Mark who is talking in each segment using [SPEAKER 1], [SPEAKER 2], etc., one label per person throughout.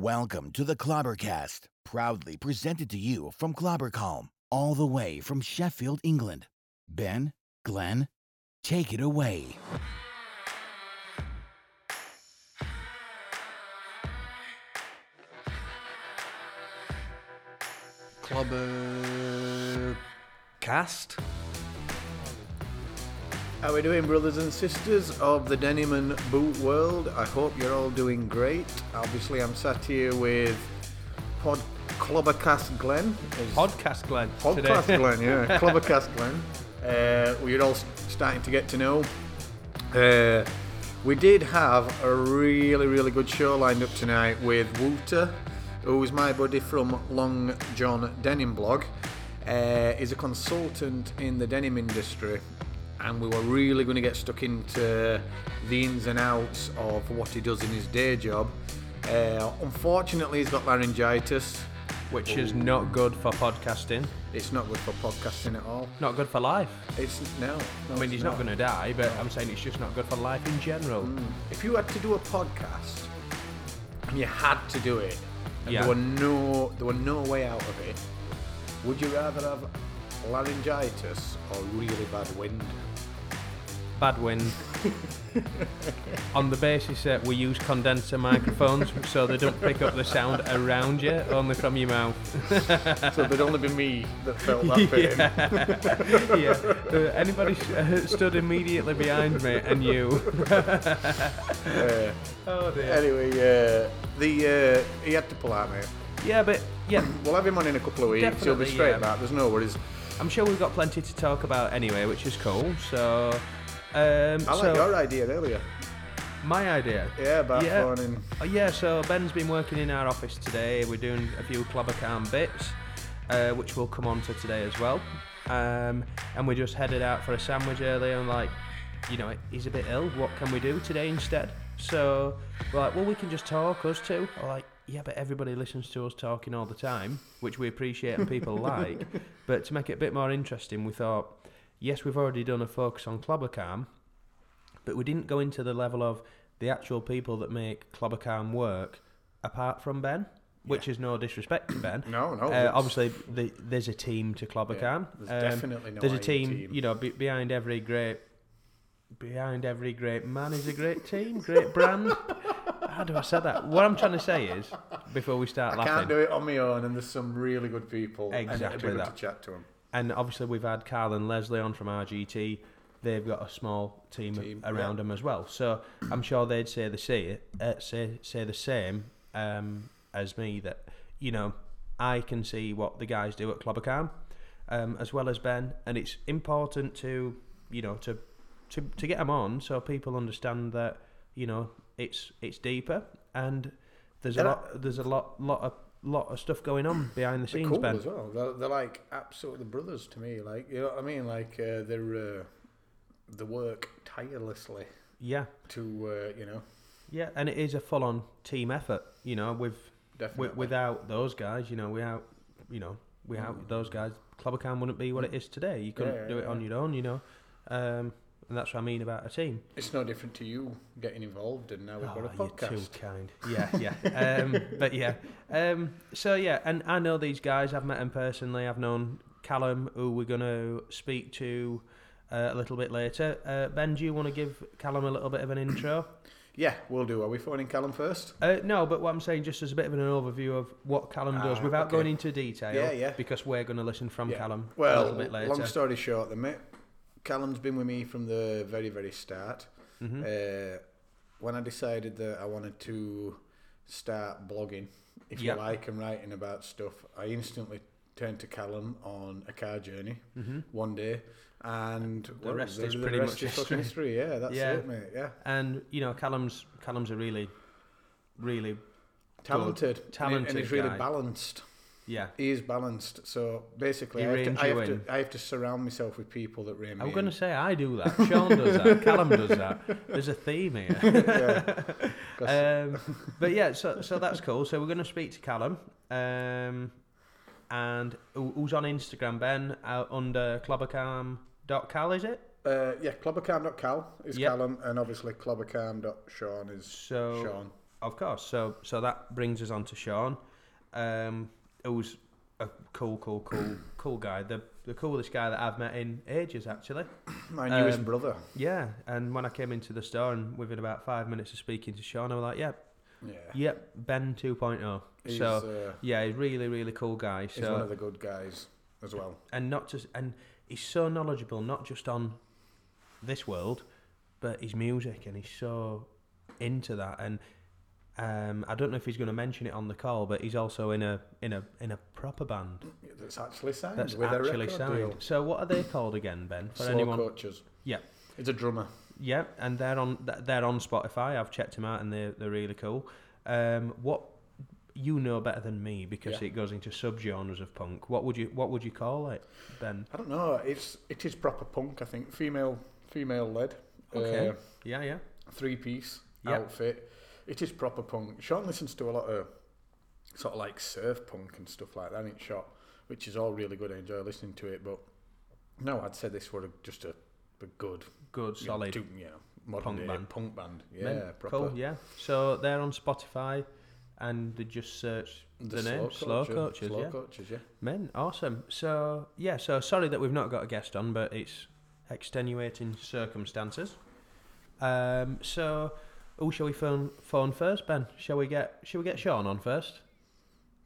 [SPEAKER 1] Welcome to the Clobbercast, proudly presented to you from Clobbercalm, all the way from Sheffield, England. Ben, Glenn, take it away.
[SPEAKER 2] Clubber cast.
[SPEAKER 3] How we doing, brothers and sisters of the denim and boot world? I hope you're all doing great. Obviously, I'm sat here with Pod Clobbercast Glenn. Is-
[SPEAKER 2] Podcast Glenn.
[SPEAKER 3] Podcast
[SPEAKER 2] today.
[SPEAKER 3] Glenn, yeah. Clobbercast Glenn. Uh, we're all s- starting to get to know. Uh, we did have a really, really good show lined up tonight with Wouter, who is my buddy from Long John Denim blog. Uh, he's a consultant in the denim industry, and we were really going to get stuck into the ins and outs of what he does in his day job. Uh, unfortunately, he's got laryngitis, which
[SPEAKER 2] Which is not good for podcasting.
[SPEAKER 3] it's not good for podcasting at all.
[SPEAKER 2] Not good for life.
[SPEAKER 3] It's no. no
[SPEAKER 2] I mean,
[SPEAKER 3] it's
[SPEAKER 2] he's not going to die, but I'm saying it's just not good for life in general.
[SPEAKER 3] If you had to do a podcast and you had to do it, and
[SPEAKER 2] Yeah.
[SPEAKER 3] there were no there were no way out of it, would you rather have laryngitis or really bad wind?
[SPEAKER 2] Bad wind. On the basis that we use condenser microphones so they don't pick up the sound around you, only from your mouth.
[SPEAKER 3] so there'd only be me that felt that pain.
[SPEAKER 2] yeah. Uh, anybody uh, stood immediately behind me and you.
[SPEAKER 3] Uh,
[SPEAKER 2] Oh dear.
[SPEAKER 3] anyway, uh, the uh, he had to pull out, mate.
[SPEAKER 2] Yeah, but yeah,
[SPEAKER 3] We'll have him on in a couple of weeks. He'll
[SPEAKER 2] Definitely,
[SPEAKER 3] be straight
[SPEAKER 2] yeah.
[SPEAKER 3] back. There's no worries.
[SPEAKER 2] I'm sure we've got plenty to talk about anyway, which is cool. So, um,
[SPEAKER 3] I like
[SPEAKER 2] so
[SPEAKER 3] your idea earlier.
[SPEAKER 2] my idea.
[SPEAKER 3] Yeah, about
[SPEAKER 2] Yeah.
[SPEAKER 3] morning.
[SPEAKER 2] Uh, yeah, so Ben's been working in our office today. We're doing a few Clubbercam bits, uh, which we'll come on to today as well. Um, and we just headed out for a sandwich earlier and like, you know, he's a bit ill. What can we do today instead? So we're like, well, we can just talk, us two. We're like, yeah, but everybody listens to us talking all the time, which we appreciate and people like. But to make it a bit more interesting, we thought, yes, we've already done a focus on Clubbercam, but we didn't go into the level of the actual people that make Clobbercam work apart from Ben, which is no disrespect to Ben.
[SPEAKER 3] No, no.
[SPEAKER 2] Uh,
[SPEAKER 3] it's-
[SPEAKER 2] obviously, the, there's a team to Clobbercam.
[SPEAKER 3] Yeah, there's definitely no
[SPEAKER 2] There's a
[SPEAKER 3] I
[SPEAKER 2] team,
[SPEAKER 3] team.
[SPEAKER 2] you know, be, behind every great, behind every great man is a great team, great brand. How do I say that? What I'm trying to say is, before we start
[SPEAKER 3] I
[SPEAKER 2] laughing,
[SPEAKER 3] can't do it on my own, and there's some really good people. and it'd be
[SPEAKER 2] Exactly
[SPEAKER 3] good
[SPEAKER 2] that.
[SPEAKER 3] to chat to them.
[SPEAKER 2] and obviously we've had Carl and Leslie on from RGT. They've got a small team,
[SPEAKER 3] Team,
[SPEAKER 2] around
[SPEAKER 3] yeah.
[SPEAKER 2] them as well, so I'm sure they'd say the say, uh, say say the same um, as me that you know I can see what the guys do at Clobbercam um, as well as Ben, and it's important to you know to to to get them on so people understand that you know it's it's deeper and there's a
[SPEAKER 3] And I-
[SPEAKER 2] lot there's a lot lot of lot of stuff going on behind the
[SPEAKER 3] They're
[SPEAKER 2] scenes,
[SPEAKER 3] cool
[SPEAKER 2] Ben.
[SPEAKER 3] as well. They're, they're like absolutely brothers to me. Like you know what I mean? Like uh, they're uh, they work tirelessly
[SPEAKER 2] Yeah.
[SPEAKER 3] to uh, you know
[SPEAKER 2] Yeah, and it is a full-on team effort. You know, with
[SPEAKER 3] definitely.
[SPEAKER 2] with without those guys, you know, without you know, without those guys, Clubbercam wouldn't be what it is today. You couldn't
[SPEAKER 3] Mm. yeah,
[SPEAKER 2] do it
[SPEAKER 3] yeah.
[SPEAKER 2] on your own. You know, um, and that's what I mean about a team.
[SPEAKER 3] it's no different to you getting involved, and now we've got a
[SPEAKER 2] Oh, you're
[SPEAKER 3] podcast.
[SPEAKER 2] too kind. Yeah, yeah. um, but yeah. Um, so yeah, and I know these guys. I've met them personally. I've known Callum, who we're going to speak to uh, a little bit later. Uh, ben, do you want to give Callum a little bit of an intro?
[SPEAKER 3] Yeah, we'll do. Are we phoning Callum first?
[SPEAKER 2] Uh, no, but what I'm saying just as a bit of an overview of what Callum does
[SPEAKER 3] Ah,
[SPEAKER 2] without
[SPEAKER 3] okay.
[SPEAKER 2] going into detail.
[SPEAKER 3] Yeah, yeah.
[SPEAKER 2] Because we're going to listen from
[SPEAKER 3] Yeah.
[SPEAKER 2] Callum a
[SPEAKER 3] Well,
[SPEAKER 2] little bit later.
[SPEAKER 3] long story short, the mate Callum's been with me from the very very start.
[SPEAKER 2] Mhm.
[SPEAKER 3] Uh, when I decided that I wanted to start blogging, if
[SPEAKER 2] Yeah.
[SPEAKER 3] you like, and writing about stuff, I instantly turned to Callum on a car journey one day, and the
[SPEAKER 2] Mm-hmm. rest is pretty much
[SPEAKER 3] fucking history. Yeah, that's
[SPEAKER 2] Yeah.
[SPEAKER 3] it, mate. Yeah,
[SPEAKER 2] And you know, Callum's Callum's a really, really,
[SPEAKER 3] talented, and he-
[SPEAKER 2] talented
[SPEAKER 3] and he's really
[SPEAKER 2] guy.
[SPEAKER 3] balanced.
[SPEAKER 2] yeah.
[SPEAKER 3] He is balanced. So basically,
[SPEAKER 2] He
[SPEAKER 3] I have,
[SPEAKER 2] reins
[SPEAKER 3] to, I,
[SPEAKER 2] you
[SPEAKER 3] have to,
[SPEAKER 2] in.
[SPEAKER 3] I have to surround myself with people that rein me
[SPEAKER 2] I'm going to
[SPEAKER 3] in.
[SPEAKER 2] say I do that. Sean does that. Callum does that. There's a theme here.
[SPEAKER 3] yeah. 'Cause-
[SPEAKER 2] Um, but yeah, so so that's cool. So we're going to speak to Callum, um, and who- who's on Instagram? Ben out under clubbercam.cal, is it?
[SPEAKER 3] Uh, yeah, clobbercam.cal is
[SPEAKER 2] Yep.
[SPEAKER 3] Callum, and obviously clobbercam.sean is
[SPEAKER 2] So
[SPEAKER 3] Sean.
[SPEAKER 2] Of course. So so that brings us on to Sean, um, who's a cool, cool, cool, cool guy. The the coolest guy that I've met in ages, actually.
[SPEAKER 3] My newest
[SPEAKER 2] Um,
[SPEAKER 3] brother.
[SPEAKER 2] Yeah. And when I came into the store and within about five minutes of speaking to Sean, I was like, yeah,
[SPEAKER 3] Yeah.
[SPEAKER 2] yep, Ben 2.0.
[SPEAKER 3] He's,
[SPEAKER 2] so
[SPEAKER 3] uh,
[SPEAKER 2] yeah, he's really, really cool guy.
[SPEAKER 3] he's one
[SPEAKER 2] So
[SPEAKER 3] of the good guys as well.
[SPEAKER 2] and not just and he's so knowledgeable, not just on this world, but his music, and he's so into that. And um, I don't know if he's going to mention it on the call, but he's also in a in a in a proper band
[SPEAKER 3] That's actually signed
[SPEAKER 2] that's
[SPEAKER 3] with a
[SPEAKER 2] actually
[SPEAKER 3] record
[SPEAKER 2] signed.
[SPEAKER 3] deal.
[SPEAKER 2] So what are they called again, Ben? For
[SPEAKER 3] Slow
[SPEAKER 2] anyone?
[SPEAKER 3] coaches.
[SPEAKER 2] Yeah,
[SPEAKER 3] It's a drummer.
[SPEAKER 2] yeah, and they're on th- they're on Spotify. I've checked them out, and they're they're really cool. Um, what you know better than me because
[SPEAKER 3] Yeah.
[SPEAKER 2] it goes into subgenres of punk. What would you what would you call it, Ben?
[SPEAKER 3] I don't know. It's it is proper punk. I think female female led.
[SPEAKER 2] Okay.
[SPEAKER 3] Uh,
[SPEAKER 2] yeah, yeah.
[SPEAKER 3] three piece
[SPEAKER 2] Yeah.
[SPEAKER 3] outfit. It is proper punk. Sean listens to a lot of sort of like surf punk and stuff like that in his shop, which is all really good. I enjoy listening to it, but no, I'd say this were a, just a, a good,
[SPEAKER 2] Good,
[SPEAKER 3] you know,
[SPEAKER 2] solid.
[SPEAKER 3] do- you know, modern
[SPEAKER 2] punk
[SPEAKER 3] day
[SPEAKER 2] band.
[SPEAKER 3] punk band. Yeah,
[SPEAKER 2] men.
[SPEAKER 3] proper.
[SPEAKER 2] Cool, yeah. So they're on Spotify, and they just search the, name Slow
[SPEAKER 3] Coacher-
[SPEAKER 2] Coaches.
[SPEAKER 3] slow
[SPEAKER 2] yeah,
[SPEAKER 3] coaches, yeah.
[SPEAKER 2] men. Awesome. So yeah. So sorry that we've not got a guest on, but it's extenuating circumstances. Um. So who shall we phone phone first, Ben? Shall we get Shall we get Sean on first?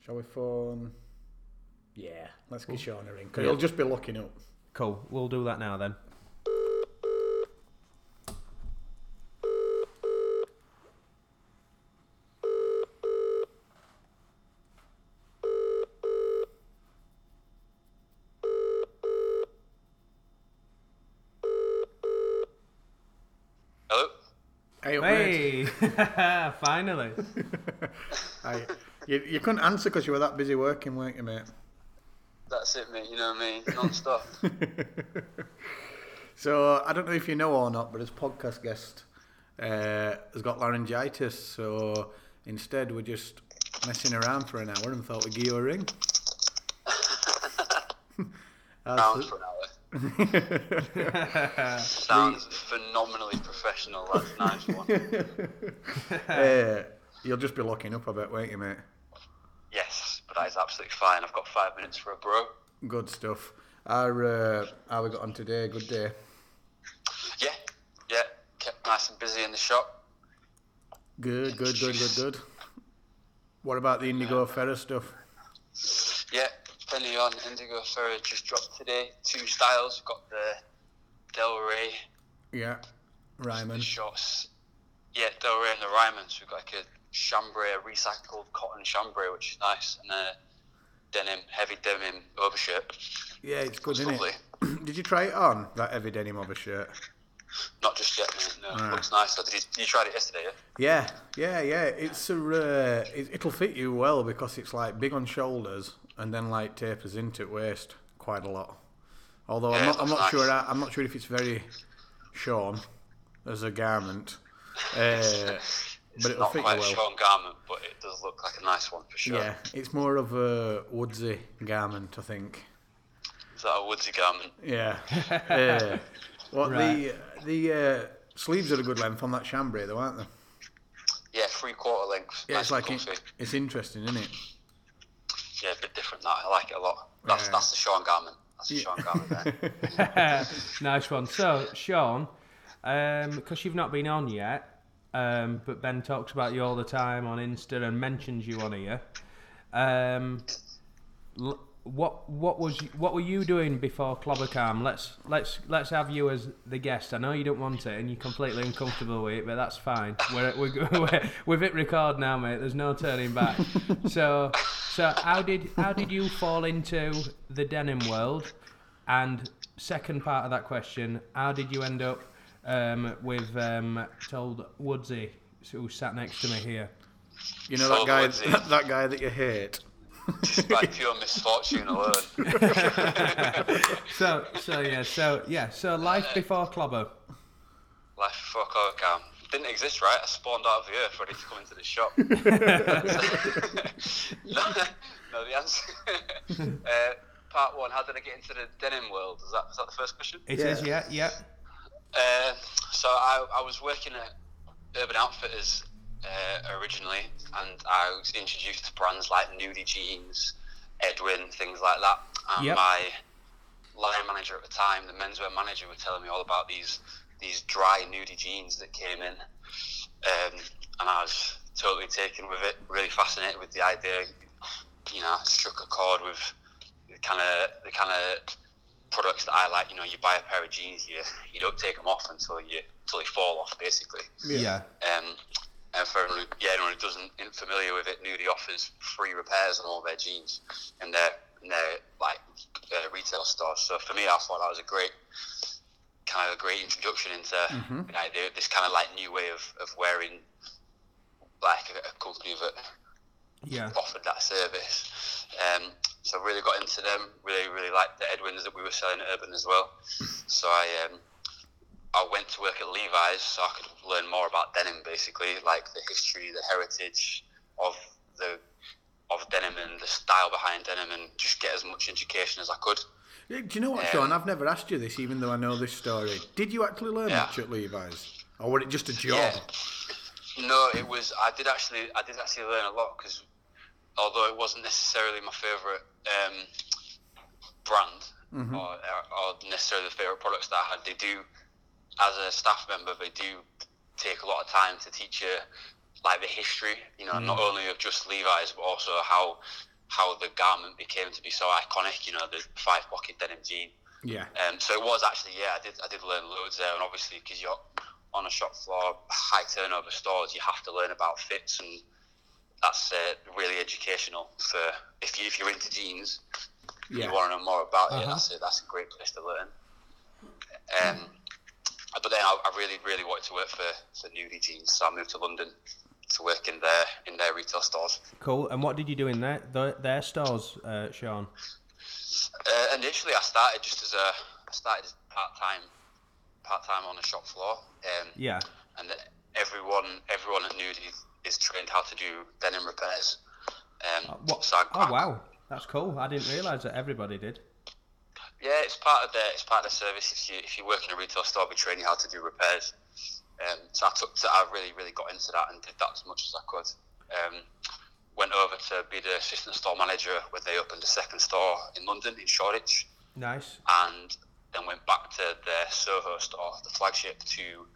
[SPEAKER 3] Shall we phone? Yeah, let's get Sean a ring. 'cause
[SPEAKER 2] Yeah.
[SPEAKER 3] He'll just be locking up.
[SPEAKER 2] Cool. We'll do that now then.
[SPEAKER 4] Hello.
[SPEAKER 3] Hey, up, mate.
[SPEAKER 2] Hey! Finally.
[SPEAKER 3] Hey. You, you couldn't answer because you were that busy working, weren't you, mate?
[SPEAKER 4] That's it, mate. You know me, non-stop.
[SPEAKER 3] So I don't know if you know or not, but his podcast guest uh, has got laryngitis. So instead, we're just messing around for an hour and thought we'd give you a ring. That's-
[SPEAKER 4] Sounds for an hour. Sounds phenomenally professional. That's a nice one.
[SPEAKER 3] uh, you'll just be locking up, I bet, won't you, mate?
[SPEAKER 4] Yes, but that is absolutely fine. I've got five minutes for a bro.
[SPEAKER 3] Good stuff. Our uh, how we got on today? Good day.
[SPEAKER 4] Yeah, yeah. Kept nice and busy in the shop.
[SPEAKER 3] Good, good, good, good, good. What about the Indigo Ferris stuff?
[SPEAKER 4] Yeah, Penny on Indigo Ferrer just dropped today. Two styles. Got the Del Rey
[SPEAKER 3] Yeah, Ryman.
[SPEAKER 4] shots. Yeah, Del Rey and the Ryman's. We've got like a chambray, a recycled cotton chambray, which is nice, and a denim, heavy denim overshirt.
[SPEAKER 3] Yeah, it's good, isn't
[SPEAKER 4] Lovely.
[SPEAKER 3] it? Did you try it on that heavy denim of a shirt?
[SPEAKER 4] Not just yet, mate. No, looks nice. Though. Did you, you tried it yesterday? Yeah?
[SPEAKER 3] Yeah, yeah, yeah. It's a uh, it, it'll fit you well because it's like big on shoulders and then like tapers into waist quite a lot. Although I'm
[SPEAKER 4] Yeah,
[SPEAKER 3] not, I'm not
[SPEAKER 4] that's
[SPEAKER 3] sure.
[SPEAKER 4] nice.
[SPEAKER 3] I, I'm not sure if it's very Sean as a garment, uh, but it'll
[SPEAKER 4] Not
[SPEAKER 3] fit you
[SPEAKER 4] quite a
[SPEAKER 3] well.
[SPEAKER 4] strong garment, but it does look like a nice one for sure.
[SPEAKER 3] Yeah, it's more of a woodsy garment, I think.
[SPEAKER 4] Is that a woodsy garment?
[SPEAKER 3] Yeah. uh, what
[SPEAKER 2] Right.
[SPEAKER 3] the the uh, sleeves are a good length on that chambray, though, aren't they?
[SPEAKER 4] Yeah, three quarter length.
[SPEAKER 3] Yeah,
[SPEAKER 4] nice
[SPEAKER 3] it's like
[SPEAKER 4] and
[SPEAKER 3] it,
[SPEAKER 4] comfy.
[SPEAKER 3] it's interesting, isn't it?
[SPEAKER 4] Yeah, a bit different. That I like it a lot. That's
[SPEAKER 3] Yeah.
[SPEAKER 4] that's the Sean garment. That's the Sean garment there.
[SPEAKER 2] nice one. So, Sean, um, because you've not been on yet, um, but Ben talks about you all the time on Insta and mentions you on here. Um, l- what what was you- what were you doing before Clobbercam? Let's let's let's have you as the guest. I know you don't want it and you're completely uncomfortable with it, but that's fine. We're we're, go- we're we've hit record now, mate. There's no turning back. so so how did how did you fall into the denim world? And second part of that question, how did you end up um, with um, told Woodsy, who sat next to me here?
[SPEAKER 3] You know
[SPEAKER 4] Oh,
[SPEAKER 3] that guy,
[SPEAKER 4] woodsy.
[SPEAKER 3] that, that guy that you hate.
[SPEAKER 4] Just by pure misfortune alone.
[SPEAKER 2] So so yeah so yeah so life before Clobber.
[SPEAKER 4] Life before Clobbercam oh, didn't exist, right? I spawned out of the earth ready to come into the shop. no, no, the answer. uh, part one. How did I get into the denim world? Is that is that the first question?
[SPEAKER 2] It
[SPEAKER 3] Yeah.
[SPEAKER 2] is, yeah. yeah,
[SPEAKER 4] Um, Uh, so I, I was working at Urban Outfitters uh, originally, and I was introduced to brands like Nudie Jeans, Edwin, things like that. And
[SPEAKER 2] Yep.
[SPEAKER 4] my line manager at the time, the menswear manager, were telling me all about these these dry nudie jeans that came in, um, and I was totally taken with it. Really fascinated with the idea. You know, I struck a chord with the kind of the kind of products that I like. You know, you buy a pair of jeans, you you don't take them off until you until they fall off, basically.
[SPEAKER 2] Yeah.
[SPEAKER 4] Um, and for anyone, who- yeah, anyone who doesn't isn't familiar with it, Nudie offers free repairs on all their jeans in their in their like uh, retail stores. So for me, I thought that was a great kind of a great introduction into the idea of this kind of like new way of, of wearing like a, a company that
[SPEAKER 2] Yeah.
[SPEAKER 4] offered that service. Um, so I really got into them. Really, really liked the Edwins that we were selling at Urban as well. So I um, I went to work at Levi's so I could learn more about denim, basically, like the history, the heritage of the of denim and the style behind denim, and just get as much education as I could.
[SPEAKER 3] Do you know what, Sean? I've never asked you this, even though I know this story. Did you actually learn
[SPEAKER 4] Yeah.
[SPEAKER 3] much at Levi's, or was it just a job?
[SPEAKER 4] No, it was. I did actually. I did actually learn a lot because, although it wasn't necessarily my favorite um, brand or, or necessarily the favorite products that I had, they do, as a staff member, they do take a lot of time to teach you like the history. You know, not only of just Levi's, but also how how the garment became to be so iconic. You know, the five pocket denim jean.
[SPEAKER 3] Yeah.
[SPEAKER 4] Um, so it was actually, yeah, I did, I did learn loads there, and obviously because you're on a shop floor, high turnover stores, you have to learn about fits, and that's uh, really educational for if you if you're into jeans,
[SPEAKER 3] Yeah.
[SPEAKER 4] you want to know more about it. That's a, that's a great place to learn. Um, but then I, I really, really wanted to work for for Nudie Jeans, so I moved to London to work in their in their retail stores.
[SPEAKER 2] Cool. And what did you do in their their, their stores, uh, Sean?
[SPEAKER 4] Uh, initially, I started just as a I started as part time part time on the shop floor. Um,
[SPEAKER 2] Yeah.
[SPEAKER 4] and that everyone everyone at Nudie is trained how to do denim repairs. Um,
[SPEAKER 2] What?
[SPEAKER 4] so I-
[SPEAKER 2] Oh wow, that's cool. I didn't realise that everybody did.
[SPEAKER 4] Yeah, it's part of the it's part of the service. If you if you work in a retail store, we train you how to do repairs. Um, so I took to, I really really got into that and did that as much as I could. Um, went over to be the assistant store manager when they opened a second store in London in Shoreditch.
[SPEAKER 2] Nice.
[SPEAKER 4] and then went back to the Soho store, the flagship, to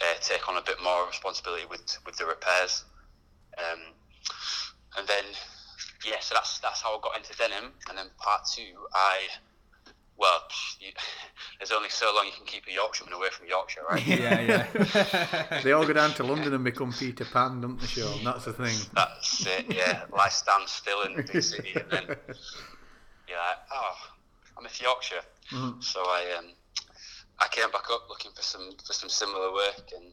[SPEAKER 4] uh, take on a bit more responsibility with with the repairs. Um, and then, yeah, so that's that's how I got into denim. And then part two, I well, you, there's only so long you can keep a Yorkshireman away from Yorkshire, right?
[SPEAKER 2] Yeah, yeah.
[SPEAKER 3] They all go down to London and become Peter Pan, don't they, Sean? That's the thing.
[SPEAKER 4] That's it, yeah. Well, I stand still in the big city and then you're like, oh, I miss Yorkshire.
[SPEAKER 2] Mm-hmm.
[SPEAKER 4] So I um, I came back up looking for some for some similar work and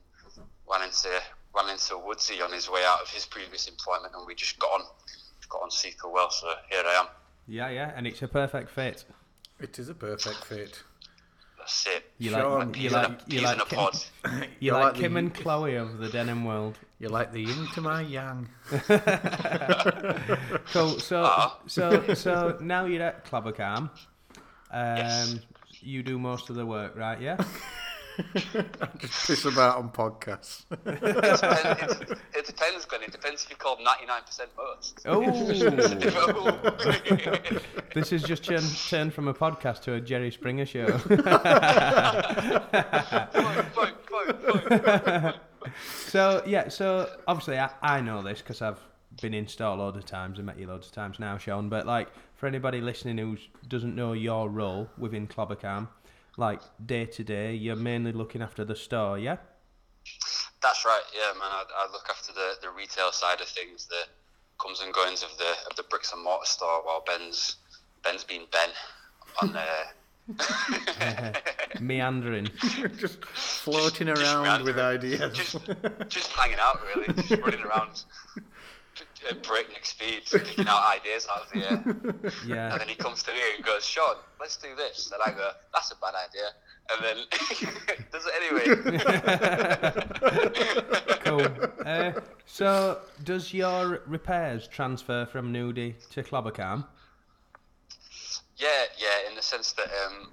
[SPEAKER 4] ran into ran into Woodsy on his way out of his previous employment and we just got on got on super well. So here I am.
[SPEAKER 2] yeah, yeah. And it's a perfect fit.
[SPEAKER 3] It is a perfect fit.
[SPEAKER 4] That's it.
[SPEAKER 2] You
[SPEAKER 3] Sean,
[SPEAKER 2] like you
[SPEAKER 4] He's, in,
[SPEAKER 2] like
[SPEAKER 4] a,
[SPEAKER 2] you
[SPEAKER 4] he's in a
[SPEAKER 2] like Kim,
[SPEAKER 4] pod.
[SPEAKER 2] you
[SPEAKER 3] You're
[SPEAKER 2] like
[SPEAKER 3] like the-
[SPEAKER 2] Kim and Chloe of the denim world.
[SPEAKER 3] You're like the yin to my yang.
[SPEAKER 2] Cool.
[SPEAKER 4] Uh-huh.
[SPEAKER 2] So so so now you're at Clubbercam. Um,
[SPEAKER 4] Yes.
[SPEAKER 2] You do most of the work, right? Yeah.
[SPEAKER 3] It's about on podcasts.
[SPEAKER 4] it, depends, it depends, Glenn. It depends if you call 99% most.
[SPEAKER 2] Oh,
[SPEAKER 4] Oh.
[SPEAKER 2] this has just turned, turned from a podcast to a Jerry Springer show.
[SPEAKER 4] Fuck, fuck, fuck, fuck.
[SPEAKER 2] So yeah, so obviously I, I know this because I've been in store loads of times and met you loads of times now, Sean. But like for anybody listening who doesn't know your role within Clobbercam, like day to day, you're mainly looking after the store, yeah.
[SPEAKER 4] That's right. Yeah, man. I, I look after the, the retail side of things, the comes and goings of the of the bricks and mortar store, while Ben's Ben's been Ben on the
[SPEAKER 2] Meandering.
[SPEAKER 3] Just floating around with ideas.
[SPEAKER 4] just just hanging out, really, just running around at breakneck speed, picking out ideas out of the air.
[SPEAKER 2] Yeah.
[SPEAKER 4] And then he comes to me and goes, "Sean, let's do this." And I go, "That's a bad idea." And then does it anyway.
[SPEAKER 2] Cool. Uh, so does your repairs transfer from Nudie to Clobbercam?
[SPEAKER 4] Yeah, yeah, in the sense that um,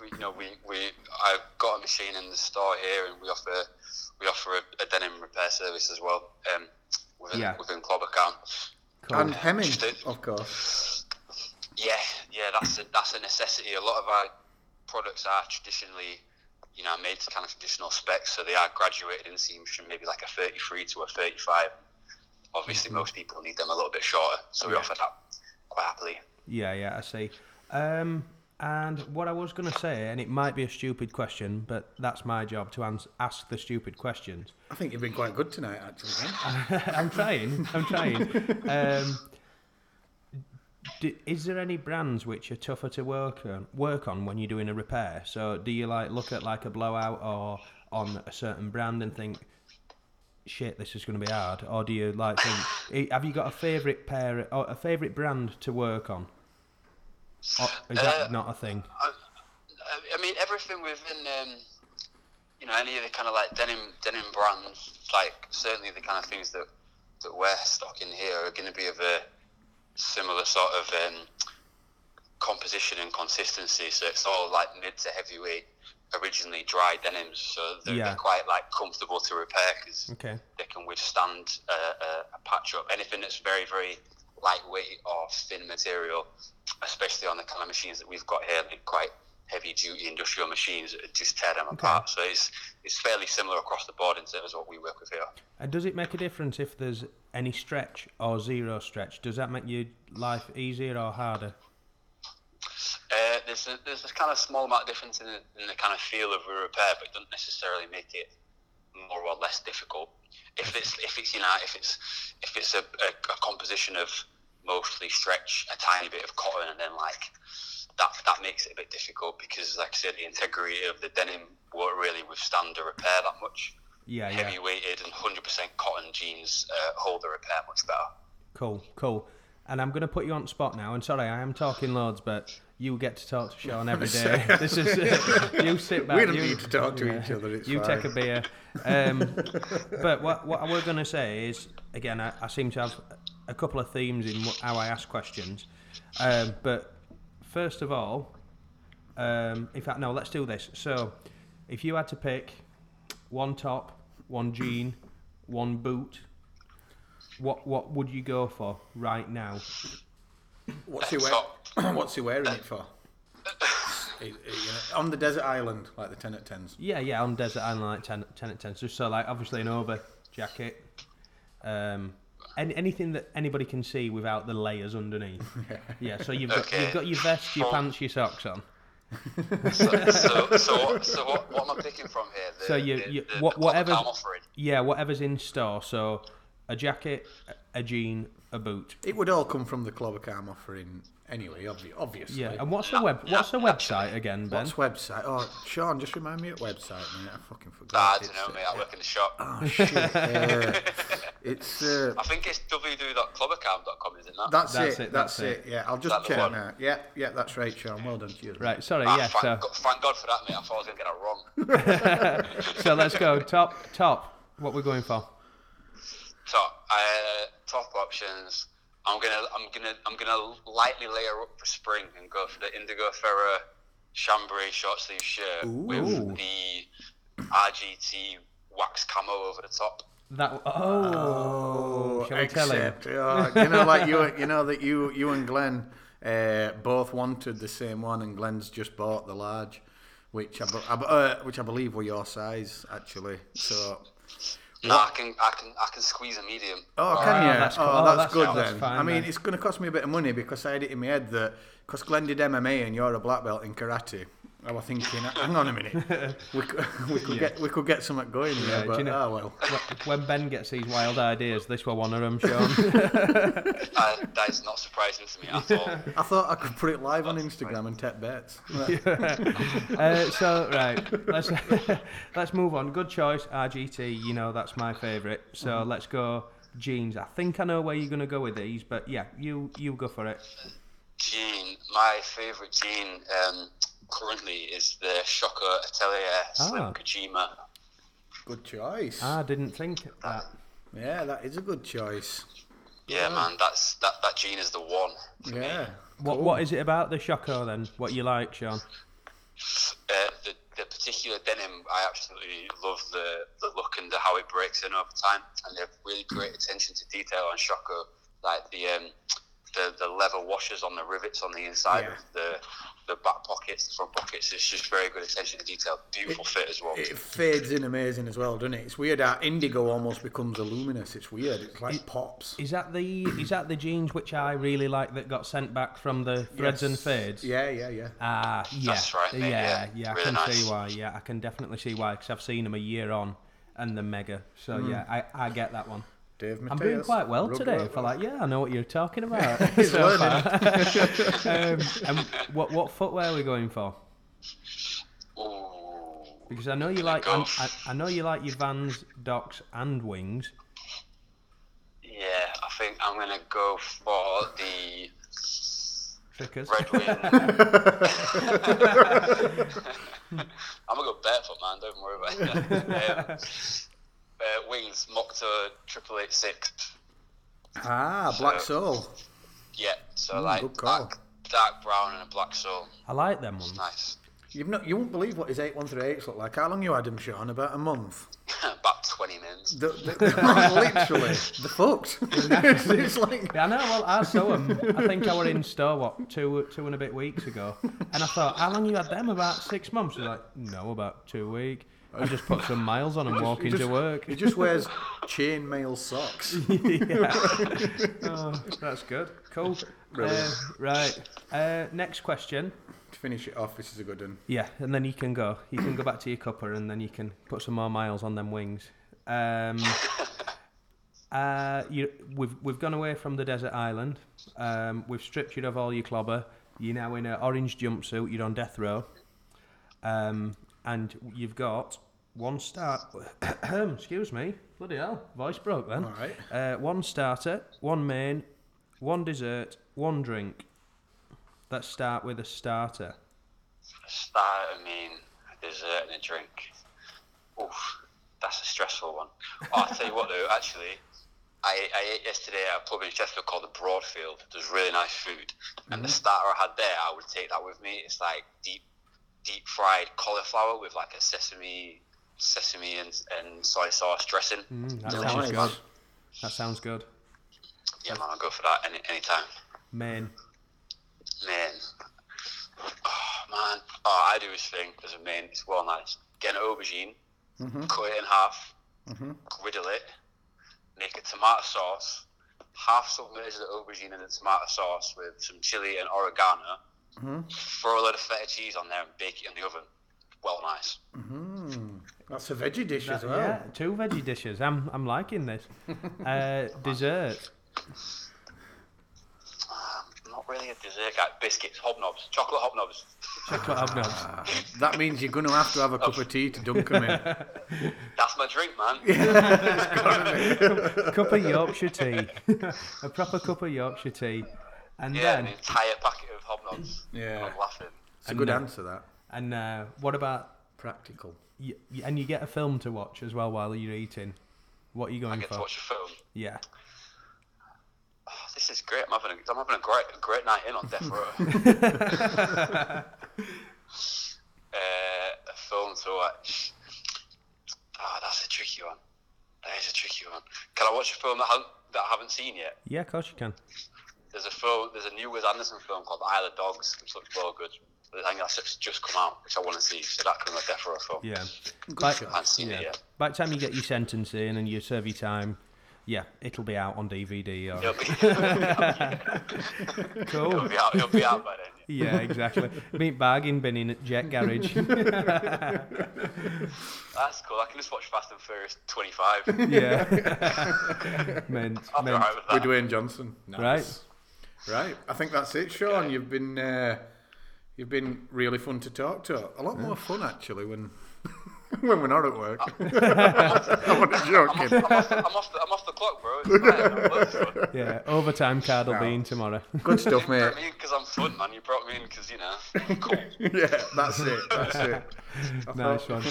[SPEAKER 4] we, you know, we, we I've got a machine in the store here, and we offer we offer a, a denim repair service as well um, within,
[SPEAKER 2] Yeah.
[SPEAKER 4] within Clobbercam.
[SPEAKER 3] And hemming,
[SPEAKER 4] Just it.
[SPEAKER 3] of course.
[SPEAKER 4] Yeah, yeah, that's a, that's a necessity. A lot of our products are traditionally, you know, made to kind of traditional specs, so they are graduated in seams from maybe like a 33 to a 35. Obviously, most people need them a little bit shorter, so we offer that quite happily.
[SPEAKER 2] Yeah, yeah, I see. Um, and what I was going to say, and it might be a stupid question, but that's my job to ans- ask the stupid questions.
[SPEAKER 3] I think you've been quite good tonight, actually. eh? Ben.
[SPEAKER 2] I'm trying. I'm trying. Um, d is there any brands which are tougher to work on, work on when you're doing a repair? So do you like look at like a blowout or on a certain brand and think, shit, this is going to be hard? Or do you like think, i- have you got a favourite pair or a favourite brand to work on? Or is that not a thing?
[SPEAKER 4] I, I- I mean, everything within, um, you know, any of the kind of like denim denim brands, like certainly the kind of things that that we're stocking here are going to be of a similar sort of um, composition and consistency. So it's all like mid to heavyweight, originally dry denims, so they're,
[SPEAKER 2] Yeah.
[SPEAKER 4] they're quite like comfortable to repair because
[SPEAKER 2] Okay.
[SPEAKER 4] they can withstand a, a, a patch up. Anything that's very, very lightweight or thin material, especially on the kind of machines that we've got here, they're quite heavy duty industrial machines that just tear them apart. So it's it's fairly similar across the board in terms of what we work with here.
[SPEAKER 2] And does it make a difference if there's any stretch or zero stretch? Does that make your life easier or harder?
[SPEAKER 4] Uh, there's a, there's this kind of small amount of difference in the, in the kind of feel of a repair, but it doesn't necessarily make it more or less difficult. If it's if it's you know if it's if it's a, a, a composition of mostly stretch, a tiny bit of cotton, and then like that that makes it a bit difficult because like I said, the integrity of the denim won't really withstand a repair that much.
[SPEAKER 2] Yeah, yeah.
[SPEAKER 4] Heavy weighted and 100% cotton jeans uh, hold the repair much better.
[SPEAKER 2] Cool, cool. And I'm going to put you on the spot now. And sorry, I am talking loads, but you get to talk to Sean every day. this is you sit back.
[SPEAKER 3] We don't
[SPEAKER 2] you,
[SPEAKER 3] need to talk to each other, it's
[SPEAKER 2] you take a
[SPEAKER 3] fine.
[SPEAKER 2] beer. Um, but what what I was going to say is again, I, I seem to have a couple of themes in wh- how I ask questions. Um, but first of all, um, in fact, no, let's do this. So, if you had to pick one top, one jean, one boot, what what would you go for right now?
[SPEAKER 4] Uh,
[SPEAKER 3] What's he wearing? What's he wearing it for? He- he, you know, on the desert island, like the ten at tens.
[SPEAKER 2] Yeah, yeah, on desert island like ten, 10 at ten. So, so like obviously an over jacket, um, any, anything that anybody can see without the layers underneath. yeah, so you've got
[SPEAKER 4] Okay.
[SPEAKER 2] you've got your vest, your
[SPEAKER 4] Well-
[SPEAKER 2] pants, your socks on.
[SPEAKER 4] So, so, so, what- so what, what am I picking from here? The,
[SPEAKER 2] So you,
[SPEAKER 4] the-
[SPEAKER 2] you
[SPEAKER 4] the- the
[SPEAKER 2] what,
[SPEAKER 4] colour that
[SPEAKER 2] whatever's
[SPEAKER 4] I'm offering.
[SPEAKER 2] yeah whatever's in store. So a jacket, a- a jean, a boot.
[SPEAKER 3] It would all come from the Clobbercam offering anyway, obvi- obviously.
[SPEAKER 2] Yeah, and what's the web? What's the website again, Ben?
[SPEAKER 3] What's website? Oh, Sean, just remind me of website, mate. I fucking
[SPEAKER 4] Ah, I
[SPEAKER 3] forgot.
[SPEAKER 4] don't know, mate. I work in the shop.
[SPEAKER 3] Oh, shit. uh, it's. Uh,
[SPEAKER 4] I think it's www.clubbercam.com, isn't that?
[SPEAKER 3] that's,
[SPEAKER 2] That's
[SPEAKER 3] it,
[SPEAKER 2] it,
[SPEAKER 3] That's,
[SPEAKER 2] that's
[SPEAKER 3] it. Yeah, I'll
[SPEAKER 4] That
[SPEAKER 3] just
[SPEAKER 4] the
[SPEAKER 3] check
[SPEAKER 4] one?
[SPEAKER 3] now. Yeah, yeah, that's right, Sean. Well done to you.
[SPEAKER 2] Right, sorry,
[SPEAKER 4] Ah,
[SPEAKER 2] yeah.
[SPEAKER 4] thank,
[SPEAKER 2] So,
[SPEAKER 4] go- thank God for that, mate. I thought I was going to get it wrong.
[SPEAKER 2] so let's go top top. What we're going for?
[SPEAKER 4] top uh, top options. I'm gonna I'm gonna I'm gonna lightly layer up for spring and go for the indigo ferro chambray short sleeve shirt
[SPEAKER 2] Ooh.
[SPEAKER 4] with the RGT wax camo over the top.
[SPEAKER 2] That oh, shall we tell him?
[SPEAKER 3] Except, uh, you know, like you, you know that you, you and Glenn uh, both wanted the same one, and Glenn's just bought the large, which I, be- I be- uh, which I believe were your size actually. So,
[SPEAKER 4] No, I can I can I can squeeze a medium.
[SPEAKER 3] oh, can you?
[SPEAKER 2] that's
[SPEAKER 3] oh,
[SPEAKER 2] cool. Oh,
[SPEAKER 3] that's,
[SPEAKER 2] that's-
[SPEAKER 3] good
[SPEAKER 2] yeah, that's
[SPEAKER 3] then.
[SPEAKER 2] fine
[SPEAKER 3] I mean,
[SPEAKER 2] then.
[SPEAKER 3] it's going to cost me a bit of money because I had it in my head that because Glenn did MMA and you're a black belt in karate. I was thinking, hang on a minute, we could, we could get we could get something going here,
[SPEAKER 2] Yeah, do
[SPEAKER 3] but
[SPEAKER 2] you know-
[SPEAKER 3] oh well.
[SPEAKER 2] Wh- When Ben gets these wild ideas, this were one of them, Sean.
[SPEAKER 4] Uh, that is not surprising to me at all.
[SPEAKER 3] I thought I could put it live on Instagram and take bets.
[SPEAKER 2] uh, so right, let's let's move on. Good choice, RGT. You know that's my favourite. So let's go jeans. I think I know where you're gonna go with these, but yeah, you you go for it.
[SPEAKER 4] Jean, my favourite jean um, currently is the Shocker Atelier Slim
[SPEAKER 2] Ah.
[SPEAKER 4] Kojima.
[SPEAKER 3] Good choice.
[SPEAKER 2] I didn't think that.
[SPEAKER 3] Yeah, that is a good choice.
[SPEAKER 4] Yeah,
[SPEAKER 3] Ah.
[SPEAKER 4] man, that's that that jean is the one.
[SPEAKER 3] Yeah.
[SPEAKER 2] What what is it about the Shoko then? What you like, Sean?
[SPEAKER 4] Uh, the, the particular denim, I absolutely love the, the look and the, how it breaks in over time. And they have really great attention to detail on Shoko, like the um, the, the leather washers on the rivets on the inside
[SPEAKER 3] Yeah.
[SPEAKER 4] of the the back pockets, the front pockets. It's just very good attention to detail. Beautiful fit as well.
[SPEAKER 3] It fades in amazing as well, doesn't it? It's weird how indigo almost becomes luminous. It's weird. It's like pops.
[SPEAKER 2] Is that the is that the jeans which I really like that got sent back from the threads and
[SPEAKER 3] Yes.
[SPEAKER 2] fades?
[SPEAKER 3] Yeah, yeah, yeah.
[SPEAKER 2] Ah, yeah.
[SPEAKER 4] That's right, mate,
[SPEAKER 2] yeah,
[SPEAKER 4] yeah.
[SPEAKER 2] yeah, I
[SPEAKER 4] Really
[SPEAKER 2] can
[SPEAKER 4] nice.
[SPEAKER 2] see why. Yeah, I can definitely see why because I've seen them a year on and the mega. So
[SPEAKER 3] Hmm.
[SPEAKER 2] yeah, I, I get that one.
[SPEAKER 3] Dave
[SPEAKER 2] I'm doing
[SPEAKER 3] Mateus,
[SPEAKER 2] quite well
[SPEAKER 3] Rugrat.
[SPEAKER 2] today. I feel like yeah, I know what you're talking about.
[SPEAKER 3] He's
[SPEAKER 2] so
[SPEAKER 3] learning.
[SPEAKER 2] far. um, and what what footwear are we going for?
[SPEAKER 4] Ooh.
[SPEAKER 2] Because I know you like I,
[SPEAKER 4] Golf.
[SPEAKER 2] I, I know you like your Vans, Docs, and Wings.
[SPEAKER 4] Yeah, I think I'm gonna go for the
[SPEAKER 2] Trickers.
[SPEAKER 4] Red Wing. I'm gonna go barefoot, man. Don't worry about it. Um, uh, wings Mokta triple eight six.
[SPEAKER 3] Ah, Black Soul.
[SPEAKER 4] Yeah, so like
[SPEAKER 3] good call.
[SPEAKER 4] dark, dark brown and a black soul.
[SPEAKER 2] I like them ones.
[SPEAKER 4] Nice.
[SPEAKER 3] You've not, you won't believe what his 8138s look like. How long you had him, Sean? About a month.
[SPEAKER 4] About twenty minutes.
[SPEAKER 3] The, the, literally, the fucked. it's, it's like,
[SPEAKER 2] Yeah, I know. Well, I saw them. I think I were in store what two two and a bit weeks ago, and I thought, how long you had them? About six months. She's like, no, about two week. I just put some miles on and walking to
[SPEAKER 3] just-
[SPEAKER 2] work.
[SPEAKER 3] he just wears chainmail socks.
[SPEAKER 2] Oh, that's good. Cool. Uh, right. Uh, next question.
[SPEAKER 3] to finish it off, this is a good one.
[SPEAKER 2] Yeah, and then you can go. You can go back to your cuppa, and then you can put some more miles on them wings. Um, uh, you, we've we've gone away from the desert island. Um, we've stripped you of all your clobber. You're now in an orange jumpsuit. You're on death row, um, and you've got one start. excuse me, bloody hell, voice broke then.
[SPEAKER 3] All right.
[SPEAKER 2] Uh, one starter, one main, one dessert, one drink. Let's start with a starter.
[SPEAKER 4] Start. I mean, a dessert and a drink. Oof, that's a stressful one. Oh, I'll tell you what though. Actually, I, I ate yesterday at a pub in Sheffield called the Broadfield. There's really nice food, and the starter I had there, I would take that with me. It's like deep, deep fried cauliflower with like a sesame, sesame and, and soy sauce dressing.
[SPEAKER 2] That
[SPEAKER 4] Delicious,
[SPEAKER 2] sounds
[SPEAKER 4] man.
[SPEAKER 2] good. That sounds good.
[SPEAKER 4] Yeah, man, I'll go for that any anytime.
[SPEAKER 2] Main.
[SPEAKER 4] Man. Oh, man. Oh, I do this thing as a main. It's well nice. Get an aubergine, cut it in half, griddle it, make a tomato sauce, half submerge the aubergine in the tomato sauce with some chili and oregano, throw a load of feta cheese on there and bake it in the oven. Well nice.
[SPEAKER 3] That's a veggie dish as well.
[SPEAKER 2] Yeah, two veggie dishes. I'm I'm liking this. Uh, dessert.
[SPEAKER 4] I'm Um, not really a dessert guy. Biscuits, hobnobs, chocolate hobnobs.
[SPEAKER 2] Chocolate hobnobs.
[SPEAKER 3] That means you're going to have to have a cup of tea to dunk them in.
[SPEAKER 4] That's my drink, man.
[SPEAKER 2] cup of Yorkshire tea. a proper cup of Yorkshire tea. And
[SPEAKER 4] Yeah, an
[SPEAKER 2] then
[SPEAKER 4] entire packet of hobnobs.
[SPEAKER 3] Yeah.
[SPEAKER 4] I'm laughing.
[SPEAKER 3] It's a good
[SPEAKER 2] no.
[SPEAKER 3] answer, that.
[SPEAKER 2] and uh, what about
[SPEAKER 3] Practical.
[SPEAKER 2] y- y- and you get a film to watch as well while you're eating. What are you going
[SPEAKER 4] Get to
[SPEAKER 2] for?
[SPEAKER 4] watch a film.
[SPEAKER 2] Yeah.
[SPEAKER 4] Oh, this is great. I'm having a, I'm having a great a great night in on death row. uh, a film to watch. Oh, that's a tricky one. That is a tricky one. Can I watch a film that I haven't, that I haven't seen yet?
[SPEAKER 2] Yeah, of course you can.
[SPEAKER 4] There's a film. There's a new Wes Anderson film called Isle of Dogs, which looks well good. I think that's just- just come out, which I want to see. So that could be a death row film.
[SPEAKER 2] Yeah. By,
[SPEAKER 4] I haven't seen it
[SPEAKER 2] yeah.
[SPEAKER 4] yet.
[SPEAKER 2] By the time you get your sentence in and you serve your time, yeah, it'll be out on DVD or
[SPEAKER 4] It'll be, it'll
[SPEAKER 2] cool.
[SPEAKER 4] be out. It'll be out by then. yeah.
[SPEAKER 2] Yeah, exactly. Meat bargain bin in at Jet Garage.
[SPEAKER 4] That's cool. I can just watch Fast and Furious 25. I'll be
[SPEAKER 2] yeah. meant, meant.
[SPEAKER 4] alright with that.
[SPEAKER 3] With Dwayne Johnson. Nice. Right. Right. I think that's it, Sean. You've been uh, you've been really fun to talk to. A lot more fun actually when when we're not at work. I'm only joking.
[SPEAKER 4] I'm off, the, I'm, off the, I'm off the clock, bro. It's fine. I'm working.
[SPEAKER 2] Yeah, overtime card will be in tomorrow.
[SPEAKER 3] Good stuff,
[SPEAKER 4] You
[SPEAKER 3] mate.
[SPEAKER 4] brought me in because I'm fun, man. You brought me in because, you know, I'm cool.
[SPEAKER 3] Yeah, that's it. That's it.
[SPEAKER 2] nice one.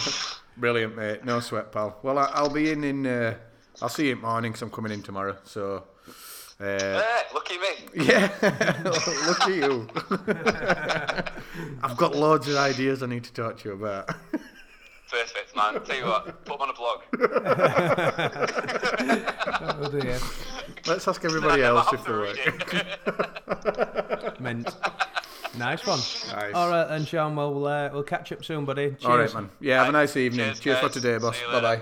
[SPEAKER 3] Brilliant, mate. No sweat, pal. Well, I, I'll be in in. Uh, I'll see you in the morning 'cause I'm coming in tomorrow. So. Uh,
[SPEAKER 4] yeah, Eh, lucky me.
[SPEAKER 3] yeah, look at you. I've got loads of ideas I need to talk to you about.
[SPEAKER 4] Perfect, man. Tell you what, put 'em on a blog.
[SPEAKER 2] Oh dear.
[SPEAKER 3] Let's ask
[SPEAKER 4] Then I
[SPEAKER 3] everybody
[SPEAKER 4] never
[SPEAKER 3] else
[SPEAKER 4] have
[SPEAKER 3] if they
[SPEAKER 4] to read
[SPEAKER 3] work.
[SPEAKER 4] it.
[SPEAKER 2] Mint. Nice one.
[SPEAKER 3] Nice.
[SPEAKER 2] All right then, Sean. We'll uh, we'll catch up soon, buddy. Cheers.
[SPEAKER 3] All right, man. Yeah, have a nice evening.
[SPEAKER 4] Cheers,
[SPEAKER 3] Cheers, for
[SPEAKER 4] guys.
[SPEAKER 3] today, boss.
[SPEAKER 4] See you
[SPEAKER 3] Bye
[SPEAKER 4] later.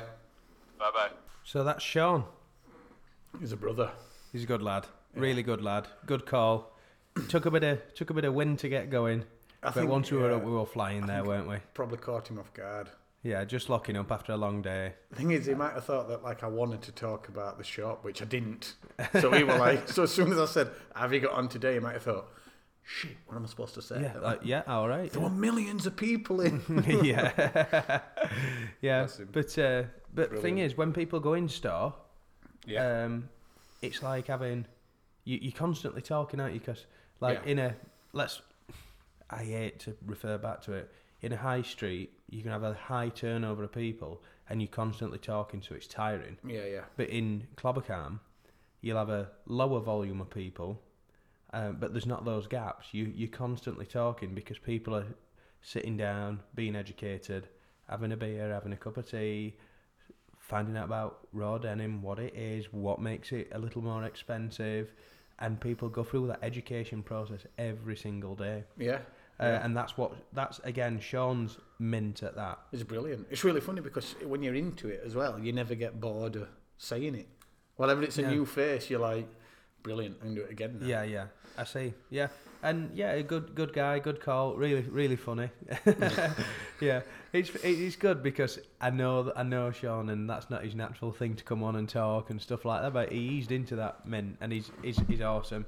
[SPEAKER 3] bye.
[SPEAKER 4] bye bye.
[SPEAKER 2] So that's Sean.
[SPEAKER 3] He's a brother.
[SPEAKER 2] He's a good lad. Really good lad. Good call. took a bit of took a bit of wind to get going. but
[SPEAKER 3] think,
[SPEAKER 2] once we were
[SPEAKER 3] yeah,
[SPEAKER 2] up, we were flying there, weren't we?
[SPEAKER 3] Probably caught him off guard.
[SPEAKER 2] Yeah, just locking up after a long day.
[SPEAKER 3] The thing is, he might have thought that like I wanted to talk about the shop, which I didn't. So he were like, so as soon as I said, "Have you got on today?" He might have thought, "Shit, what am I supposed to say?"
[SPEAKER 2] Yeah, like, Uh, yeah, all right.
[SPEAKER 3] there were millions of people in.
[SPEAKER 2] yeah, yeah.
[SPEAKER 3] him.
[SPEAKER 2] But uh, but thing is, when people go in store,
[SPEAKER 3] Yeah.
[SPEAKER 2] um, it's like having you, you're constantly talking, aren't you? Because like
[SPEAKER 3] Yeah.
[SPEAKER 2] in a let's, I hate to refer back to it. In a high street, you can have a high turnover of people, and you're constantly talking, so it's tiring.
[SPEAKER 3] yeah, yeah,
[SPEAKER 2] But in Clobbercam, you'll have a lower volume of people, um, but there's not those gaps. You you're constantly talking because people are sitting down, being educated, having a beer, having a cup of tea, finding out about raw denim, what it is, what makes it a little more expensive, and people go through that education process every single day.
[SPEAKER 3] yeah.
[SPEAKER 2] Uh, And that's what that's again Sean's mint at that.
[SPEAKER 3] It's brilliant. It's really funny because when you're into it as well, you never get bored of saying it. Whenever it's a new face, you're like, "Brilliant, I'm gonna do it again." Now.
[SPEAKER 2] Yeah, yeah. I see. Yeah. And yeah, a good good guy, good call, really really funny. yeah. It's it's good because I know that I know Sean and that's not his natural thing to come on and talk and stuff like that, but he eased into that mint and he's he's, he's awesome.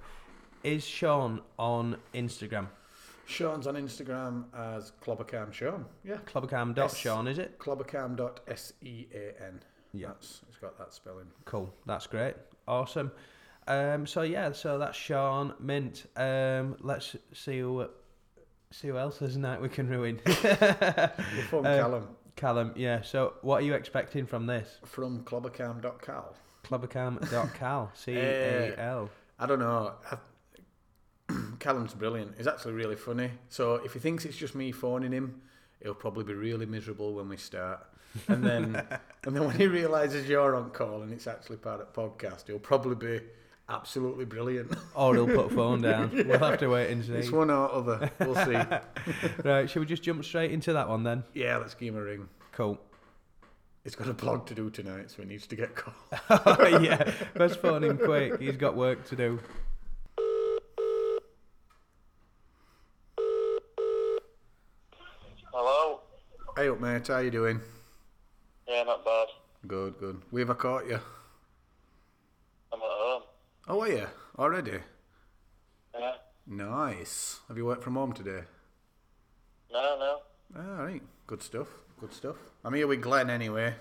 [SPEAKER 2] Is Sean on Instagram?
[SPEAKER 3] Sean's on Instagram as Clobbercam Sean. Yeah.
[SPEAKER 2] Clubcam dot Sean, is it?
[SPEAKER 3] Clobbercam.sean.
[SPEAKER 2] Yeah.
[SPEAKER 3] E That's, it's got that spelling.
[SPEAKER 2] Cool. That's great. Awesome. Um, so yeah, so that's Sean Mint. Um, let's see who see who else there's a night we can ruin.
[SPEAKER 3] From
[SPEAKER 2] Um,
[SPEAKER 3] Callum.
[SPEAKER 2] Callum, yeah. So, what are you expecting from this?
[SPEAKER 3] From clobbercam.cal.
[SPEAKER 2] Clubbercam.cal. C E A L.
[SPEAKER 3] I don't know. I, Callum's brilliant. He's actually really funny. So if he thinks it's just me phoning him, he'll probably be really miserable when we start. And then, and then when he realizes you're on call and it's actually part of the podcast, he'll probably be absolutely brilliant.
[SPEAKER 2] Or he'll Oh, put phone down. We'll have to wait and
[SPEAKER 3] It's
[SPEAKER 2] see.
[SPEAKER 3] one or other. We'll see.
[SPEAKER 2] Right, shall we just jump straight into that one then?
[SPEAKER 3] Yeah, let's give him a ring.
[SPEAKER 2] Cool.
[SPEAKER 3] He's got a blog to do tonight, so he needs to get called.
[SPEAKER 2] yeah, let's phone him quick. He's got work to do.
[SPEAKER 4] Hello.
[SPEAKER 3] Hey up, mate. How you doing?
[SPEAKER 4] Yeah, not bad.
[SPEAKER 3] Good, good. We've I caught you.
[SPEAKER 4] I'm at home.
[SPEAKER 3] Oh, are you already?
[SPEAKER 4] Yeah.
[SPEAKER 3] Nice. Have you worked from home today?
[SPEAKER 4] No, no.
[SPEAKER 3] All right. Good stuff. Good stuff. I'm here with Glenn anyway.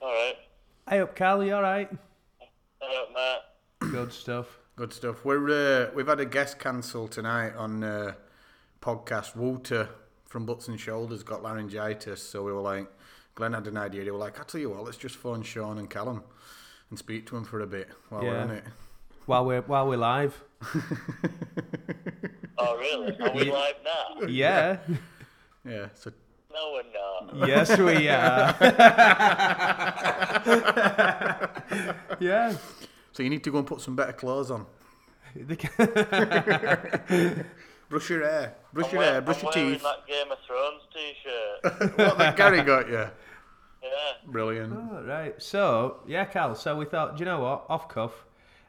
[SPEAKER 4] All right.
[SPEAKER 2] Hey up, Cal, you alright?
[SPEAKER 4] Hello, Matt.
[SPEAKER 2] Good stuff.
[SPEAKER 3] Good stuff. We're uh, we've had a guest cancel tonight on uh, podcast. Walter from Butts and Shoulders got laryngitis, so we were like, Glenn had an idea. They were like, I tell you what, let's just phone Sean and Callum and speak to him for a bit while we're
[SPEAKER 2] Yeah.
[SPEAKER 3] on it.
[SPEAKER 2] While we're while we're live.
[SPEAKER 4] Oh, really? Are we live now?
[SPEAKER 2] Yeah.
[SPEAKER 3] Yeah. So
[SPEAKER 4] No, we're not.
[SPEAKER 2] yes, we are. yeah.
[SPEAKER 3] so you need to go and put some better clothes on. Brush your hair. Brush your hair.
[SPEAKER 4] Wear-
[SPEAKER 3] Brush
[SPEAKER 4] I'm
[SPEAKER 3] your
[SPEAKER 4] wearing
[SPEAKER 3] teeth.
[SPEAKER 4] that Game of Thrones t-shirt.
[SPEAKER 3] What that Gary got you?
[SPEAKER 4] yeah.
[SPEAKER 3] Brilliant.
[SPEAKER 2] All Oh, right. So yeah, Cal. So we thought, do you know what? Off cuff,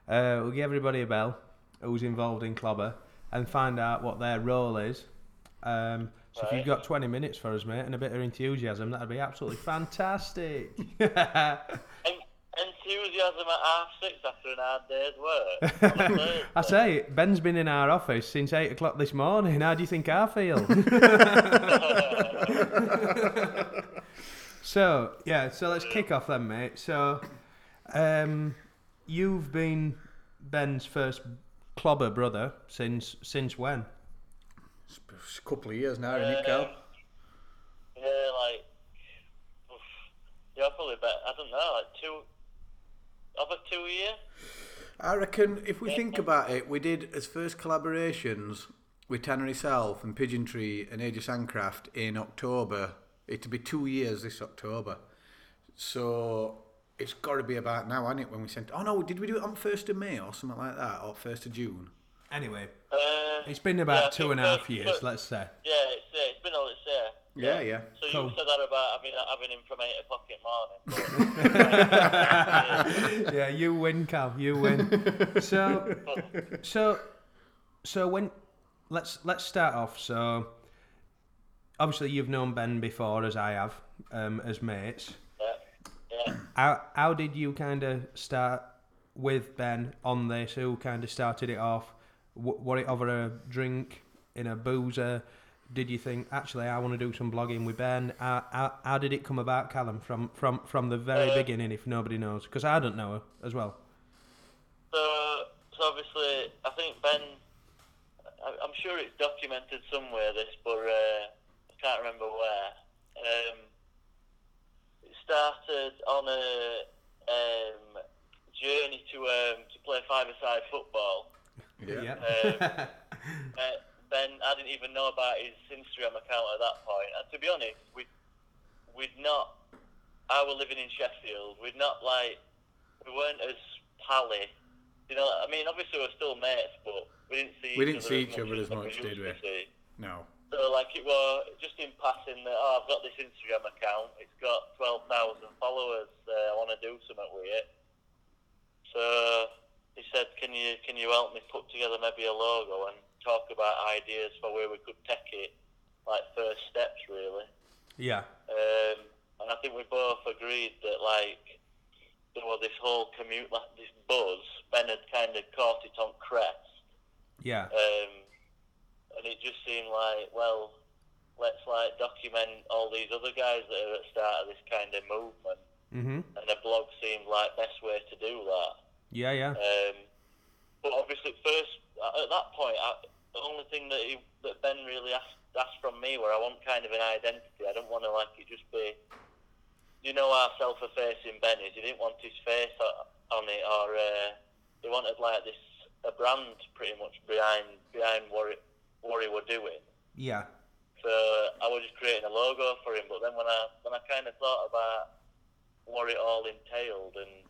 [SPEAKER 2] uh, we'll give everybody a bell who's involved in Clobber and find out what their role is. Um, so if you've got 20 minutes for us, mate, and a bit of enthusiasm, that'd be absolutely fantastic.
[SPEAKER 4] En- enthusiasm at half six after an hard day's work. On a Thursday.
[SPEAKER 2] I say, Ben's been in our office since eight o'clock this morning. How do you think I feel? so yeah, so let's kick off then, mate. So, um, you've been Ben's first clobber brother since since when?
[SPEAKER 3] It's a couple of years now, isn't it, Cal?
[SPEAKER 4] Um, yeah, like, oof, you're probably better. I don't know, like two, over two years.
[SPEAKER 3] I reckon if we think about it, we did as first collaborations with Tannery South and Pigeon Tree and Aegis Handcraft in October It'll be two years this October. So it's got to be about now, hasn't it? When we sent. Oh no, did we do it on first of May or something like that, or first of June?
[SPEAKER 2] Anyway,
[SPEAKER 5] Uh,
[SPEAKER 2] it's been about
[SPEAKER 5] yeah,
[SPEAKER 2] two and a half
[SPEAKER 5] it's-
[SPEAKER 2] years, let's say.
[SPEAKER 5] Yeah, it's, yeah, it's been all it's there.
[SPEAKER 3] Yeah, yeah.
[SPEAKER 5] So you
[SPEAKER 2] Cool.
[SPEAKER 5] said that about having, having him from 8 o'clock in the morning. But,
[SPEAKER 2] yeah, you win, Cal. You win. So, so, so when let's let's start off. So, obviously, you've known Ben before, as I have, um, as mates.
[SPEAKER 5] yeah, yeah.
[SPEAKER 2] How how did you kind of start with Ben on this? Who kind of started it off? W- were it over a drink in a boozer? Did you think actually I want to do some blogging with Ben? How, how, how did it come about, Callum? From from from the very beginning, if nobody knows, because I don't know as well.
[SPEAKER 5] So, so obviously, I think Ben. I, I'm sure it's documented somewhere. This, but uh, I can't remember where. Um, it started on a um, journey to um, to play five-a-side football.
[SPEAKER 2] Yeah.
[SPEAKER 5] Um, uh, ben, I didn't even know about his Instagram account at that point. And to be honest, we we'd not. I were living in Sheffield. We'd not like we weren't as pally. You know, I mean, obviously we're still mates, but we didn't see.
[SPEAKER 3] We didn't see each
[SPEAKER 5] each
[SPEAKER 3] other
[SPEAKER 5] other
[SPEAKER 3] as much,
[SPEAKER 5] much
[SPEAKER 3] did we?
[SPEAKER 5] used to see.
[SPEAKER 3] No.
[SPEAKER 5] So like it was just in passing that oh, I've got this Instagram account. It's got twelve thousand followers. Uh, I want to do something with it. So he said, "Can you can you help me put together maybe a logo and talk about ideas for where we could take it, like first steps really?"
[SPEAKER 2] Yeah.
[SPEAKER 5] Um, and I think we both agreed that like there was this whole commute, like this buzz. Ben had kind of caught it on crest.
[SPEAKER 2] Yeah.
[SPEAKER 5] Um, and it just seemed like, well, let's like document all these other guys that are at the start of this kind of movement,
[SPEAKER 2] Mhm.
[SPEAKER 5] and a blog seemed like best way to do that.
[SPEAKER 2] Yeah, yeah.
[SPEAKER 5] Um, but obviously, at first at that point, I, the only thing that he, that Ben really asked asked from me were I want kind of an identity. I don't want to like it just be. You know how self-effacing Ben is. He didn't want his face o- on it, or uh, he wanted like this a brand pretty much behind behind what it, what he were doing.
[SPEAKER 2] Yeah.
[SPEAKER 5] So I was just creating a logo for him. But then when I when I kind of thought about what it all entailed and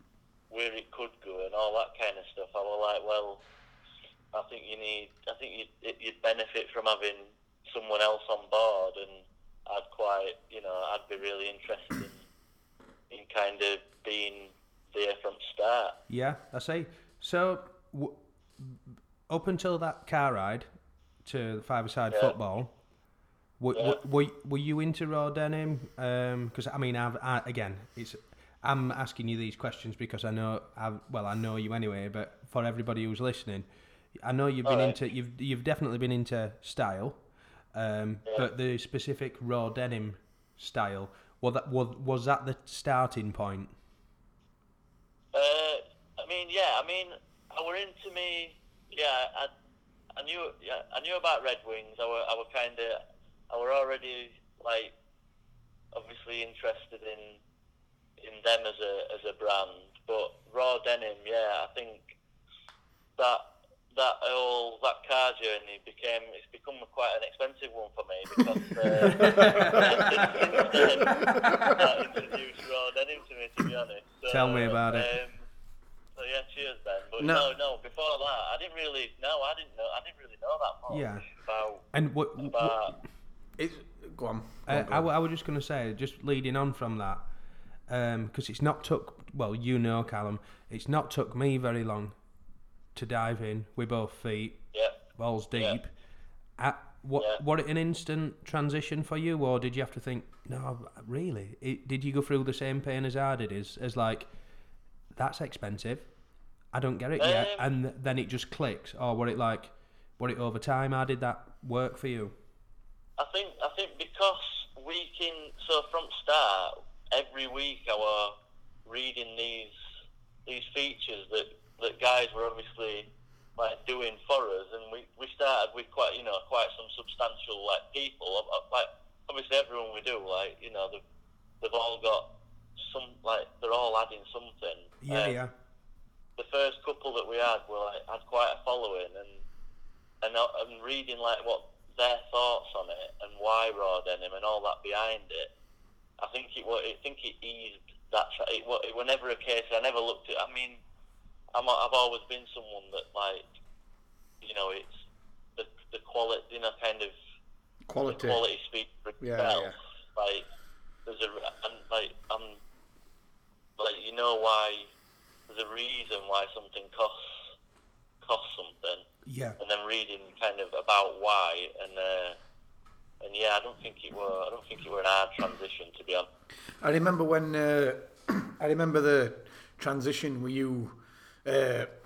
[SPEAKER 5] where it could go and all that kind of stuff, I was like, well, I think you need, I think you'd, it- you'd benefit from having someone else on board. And I'd quite, you know, I'd be really interested in, in kind of being there from start.
[SPEAKER 2] Yeah, I see. So, w- up until that car ride to the five-a-side
[SPEAKER 5] Yeah.
[SPEAKER 2] football, w-
[SPEAKER 5] Yeah.
[SPEAKER 2] w- were were you into raw denim? Because I mean, I've, I, again, it's I'm asking you these questions because I know, I've, well, I know you anyway. But for everybody who's listening, I know you've been
[SPEAKER 5] Alright.
[SPEAKER 2] into you've you've definitely been into style, um, but the specific raw denim style. Was that was, was that the starting point?
[SPEAKER 5] Uh, I mean, yeah. I mean, I were into me. Yeah, I, I knew. Yeah, I knew about Red Wings. I were, I were kind of, I were already like, obviously interested in, in them as a as a brand. But Raw Denim, yeah, I think that that whole that car journey became it's become quite an expensive one for me because uh, since then, that introduced Raw Denim to me, to be honest. So,
[SPEAKER 2] Tell me about it.
[SPEAKER 5] Um, so yeah, cheers, Ben. But
[SPEAKER 3] No.
[SPEAKER 5] no. no, before that, I didn't really. No, I didn't know. I didn't really know that much
[SPEAKER 2] Yeah.
[SPEAKER 5] about
[SPEAKER 2] And what, what
[SPEAKER 5] about.
[SPEAKER 3] It's go on. Go
[SPEAKER 2] I,
[SPEAKER 3] on, go
[SPEAKER 2] Uh, I,
[SPEAKER 3] on.
[SPEAKER 2] w- I was just going to say, just leading on from that, because it's not took, well, you know, Callum, it's not took me very long to dive in with both feet,
[SPEAKER 5] Yeah.
[SPEAKER 2] balls deep. I, what,
[SPEAKER 5] Yeah.
[SPEAKER 2] Were it an instant transition for you, or did you have to think, no, really? It, did you go through the same pain as I did? Is as like, that's expensive. I don't get it yet.
[SPEAKER 5] Um,
[SPEAKER 2] And then it just clicks. Or were it like, were it over time? How did that work for you?
[SPEAKER 5] I think I think because we can so from start every week I were reading these these features that, that guys were obviously like doing for us and we, we started with quite you know quite some substantial like people Ob- ob- like obviously everyone we do like you know they've, they've all got some like they're all adding something
[SPEAKER 2] Yeah,
[SPEAKER 5] Um,
[SPEAKER 2] yeah.
[SPEAKER 5] the first couple that we had were like had quite a following and and I- and reading like what their thoughts on it and why raw denim and all that behind it I think it was. I think it eased that. tra- It, wa- it were never a case. I never looked at. I mean, I'm, a- I've always been someone that like, you know, it's the the quality, you know, kind of
[SPEAKER 3] Quality.
[SPEAKER 5] the quality speaks for
[SPEAKER 3] Yeah,
[SPEAKER 5] itself.
[SPEAKER 3] yeah.
[SPEAKER 5] Like there's a, and like I'm, like you know why there's a reason why something costs costs something,
[SPEAKER 6] Yeah.
[SPEAKER 5] and then reading kind of about why and. uh and yeah, I don't think it were. I don't think it were an hard transition to be honest.
[SPEAKER 3] I remember when uh, I remember the transition where you,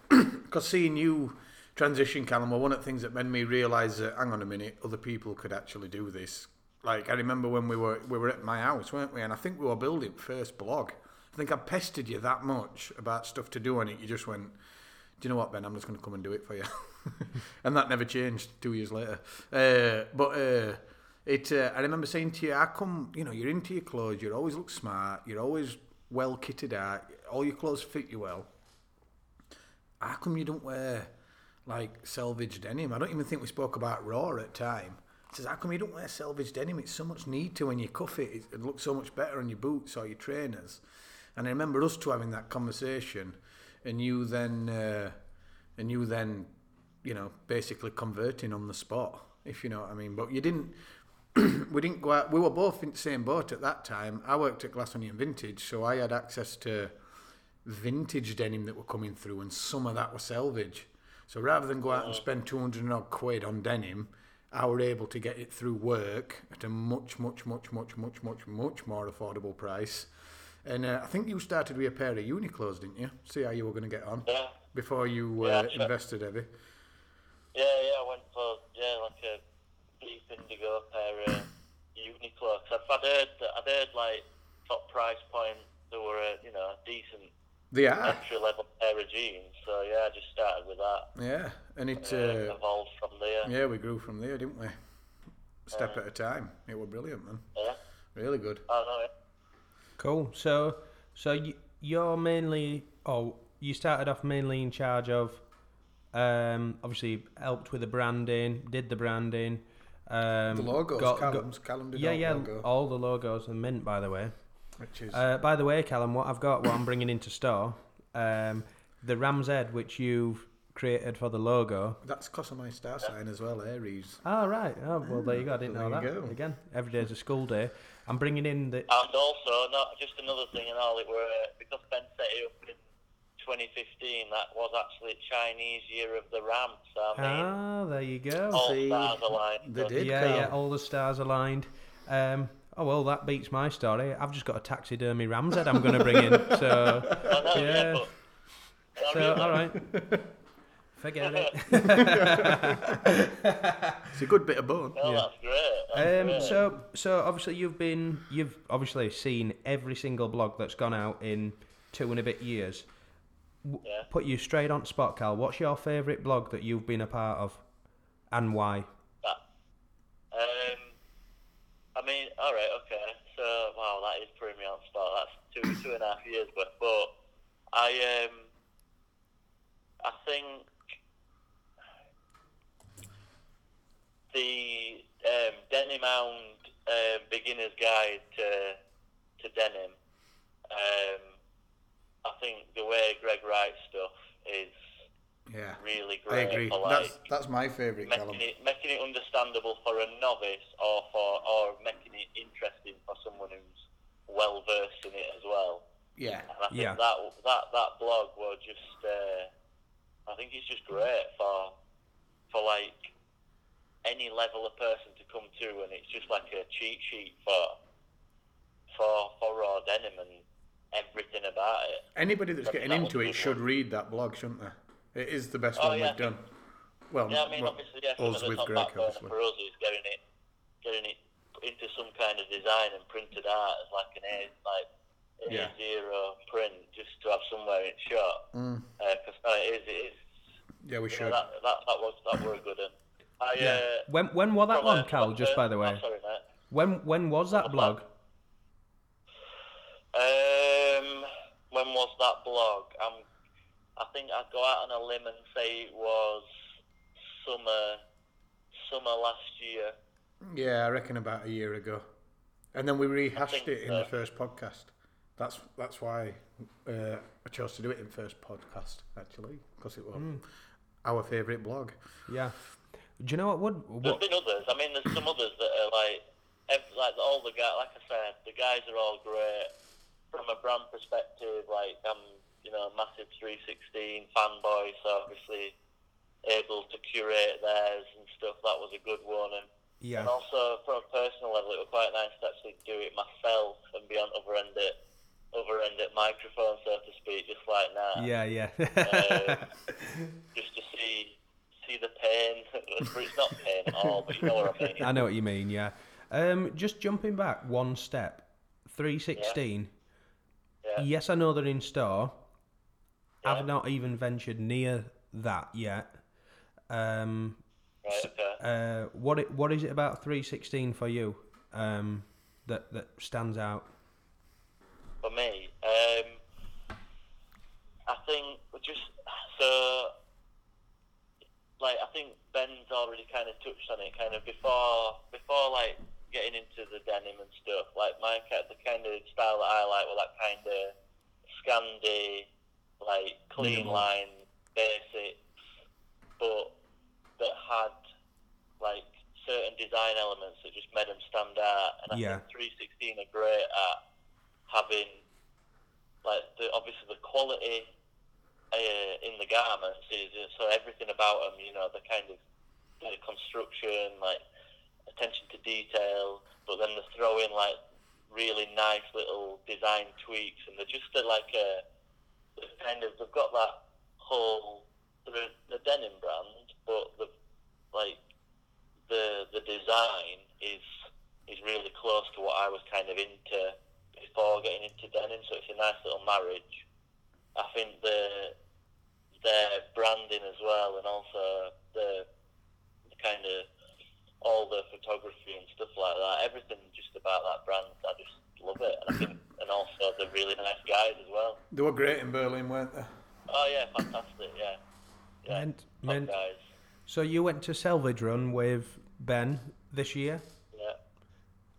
[SPEAKER 3] because seeing you transition, Callum, were one of the things that made me realise that hang on a minute, other people could actually do this. Like I remember when we were we were at my house, weren't we? And I think we were building first blog. I think I pestered you that much about stuff to do on it. You just went, do you know what, Ben? I'm just going to come and do it for you. and that never changed two years later. Uh, but uh, it, uh, I remember saying to you, I come, you know, you're into your clothes, you always look smart, you're always well kitted out, all your clothes fit you well. How come you don't wear like selvage denim? I don't even think we spoke about raw at time. He says, how come you don't wear selvage denim? It's so much need to when you cuff it. It it looks so much better on your boots or your trainers. And I remember us two having that conversation, and you then, uh, and you then, you know, basically converting on the spot, if you know what I mean. But you didn't. we didn't go out. We were both in the same boat at that time. I worked at Glass Onion Vintage, so I had access to vintage denim that were coming through, and some of that was salvage. So rather than go out
[SPEAKER 5] Oh.
[SPEAKER 3] and spend 200 and odd quid on denim, I were able to get it through work at a much, much, much, much, much, much, much more affordable price. And uh, I think you started with a pair of Uniqlo's, didn't you? See how you were going to get on
[SPEAKER 5] Yeah,
[SPEAKER 3] before you uh,
[SPEAKER 5] Yeah, sure.
[SPEAKER 3] invested heavy.
[SPEAKER 5] yeah, yeah. I went for yeah, like a deep indigo pair of Uniqlo. Cause I'd, I'd heard, that- I'd heard like top price point. There were a you know decent
[SPEAKER 3] They are,
[SPEAKER 5] entry level pair of jeans. So yeah, I just started with that.
[SPEAKER 3] yeah. And it,
[SPEAKER 5] Uh,
[SPEAKER 3] uh,
[SPEAKER 5] evolved from there.
[SPEAKER 3] yeah, we grew from there, didn't we? Step at a time. It were brilliant, man.
[SPEAKER 5] Yeah.
[SPEAKER 3] Really good.
[SPEAKER 5] I don't know.
[SPEAKER 2] Cool. So, so you, you're mainly, oh, you started off mainly in charge of, um, obviously helped with the branding, did the branding, um,
[SPEAKER 3] The logos,
[SPEAKER 2] got- got-
[SPEAKER 3] Callum's, Callum did
[SPEAKER 2] yeah,
[SPEAKER 3] all
[SPEAKER 2] yeah,
[SPEAKER 3] logo,
[SPEAKER 2] all the logos and mint, by the way.
[SPEAKER 3] which is
[SPEAKER 2] Uh, by the way, Callum, what I've got, what I'm bringing into store, um, the ram's head which you've created for the logo.
[SPEAKER 3] That's because of my star sign as well, Aries.
[SPEAKER 2] Oh right. Oh well, there you go. I didn't
[SPEAKER 3] There
[SPEAKER 2] know that.
[SPEAKER 3] you go.
[SPEAKER 2] Again, every day's a school day. I'm bringing in the.
[SPEAKER 5] And also, not just another thing and all. It were uh, because Ben set it up in 2015. That was actually Chinese Year of the Ram. So I mean,
[SPEAKER 2] Ah, there you go.
[SPEAKER 5] all
[SPEAKER 3] see,
[SPEAKER 5] stars aligned.
[SPEAKER 3] They
[SPEAKER 5] So-
[SPEAKER 3] did.
[SPEAKER 2] yeah,
[SPEAKER 3] Carl.
[SPEAKER 2] yeah, all the stars aligned. Um, oh well, that beats my story. I've just got a taxidermy ram's head I'm going to bring in. So,
[SPEAKER 5] I know,
[SPEAKER 2] Yeah.
[SPEAKER 5] yeah. but- I
[SPEAKER 2] so uh,
[SPEAKER 5] mean,
[SPEAKER 2] all right, forget it.
[SPEAKER 3] It's a good bit of bone.
[SPEAKER 5] well, that's great. That's
[SPEAKER 2] Um,
[SPEAKER 5] great.
[SPEAKER 2] so, so obviously you've been, you've obviously seen every single blog that's gone out in two and a bit years. W-
[SPEAKER 5] Yeah.
[SPEAKER 2] Put you straight on spot, Cal. What's your favourite blog that you've been a part of, and why?
[SPEAKER 5] That- Um, I mean, all right, okay. So, wow, that is putting me on the spot. That's two, two and a half years, but but I um, I think the um, Denim Hound uh, Beginner's Guide to to Denim. Um, I think the way Greg writes stuff is
[SPEAKER 3] Yeah,
[SPEAKER 5] really
[SPEAKER 3] I
[SPEAKER 5] great.
[SPEAKER 3] agree.
[SPEAKER 5] for, like,
[SPEAKER 3] That's that's my favourite column.
[SPEAKER 5] making it making it understandable for a novice or for or making it interesting for someone who's well versed in it as well.
[SPEAKER 3] Yeah,
[SPEAKER 5] And I think
[SPEAKER 2] Yeah.
[SPEAKER 5] that that that blog was just uh, I think it's just great for for like any level of person to come to and it's just like a cheat sheet for for for raw denim and everything about it.
[SPEAKER 3] anybody that's
[SPEAKER 5] That-
[SPEAKER 3] getting
[SPEAKER 5] that was
[SPEAKER 3] into
[SPEAKER 5] a
[SPEAKER 3] it
[SPEAKER 5] good
[SPEAKER 3] should
[SPEAKER 5] one.
[SPEAKER 3] read that blog, shouldn't they? It is the best
[SPEAKER 5] Oh,
[SPEAKER 3] one
[SPEAKER 5] yeah, I
[SPEAKER 3] we've done. Well,
[SPEAKER 5] Yeah, I mean,
[SPEAKER 3] well,
[SPEAKER 5] obviously, yeah, some of
[SPEAKER 3] us
[SPEAKER 5] the
[SPEAKER 3] with
[SPEAKER 5] top
[SPEAKER 3] Greg,
[SPEAKER 5] back burner
[SPEAKER 3] obviously.
[SPEAKER 5] for us is getting it, getting it into some kind of design and printed out as like an A, like an
[SPEAKER 3] Yeah.
[SPEAKER 5] A zero print, just to have somewhere in shot.
[SPEAKER 3] Mm,
[SPEAKER 5] Because it is, it is.
[SPEAKER 3] yeah, we
[SPEAKER 5] You know,
[SPEAKER 3] should.
[SPEAKER 5] that, that that was that were a good one. I, uh,
[SPEAKER 2] When when was that
[SPEAKER 5] from a-
[SPEAKER 2] on, Cal?
[SPEAKER 5] from
[SPEAKER 2] Just
[SPEAKER 5] a-
[SPEAKER 2] by the
[SPEAKER 5] I'm
[SPEAKER 2] way,
[SPEAKER 5] sorry, mate.
[SPEAKER 2] when when was
[SPEAKER 5] uh,
[SPEAKER 2] that blog?
[SPEAKER 5] Um, when was that blog? Um, I think I'd go out on a limb and say it was summer, summer last year.
[SPEAKER 3] Yeah, I reckon about a year ago. And then we rehashed
[SPEAKER 5] think
[SPEAKER 3] it in the
[SPEAKER 5] so.
[SPEAKER 3] first podcast. That's that's why uh, I chose to do it in first podcast actually because it was
[SPEAKER 2] Hmm.
[SPEAKER 3] our favourite blog.
[SPEAKER 2] Yeah. Do you know what would
[SPEAKER 5] There's
[SPEAKER 2] what
[SPEAKER 5] been others. I mean, there's some others that are like, ev- like all the guys. Like I said, the guys are all great from a brand perspective. Like I'm, you know, a massive 316 fanboy, so obviously able to curate theirs and stuff. That was a good one, and,
[SPEAKER 2] Yeah.
[SPEAKER 5] and also from a personal level, it was quite nice to actually do it myself and be on other end at other end at microphone, so to speak, just like now
[SPEAKER 2] Yeah, yeah.
[SPEAKER 5] Um, just to see see the pain. it's not pain at all, but you know what I mean.
[SPEAKER 2] I know what you mean, yeah. Um just jumping back one step. 316.
[SPEAKER 5] Yeah.
[SPEAKER 2] Yes, I know they're in store. I've not even ventured near that yet. Um
[SPEAKER 5] Right, okay.
[SPEAKER 2] uh what it, what is it about 316 for you um that that stands out?
[SPEAKER 5] For me, um, I think we're just so like I think Ben's already kind of touched on it, kind of before before like getting into the denim and stuff. Like my ki- the kind of style that I like, well, that kind of Scandi, like clean
[SPEAKER 2] Minimal.
[SPEAKER 5] line basics, but that had like certain design elements that just made them stand out. And I
[SPEAKER 2] Yeah.
[SPEAKER 5] think 316 are great at having like the obviously the quality uh, in the garments is is- so everything about them, you know, the kind of the construction, like attention to detail, but then they throw in like really nice little design tweaks, and they're just a, like a they're kind of they've got that whole they're a, a denim brand, but the like the the design is is really close to what I was kind of into before getting into denim, so it's a nice little marriage. I think the their branding as well, and also the, the kind of all the photography and stuff like that. Everything just about that brand, I just love it. And I think, and also they're really nice guys as well.
[SPEAKER 3] They were great in Berlin, weren't they?
[SPEAKER 5] Oh yeah, fantastic. Yeah, yeah,
[SPEAKER 2] Mint,
[SPEAKER 5] top
[SPEAKER 2] mint.
[SPEAKER 5] guys.
[SPEAKER 2] So you went to Selvage Run with Ben this year?
[SPEAKER 5] Yeah,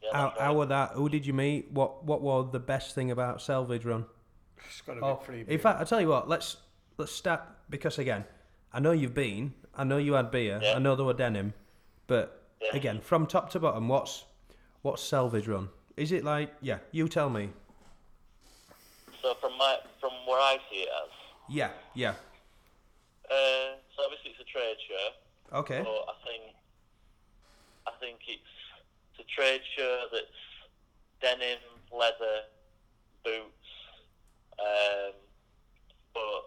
[SPEAKER 5] yeah.
[SPEAKER 2] How,
[SPEAKER 5] that's
[SPEAKER 2] how
[SPEAKER 5] right.
[SPEAKER 2] were that? Who did you meet? What what were the best thing about Selvage Run?
[SPEAKER 3] It's got to
[SPEAKER 2] Oh,
[SPEAKER 3] be free.
[SPEAKER 2] in
[SPEAKER 3] beer.
[SPEAKER 2] fact, I tell you what. Let's let's start because again, I know you've been. I know you had beer.
[SPEAKER 5] Yeah.
[SPEAKER 2] I know there were denim, but
[SPEAKER 5] Yeah.
[SPEAKER 2] again, from top to bottom, what's what's Selvage Run? Is it like yeah? You tell me.
[SPEAKER 5] So from my from where I see it as,
[SPEAKER 2] Yeah, yeah.
[SPEAKER 5] uh, so obviously it's a trade show.
[SPEAKER 2] Okay.
[SPEAKER 5] But I think I think it's it's a trade show that's denim, leather, boots, um, but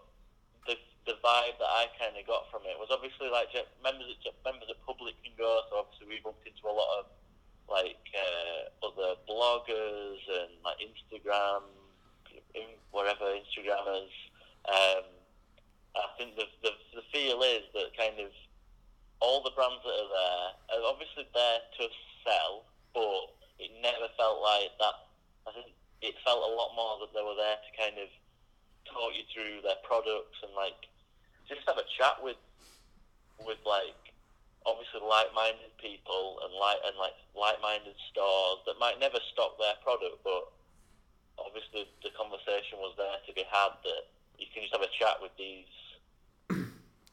[SPEAKER 5] the the vibe that I kind of got from it was obviously like ju- members that ju- members of public can go. So obviously we bumped into a lot of like uh, other bloggers and like Instagram, in, whatever Instagrammers. Um, I think the, the the feel is that kind of all the brands that are there are obviously there to sell, but it never felt like that. I think it felt a lot more that they were there to kind of talk you through their products and like just have a chat with with like obviously like-minded people and like and like like-minded stores that might never stock their product, but obviously the conversation was there to be had that you can just have a chat with these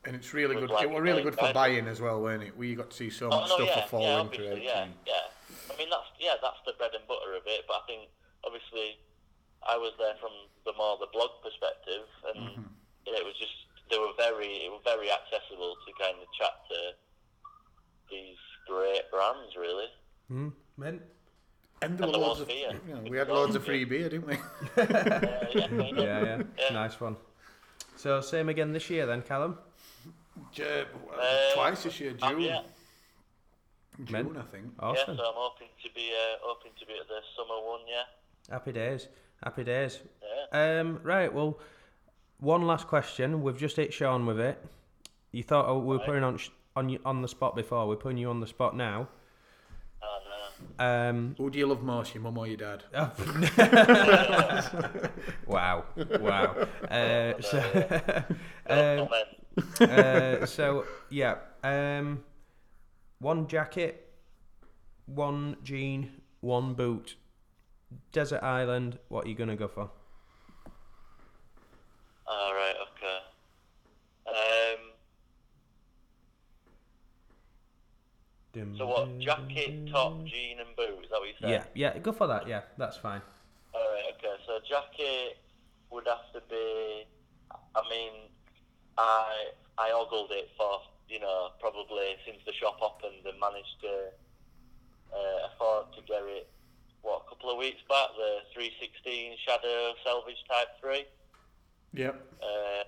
[SPEAKER 3] and it's really
[SPEAKER 5] was
[SPEAKER 3] good.
[SPEAKER 5] like
[SPEAKER 3] it were really
[SPEAKER 5] the
[SPEAKER 3] good for
[SPEAKER 5] main
[SPEAKER 3] buying as well, weren't it? We got to see so much stuff
[SPEAKER 5] Oh, yeah,
[SPEAKER 3] before
[SPEAKER 5] yeah,
[SPEAKER 3] we went to
[SPEAKER 5] obviously,
[SPEAKER 3] it.
[SPEAKER 5] yeah, yeah. I mean, that's yeah, that's the bread and butter of it. But I think obviously, I was there from the more the blog perspective, and
[SPEAKER 2] Mm-hmm.
[SPEAKER 5] yeah, it was just they were very it was very accessible to kind of chat to these great brands, really.
[SPEAKER 2] Hmm. Men.
[SPEAKER 3] And there were
[SPEAKER 5] And there
[SPEAKER 3] loads of
[SPEAKER 5] was beer.
[SPEAKER 3] you know, we had loads of free beer, didn't we?
[SPEAKER 5] Uh,
[SPEAKER 2] Yeah,
[SPEAKER 5] yeah,
[SPEAKER 2] yeah. Nice one. So same again this year then, Callum.
[SPEAKER 3] Ju-
[SPEAKER 5] Uh,
[SPEAKER 3] Twice this year,
[SPEAKER 5] I'm-
[SPEAKER 3] June,
[SPEAKER 5] yeah,
[SPEAKER 2] Men.
[SPEAKER 3] June, I think.
[SPEAKER 5] yeah,
[SPEAKER 2] Awesome.
[SPEAKER 5] so I'm hoping to be uh, hoping to be at the summer one, yeah.
[SPEAKER 2] Happy days. Happy days.
[SPEAKER 5] Yeah.
[SPEAKER 2] Um, right, well, one last question. We've just hit Sean with it. You thought oh, we were putting on sh- on you on the spot before. We're putting you on the spot now.
[SPEAKER 5] Oh, no.
[SPEAKER 2] Um,
[SPEAKER 3] Who do you love most, your mum or your dad?
[SPEAKER 2] wow, wow. Uh, so,
[SPEAKER 5] No comment.
[SPEAKER 2] uh, so yeah. Um, one jacket, one jean, one boot. desert island. What are you gonna go for?
[SPEAKER 5] All ah, right. Okay. Um, so what? Jacket, top, jean, and boot. Is that what you said?
[SPEAKER 2] Yeah, yeah. Go for that. Yeah, that's fine.
[SPEAKER 5] All right. Okay. So jacket would have to be. I mean, I I ogled it for you know probably since the shop opened and managed to uh, afford to get it. What a couple of weeks back, the 316 Shadow Salvage Type Three.
[SPEAKER 3] Yep.
[SPEAKER 5] Uh,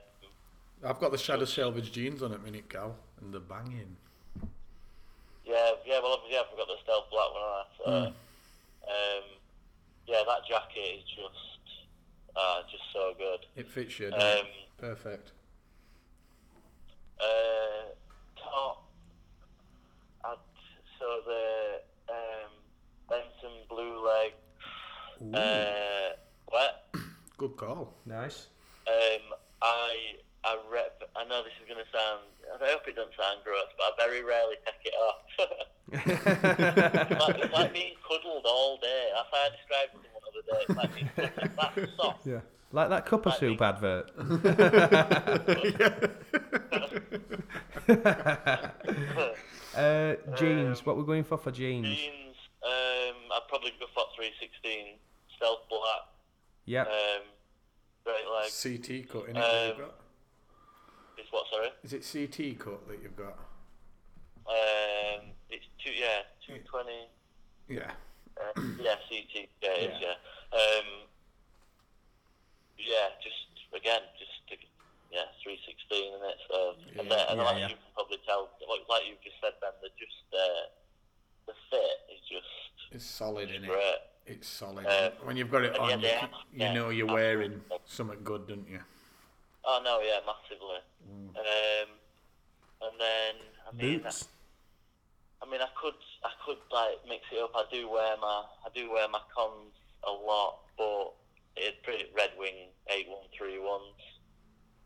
[SPEAKER 3] I've got the Shadow Selvage jeans on at Minute Gal, and they're banging.
[SPEAKER 5] Yeah, yeah. Well, obviously, I forgot the stealth black one. On that, so, um, yeah, that jacket is just, uh, just so good.
[SPEAKER 3] It fits you.
[SPEAKER 5] Um,
[SPEAKER 3] doesn't it? Perfect.
[SPEAKER 5] uh, top, and so the um, Benson Blue Leg, uh, wet.
[SPEAKER 3] Good call.
[SPEAKER 2] Nice.
[SPEAKER 5] Um, I I rep. I know this is gonna sound. I hope it doesn't sound gross, but I very rarely take it off. It's like, it's like being cuddled all day. That's how I described it to one other day. It's like being cuddled. That's soft.
[SPEAKER 2] Yeah. Like that cup of soup advert. uh, jeans. What we're going for for jeans?
[SPEAKER 5] Um, Jeans, um, I'd probably go for 316. Stealth black.
[SPEAKER 2] Yeah.
[SPEAKER 5] Um, great leg.
[SPEAKER 3] CT cut, innit, that you've
[SPEAKER 5] Um,
[SPEAKER 3] got?
[SPEAKER 5] It's what, sorry?
[SPEAKER 3] Is it CT cut that you've got?
[SPEAKER 5] Um, it's two, yeah, 220.
[SPEAKER 3] Yeah.
[SPEAKER 5] Uh, yeah, CT. Yeah, it is, yeah. Um, yeah, just, again, just, to, yeah, 316 and it. So, and, then, and
[SPEAKER 2] yeah,
[SPEAKER 5] like
[SPEAKER 2] yeah.
[SPEAKER 5] you can probably tell, like, like you've just said, Ben, they're just, uh, the fit is just
[SPEAKER 3] It's solid, innit?
[SPEAKER 5] great.
[SPEAKER 3] It's solid.
[SPEAKER 5] Uh,
[SPEAKER 3] when you've got it
[SPEAKER 5] yeah,
[SPEAKER 3] on, you,
[SPEAKER 5] they
[SPEAKER 3] can-
[SPEAKER 5] are.
[SPEAKER 3] you
[SPEAKER 5] Yeah.
[SPEAKER 3] know you're wearing something good, don't you?
[SPEAKER 5] Oh no, yeah, massively. Um, and then I mean,
[SPEAKER 2] Mm. Boots.
[SPEAKER 5] I, I mean, I could, I could like mix it up. I do wear my, I do wear my cons a lot, but it's pretty Red Wing eight one three ones.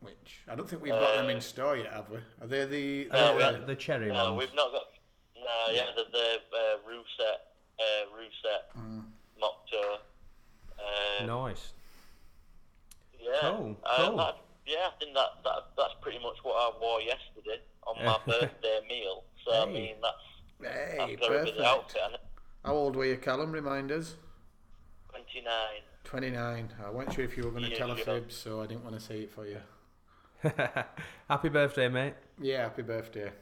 [SPEAKER 3] Which I don't think we've got them in store yet, have we? Are they the?
[SPEAKER 5] Uh, No,
[SPEAKER 3] they're
[SPEAKER 5] uh, we-
[SPEAKER 2] The cherry
[SPEAKER 5] No,
[SPEAKER 2] ones.
[SPEAKER 5] we've not got. No, yeah, the the uh, roof set, uh, roof set,
[SPEAKER 2] Mm.
[SPEAKER 5] mock toe. Um,
[SPEAKER 2] Nice.
[SPEAKER 5] Yeah.
[SPEAKER 2] Cool,
[SPEAKER 5] Uh,
[SPEAKER 2] cool.
[SPEAKER 5] that- yeah, I think that, that that's pretty much what I wore yesterday on my birthday meal. So I
[SPEAKER 2] Hey.
[SPEAKER 5] mean, that's
[SPEAKER 3] Hey,
[SPEAKER 5] that's got to be the
[SPEAKER 3] perfect.
[SPEAKER 5] outfit. And
[SPEAKER 3] How old were you, Callum? Remind us.
[SPEAKER 5] twenty nine.
[SPEAKER 3] Twenty-nine. I weren't sure if you were going to
[SPEAKER 5] Yeah,
[SPEAKER 3] tell a
[SPEAKER 5] yeah.
[SPEAKER 3] fib, so I didn't want to say it for you.
[SPEAKER 2] Happy birthday, mate.
[SPEAKER 3] Yeah, happy birthday.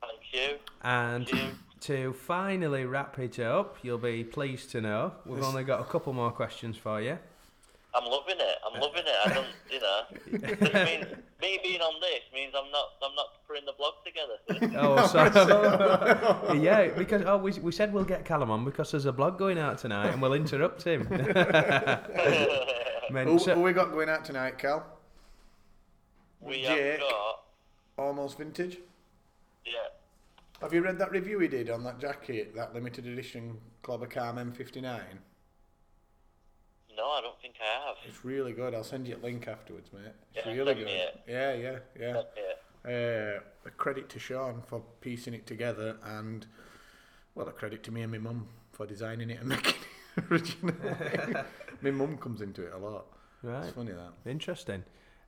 [SPEAKER 5] Thank you.
[SPEAKER 2] And
[SPEAKER 5] Thank you.
[SPEAKER 2] to finally wrap it up, you'll be pleased to know we've only got a couple more questions for you.
[SPEAKER 5] I'm loving it. I'm loving it. I don't, you know. this means me being on this means I'm not I'm not putting the blog together.
[SPEAKER 2] Oh, so yeah, because oh, we, we said we'll get Callum on because there's a blog going out tonight, and we'll interrupt him. Man,
[SPEAKER 3] Who,
[SPEAKER 2] so-
[SPEAKER 3] who we got going out tonight, Cal?
[SPEAKER 5] we
[SPEAKER 3] Jake.
[SPEAKER 5] have got
[SPEAKER 3] Almost vintage.
[SPEAKER 5] yeah.
[SPEAKER 3] Have you read that review he did on that jacket, that limited edition Clobber Calm M59?
[SPEAKER 5] No, I don't think I have.
[SPEAKER 3] It's really good. I'll send you a link afterwards, mate. It's
[SPEAKER 5] Yeah,
[SPEAKER 3] really
[SPEAKER 5] send
[SPEAKER 3] good.
[SPEAKER 5] me it.
[SPEAKER 3] Yeah, yeah, yeah.
[SPEAKER 5] Yeah.
[SPEAKER 3] Uh, a credit to Sean for piecing it together, and well, a credit to me and my mum for designing it and making it original. my mum comes into it a lot.
[SPEAKER 2] Right.
[SPEAKER 3] It's funny that.
[SPEAKER 2] Interesting.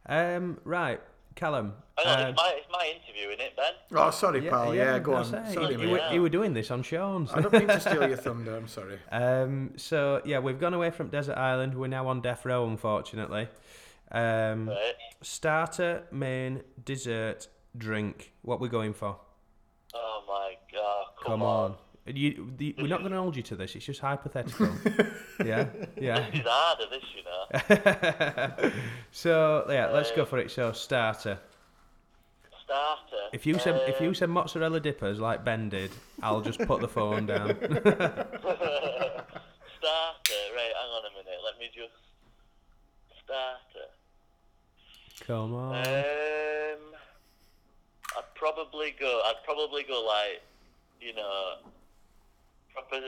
[SPEAKER 2] Um, right, Callum.
[SPEAKER 5] I know,
[SPEAKER 2] um,
[SPEAKER 5] it's my it's my interview in it, Ben.
[SPEAKER 3] Oh, sorry, pal. Yeah, go
[SPEAKER 2] I
[SPEAKER 3] on.
[SPEAKER 2] say,
[SPEAKER 3] Sorry,
[SPEAKER 2] you,
[SPEAKER 3] mate.
[SPEAKER 2] were, you were doing this on Sean's.
[SPEAKER 3] I don't mean to steal your thunder. I'm sorry.
[SPEAKER 2] Um, so yeah, we've gone away from Desert Island. We're now on death row, unfortunately. Um,
[SPEAKER 5] Right.
[SPEAKER 2] Starter, main, dessert, drink. What we're going for?
[SPEAKER 5] Oh my god. Come,
[SPEAKER 2] Come
[SPEAKER 3] Oh.
[SPEAKER 2] on. You, the, we're not going to hold you to this. It's just hypothetical. yeah, yeah.
[SPEAKER 5] This is harder, this, you know.
[SPEAKER 2] So yeah, let's go for it. So starter.
[SPEAKER 5] starter.
[SPEAKER 2] If you said if
[SPEAKER 5] uh,
[SPEAKER 2] you said mozzarella dippers like Ben did, I'll just put the phone down.
[SPEAKER 5] starter, right? Hang on a minute. Let me just starter.
[SPEAKER 2] Come on.
[SPEAKER 3] Uh,
[SPEAKER 5] Um, I'd probably go. I'd probably go like, you know, proper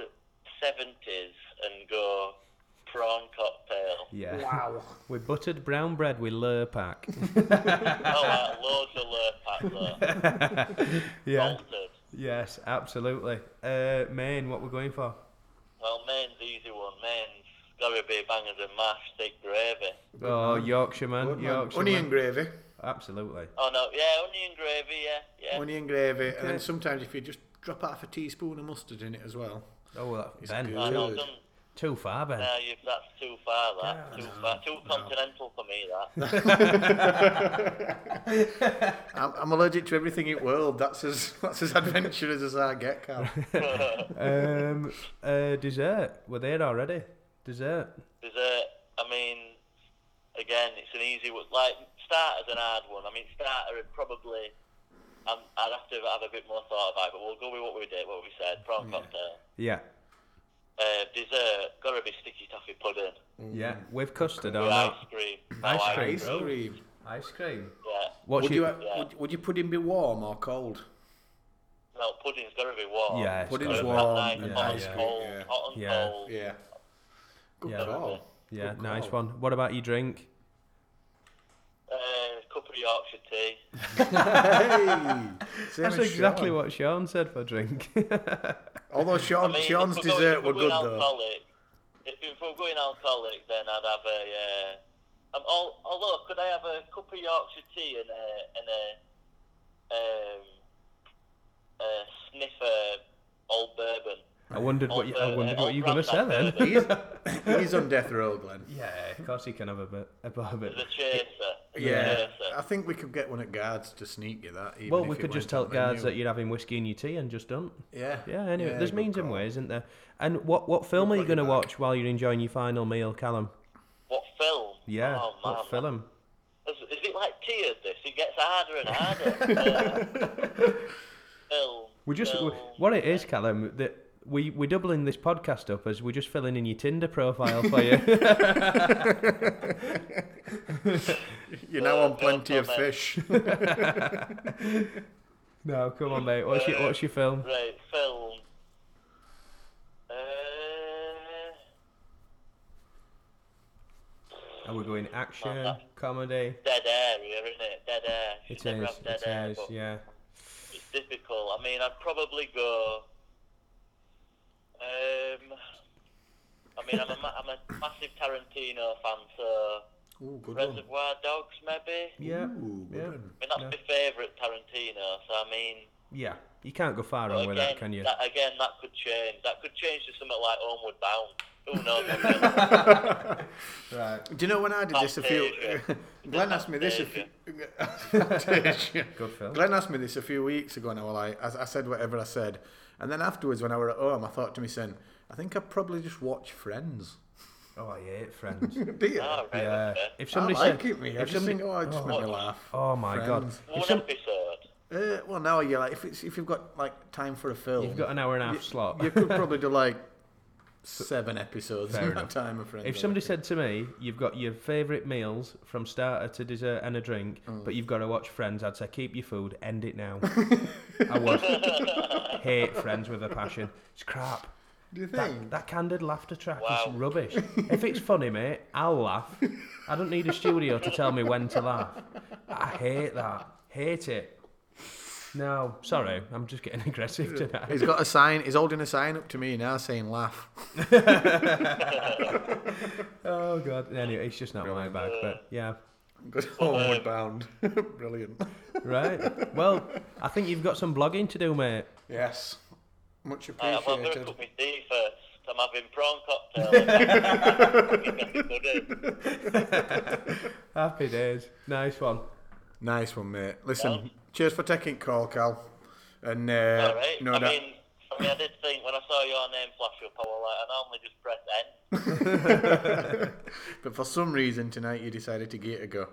[SPEAKER 5] seventies and go prawn cocktail.
[SPEAKER 2] Yeah. Wow. We buttered brown bread with Lurpak.
[SPEAKER 5] oh, like loads of lure pack though.
[SPEAKER 2] Yeah.
[SPEAKER 5] Salted.
[SPEAKER 2] Yes, absolutely. Uh, Maine, what we're going for?
[SPEAKER 5] Well, main's easy one. Main's sorry, be bangers and mash, steak gravy.
[SPEAKER 2] Oh, Yorkshire man,
[SPEAKER 3] Good man.
[SPEAKER 2] Yorkshire
[SPEAKER 3] Onion
[SPEAKER 2] man.
[SPEAKER 3] gravy.
[SPEAKER 2] Absolutely.
[SPEAKER 5] Oh no, yeah, onion gravy, yeah, yeah.
[SPEAKER 3] Onion gravy. And then sometimes if you just drop half a teaspoon of mustard in it as well.
[SPEAKER 2] Oh, well,
[SPEAKER 3] It's
[SPEAKER 2] Ben,
[SPEAKER 3] good.
[SPEAKER 5] I know,
[SPEAKER 3] Good.
[SPEAKER 5] done.
[SPEAKER 2] too far, Ben.
[SPEAKER 5] No, you, that's too far. That too far, too continental for me. That.
[SPEAKER 3] I'm, I'm allergic to everything in the world. That's as that's as adventurous as I get, Carl.
[SPEAKER 2] um, uh, dessert. We're there already. Dessert.
[SPEAKER 5] There's a, I mean, again, it's an easy one. Like starter's an hard one. I mean, starter would probably. I'm, I'd have to have a bit more thought about, it, but we'll go with what we did, what we said. Prawn cocktail.
[SPEAKER 2] Yeah.
[SPEAKER 5] Uh, dessert, gotta be sticky toffee pudding.
[SPEAKER 2] Yeah. With custard
[SPEAKER 5] with
[SPEAKER 2] on
[SPEAKER 5] ice
[SPEAKER 2] it.
[SPEAKER 5] cream.
[SPEAKER 2] Oh, Ice
[SPEAKER 5] Oh,
[SPEAKER 2] cream.
[SPEAKER 3] Ice cream.
[SPEAKER 2] Ice cream.
[SPEAKER 5] Yeah.
[SPEAKER 2] What's
[SPEAKER 3] Would you
[SPEAKER 2] your...
[SPEAKER 3] ha- would, would your pudding be warm or cold?
[SPEAKER 5] No, pudding's gotta be warm.
[SPEAKER 2] Yeah, it's
[SPEAKER 3] Pudding's
[SPEAKER 5] Gotta be
[SPEAKER 2] gotta
[SPEAKER 3] warm.
[SPEAKER 5] nice
[SPEAKER 3] and
[SPEAKER 5] and hot
[SPEAKER 2] ice
[SPEAKER 5] and
[SPEAKER 2] cream,
[SPEAKER 5] cold,
[SPEAKER 3] yeah.
[SPEAKER 5] hot and
[SPEAKER 2] Yeah.
[SPEAKER 5] cold.
[SPEAKER 3] Yeah. Good
[SPEAKER 2] Yeah.
[SPEAKER 3] call.
[SPEAKER 2] be- Yeah,
[SPEAKER 3] Good
[SPEAKER 2] nice
[SPEAKER 3] call.
[SPEAKER 2] one. What about your drink?
[SPEAKER 5] Uh, cup of Yorkshire tea.
[SPEAKER 3] Hey, same
[SPEAKER 2] That's
[SPEAKER 3] as
[SPEAKER 2] exactly
[SPEAKER 3] Sean.
[SPEAKER 2] what Sean said for drink.
[SPEAKER 3] Although Sean,
[SPEAKER 5] I mean,
[SPEAKER 3] Sean's
[SPEAKER 5] if we're going-
[SPEAKER 3] dessert
[SPEAKER 5] if we're
[SPEAKER 3] were good
[SPEAKER 5] going
[SPEAKER 3] though.
[SPEAKER 5] alcoholic, If if we're going alcoholic, then I'd have a. Uh, um, al- although, could I have a cup of Yorkshire tea and a and a, um, a sniff of old bourbon?
[SPEAKER 2] I wondered what you, I
[SPEAKER 5] Old, uh,
[SPEAKER 2] wondered
[SPEAKER 5] old
[SPEAKER 2] what you were gonna say
[SPEAKER 5] Grandad
[SPEAKER 2] then.
[SPEAKER 5] bourbon.
[SPEAKER 3] He's, he's on death row, Glenn.
[SPEAKER 2] Yeah, of course he can have a bit, a bit of it.
[SPEAKER 5] The chaser. The
[SPEAKER 3] Yeah, I
[SPEAKER 5] chaser.
[SPEAKER 3] think we could get one at guards to sneak you that. even
[SPEAKER 2] Well,
[SPEAKER 3] if
[SPEAKER 2] we
[SPEAKER 3] it
[SPEAKER 2] could just
[SPEAKER 3] went
[SPEAKER 2] tell
[SPEAKER 3] on
[SPEAKER 2] guards that
[SPEAKER 3] menu.
[SPEAKER 2] you're having whiskey in your tea and just don't.
[SPEAKER 3] Yeah.
[SPEAKER 2] Yeah, anyway, there's
[SPEAKER 3] good
[SPEAKER 2] means and
[SPEAKER 3] call.
[SPEAKER 2] ways, isn't there? And what, what film are you
[SPEAKER 3] got your
[SPEAKER 2] going to
[SPEAKER 3] back.
[SPEAKER 2] watch while you're enjoying your final meal, Callum?
[SPEAKER 5] What film?
[SPEAKER 2] Yeah,
[SPEAKER 5] Oh, man.
[SPEAKER 2] what film?
[SPEAKER 5] Is, is it like tears? This it gets harder and harder. uh, film.
[SPEAKER 2] We just
[SPEAKER 5] film.
[SPEAKER 2] what it is, Callum. That we we're doubling this podcast up as we're just filling in your Tinder profile for you.
[SPEAKER 3] You're now on
[SPEAKER 5] Bill
[SPEAKER 3] plenty of
[SPEAKER 5] Clement.
[SPEAKER 3] fish.
[SPEAKER 2] no, come on, mate. What's your what's your film?
[SPEAKER 5] Right, film. Uh,
[SPEAKER 2] Are we going action, comedy?
[SPEAKER 5] dead air here, isn't it? Dead air.
[SPEAKER 2] It
[SPEAKER 5] Never
[SPEAKER 2] is.
[SPEAKER 5] have dead
[SPEAKER 2] It
[SPEAKER 5] air,
[SPEAKER 2] is.
[SPEAKER 5] but
[SPEAKER 2] Yeah.
[SPEAKER 5] It's difficult. I mean, I'd probably go. Um, I mean, I'm a, ma- I'm a massive Tarantino fan, so
[SPEAKER 3] Ooh, good one.
[SPEAKER 5] Reservoir Dogs, maybe.
[SPEAKER 2] Yeah.
[SPEAKER 3] Ooe, good
[SPEAKER 2] Yeah.
[SPEAKER 3] one.
[SPEAKER 5] I mean, that's my favourite Tarantino. So I mean,
[SPEAKER 2] Yeah. You can't go far
[SPEAKER 5] but
[SPEAKER 2] wrong
[SPEAKER 5] again,
[SPEAKER 2] with that, can you?
[SPEAKER 5] that- again, that could change. That could change to something like Homeward Bound. Who knows?
[SPEAKER 2] Right.
[SPEAKER 3] Do you know when I did this a few?
[SPEAKER 5] Fantasia.
[SPEAKER 3] Glenn asked me this a few. Fantasia.
[SPEAKER 2] Good film.
[SPEAKER 3] Glenn asked me this a few weeks ago, and I was like, I, I said whatever I said, and then afterwards, when I were at home, I thought to myself, I think I probably just watch Friends.
[SPEAKER 2] Oh, I hate Friends.
[SPEAKER 3] Do you?
[SPEAKER 5] All right,
[SPEAKER 2] Yeah.
[SPEAKER 5] okay.
[SPEAKER 2] If
[SPEAKER 3] I
[SPEAKER 2] Oh. somebody
[SPEAKER 3] like
[SPEAKER 2] said,
[SPEAKER 3] it, me.
[SPEAKER 2] if
[SPEAKER 3] I just
[SPEAKER 2] somebody,
[SPEAKER 3] think, oh, it just made me laugh.
[SPEAKER 2] oh my god,
[SPEAKER 3] Friends.
[SPEAKER 5] One episode.
[SPEAKER 3] Uh, well, now you like if it's if you've got like time for a film,
[SPEAKER 2] you've got an hour and a half slot.
[SPEAKER 3] you could probably do like seven episodes
[SPEAKER 2] Fair
[SPEAKER 3] in that
[SPEAKER 2] enough.
[SPEAKER 3] time, of friends.
[SPEAKER 2] If somebody said to me, "You've got your favourite meals from starter to dessert and a drink,
[SPEAKER 3] Mm.
[SPEAKER 2] but you've got to watch Friends," I'd say, "Keep your food. End it now." I would hate Friends with a passion. It's crap.
[SPEAKER 3] do you
[SPEAKER 2] That,
[SPEAKER 3] think?
[SPEAKER 2] that candid laughter track
[SPEAKER 5] Wow.
[SPEAKER 2] is rubbish. if it's funny, mate, I'll laugh. I don't need a studio to tell me when to laugh. I hate that. Hate it. No, sorry, I'm just getting aggressive tonight.
[SPEAKER 3] He's got a sign. He's holding a sign up to me now saying "laugh."
[SPEAKER 2] Oh god. Anyway, it's just not my bag. But yeah.
[SPEAKER 3] Good
[SPEAKER 5] Oh,
[SPEAKER 3] homeward bound. Brilliant.
[SPEAKER 2] Right. Well, I think you've got some blogging to do, mate.
[SPEAKER 3] Yes. Much
[SPEAKER 5] Uh, well, I'm going to
[SPEAKER 3] appreciated.
[SPEAKER 5] cook my tea first. I'm having prawn cocktail. Good.
[SPEAKER 2] Happy days. Nice one.
[SPEAKER 3] nice one, mate. Listen, cheers for taking call, Cal. And uh,
[SPEAKER 5] All right.
[SPEAKER 3] no,
[SPEAKER 5] I
[SPEAKER 3] doubt-
[SPEAKER 5] mean, I mean, I did think when I saw your name flash up, I was like, I normally just press end.
[SPEAKER 3] but for some reason tonight you decided to get a go.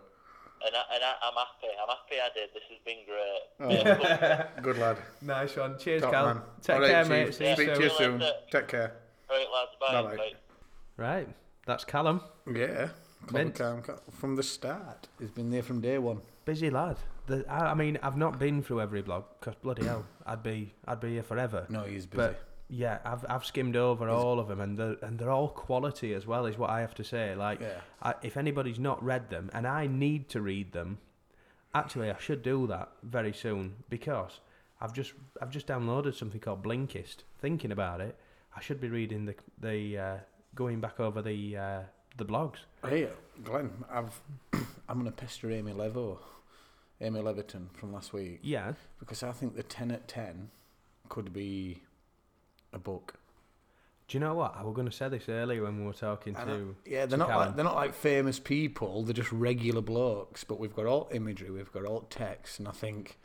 [SPEAKER 5] And, I, and I, I'm happy. I'm happy I did. This has been great.
[SPEAKER 3] Oh,
[SPEAKER 5] Yeah, cool.
[SPEAKER 3] Good lad.
[SPEAKER 2] Nice one. Cheers,
[SPEAKER 3] Top
[SPEAKER 2] Cal.
[SPEAKER 3] man.
[SPEAKER 2] Take
[SPEAKER 3] All right,
[SPEAKER 2] care,
[SPEAKER 3] chief.
[SPEAKER 2] mate. See you
[SPEAKER 3] Speak
[SPEAKER 2] soon.
[SPEAKER 3] to you
[SPEAKER 5] See you
[SPEAKER 3] soon.
[SPEAKER 5] later.
[SPEAKER 3] Take care.
[SPEAKER 5] Great lads. Bye.
[SPEAKER 3] Bye-bye.
[SPEAKER 5] Bye.
[SPEAKER 2] Right. That's Callum.
[SPEAKER 3] Yeah.
[SPEAKER 2] Mint.
[SPEAKER 3] Club Cam from the start. He's been there from day one.
[SPEAKER 2] Busy lad. The, I, I mean, I've not been through every blog because bloody hell, I'd be I'd be here forever.
[SPEAKER 3] No, he's busy.
[SPEAKER 2] But yeah, I've I've skimmed over all of them, and they're and they're all quality as well, is what I have to say. Like,
[SPEAKER 3] Yeah.
[SPEAKER 2] I, if anybody's not read them, and I need to read them, actually, I should do that very soon because I've just I've just downloaded something called Blinkist. Thinking about it, I should be reading the the uh, going back over the uh, the blogs.
[SPEAKER 3] Hey, Glenn, I've, I'm going to pester Amy Levo, Amy Leviton from last week,
[SPEAKER 2] Yeah.
[SPEAKER 3] because I think the 10 at 10 could be a book.
[SPEAKER 2] Do you know what? I was going to say this earlier when we were talking
[SPEAKER 3] And I-
[SPEAKER 2] to.
[SPEAKER 3] Uh, yeah,
[SPEAKER 2] to
[SPEAKER 3] they're not like,
[SPEAKER 2] Callum.
[SPEAKER 3] they're not like famous people. They're just regular blokes. But we've got alt imagery, we've got alt text, and I think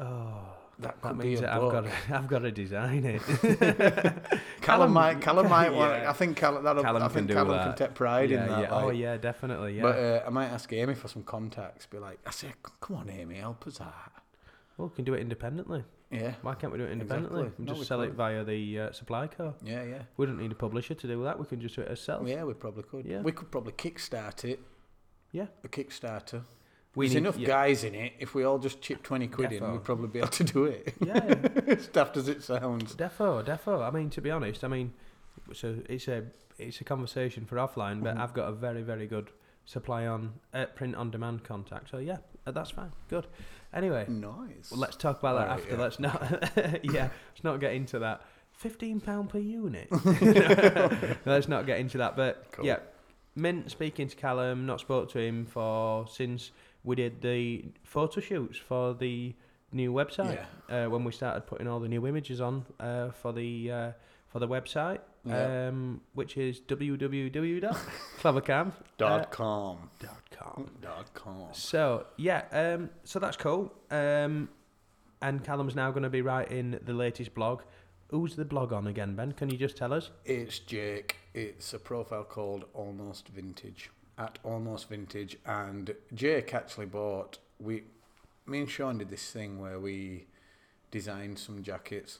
[SPEAKER 3] oh, that could
[SPEAKER 2] That
[SPEAKER 3] be
[SPEAKER 2] means
[SPEAKER 3] a
[SPEAKER 2] that I've
[SPEAKER 3] book.
[SPEAKER 2] got to, I've got to design it.
[SPEAKER 3] Callum, might, Callum might want.
[SPEAKER 2] yeah.
[SPEAKER 3] I think Callum, that'll,
[SPEAKER 2] Callum
[SPEAKER 3] I
[SPEAKER 2] can
[SPEAKER 3] think
[SPEAKER 2] do
[SPEAKER 3] Callum
[SPEAKER 2] that.
[SPEAKER 3] can take pride
[SPEAKER 2] yeah,
[SPEAKER 3] in that.
[SPEAKER 2] yeah.
[SPEAKER 3] like,
[SPEAKER 2] oh yeah, definitely. Yeah.
[SPEAKER 3] But uh, I might ask Amy for some contacts. Be like, I say, come on, Amy, help us out.
[SPEAKER 2] well, Oh, we can do it independently.
[SPEAKER 3] Yeah,
[SPEAKER 2] Why can't we do it independently?
[SPEAKER 3] Exactly.
[SPEAKER 2] And
[SPEAKER 3] No, we
[SPEAKER 2] just sell
[SPEAKER 3] could.
[SPEAKER 2] it via the uh, supply co.
[SPEAKER 3] yeah, yeah,
[SPEAKER 2] We don't need a publisher to do that. We can just do it ourselves.
[SPEAKER 3] yeah. We probably could.
[SPEAKER 2] Yeah.
[SPEAKER 3] We could probably kickstart it.
[SPEAKER 2] Yeah.
[SPEAKER 3] A Kickstarter.
[SPEAKER 2] We
[SPEAKER 3] There's
[SPEAKER 2] need-
[SPEAKER 3] enough
[SPEAKER 2] yeah.
[SPEAKER 3] guys in it. If we all just chip twenty quid in,
[SPEAKER 2] Defo.
[SPEAKER 3] we'd probably be able to do it.
[SPEAKER 2] Yeah.
[SPEAKER 3] as daft as it sounds.
[SPEAKER 2] Defo, defo. I mean, to be honest, I mean, so it's a it's a conversation for offline,
[SPEAKER 3] Mm-hmm.
[SPEAKER 2] but I've got a very very good supply on uh, print on demand contact. So yeah, uh, that's fine. Good. Anyway,
[SPEAKER 3] Nice.
[SPEAKER 2] well, let's talk about that
[SPEAKER 3] Alright,
[SPEAKER 2] after.
[SPEAKER 3] yeah.
[SPEAKER 2] Let's not. yeah, let's not get into that. Fifteen pound per unit. let's not get into that. But
[SPEAKER 3] Cool.
[SPEAKER 2] yeah, Mint speaking to Callum. Not spoke to him for since we did the photo shoots for the new website uh, when we started putting all the new images on uh, for the uh, for the website,
[SPEAKER 3] Yeah.
[SPEAKER 2] um, which is www.clevercam.com.
[SPEAKER 3] Dot com.
[SPEAKER 2] Uh, com.
[SPEAKER 3] Dot com.
[SPEAKER 2] So yeah, um, so that's cool. Um, and Callum's now going to be writing the latest blog. Who's the blog on again, Ben? Can you just tell us?
[SPEAKER 3] It's Jake. It's a profile called Almost Vintage. At Almost Vintage, and Jake actually bought. We, me and Sean did this thing where we designed some jackets,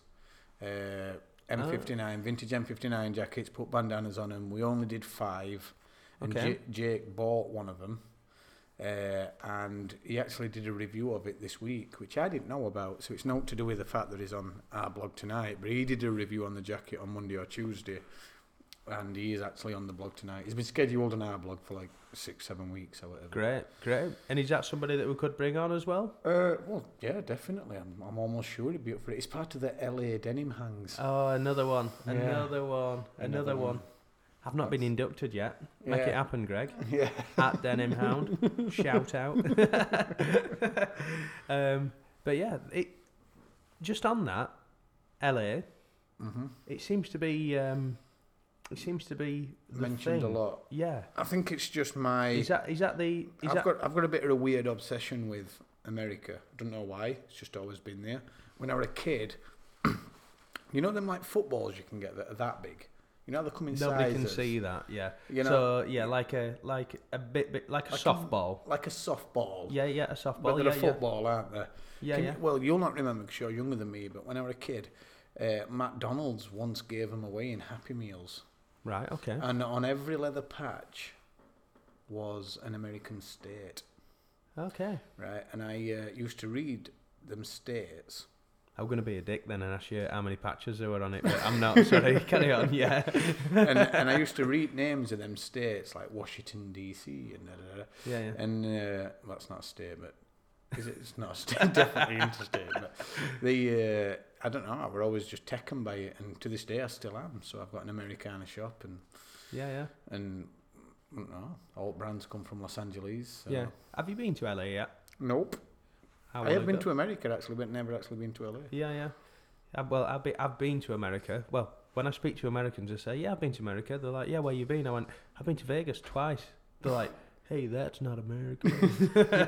[SPEAKER 3] uh, M59 vintage M59 jackets, put bandanas on them. We only did five, and
[SPEAKER 2] Okay.
[SPEAKER 3] J- Jake bought one of them. Uh, and he actually did a review of it this week, which I didn't know about. So it's not to do with the fact that he's on our blog tonight, but he did a review on the jacket on Monday or Tuesday, and he is actually on the blog tonight. He's been scheduled on our blog for like six, seven weeks or whatever.
[SPEAKER 2] Great, great. And is that somebody that we could bring on as well?
[SPEAKER 3] Uh, well, yeah, definitely. I'm, I'm almost sure he'd be up for it. It's part of the LA denim hangs.
[SPEAKER 2] Oh, another one,
[SPEAKER 3] Yeah.
[SPEAKER 2] another one, another,
[SPEAKER 3] Another
[SPEAKER 2] one.
[SPEAKER 3] one.
[SPEAKER 2] I've not been inducted yet. Make
[SPEAKER 3] Yeah.
[SPEAKER 2] it happen, Greg.
[SPEAKER 3] Yeah.
[SPEAKER 2] At Denim Hound, shout out. um, but yeah, it just on that, LA.
[SPEAKER 3] Mm-hmm.
[SPEAKER 2] It seems to be. Um, it seems to be the
[SPEAKER 3] Mentioned a
[SPEAKER 2] thing.
[SPEAKER 3] lot.
[SPEAKER 2] Yeah.
[SPEAKER 3] I think it's just my.
[SPEAKER 2] Is that is that the is
[SPEAKER 3] I've
[SPEAKER 2] that
[SPEAKER 3] got I've got a bit of a weird obsession with America. I don't know why. It's just always been there. When I was a kid, you know them like footballs you can get that are that big. You know how they come in
[SPEAKER 2] nobody
[SPEAKER 3] sizes.
[SPEAKER 2] can see that? Yeah.
[SPEAKER 3] You
[SPEAKER 2] so yeah, like a like a bit, bit like a softball.
[SPEAKER 3] like a softball.
[SPEAKER 2] yeah, yeah, a softball.
[SPEAKER 3] but they're
[SPEAKER 2] yeah,
[SPEAKER 3] a football, aren't they?
[SPEAKER 2] Yeah,
[SPEAKER 3] Can-
[SPEAKER 2] yeah.
[SPEAKER 3] Well, you'll not remember because you're younger than me. But when I was a kid, uh, McDonald's once gave them away in Happy Meals,
[SPEAKER 2] Yeah. Right. Okay.
[SPEAKER 3] and on every leather patch was an American state.
[SPEAKER 2] Okay.
[SPEAKER 3] Right, and I uh, used to read them states.
[SPEAKER 2] I'm gonna be a dick then and ask you how many patches there were on it, but I'm not. Sorry, carry on. Yeah.
[SPEAKER 3] and, and I used to read names of them states like Washington D.C. and da, da, da.
[SPEAKER 2] Yeah, yeah.
[SPEAKER 3] and uh, well, it's not a state, but is it? It's not a state. definitely interstate. But the uh, I don't know. I were always just taken by it, and to this day I still am. So I've got an Americana shop, and
[SPEAKER 2] Yeah, yeah,
[SPEAKER 3] and I don't know. All brands come from Los Angeles. So.
[SPEAKER 2] yeah. Oh, Have you been to LA yet?
[SPEAKER 3] Nope.
[SPEAKER 2] How
[SPEAKER 3] I have been to America actually, but never actually been to LA.
[SPEAKER 2] Yeah, yeah. Uh, well, I've been I've been to America. Well, when I speak to Americans, I say, "Yeah, I've been to America." They're like, "Yeah, where you been?" I went, "I've been to Vegas twice." They're like, "Hey, that's not America."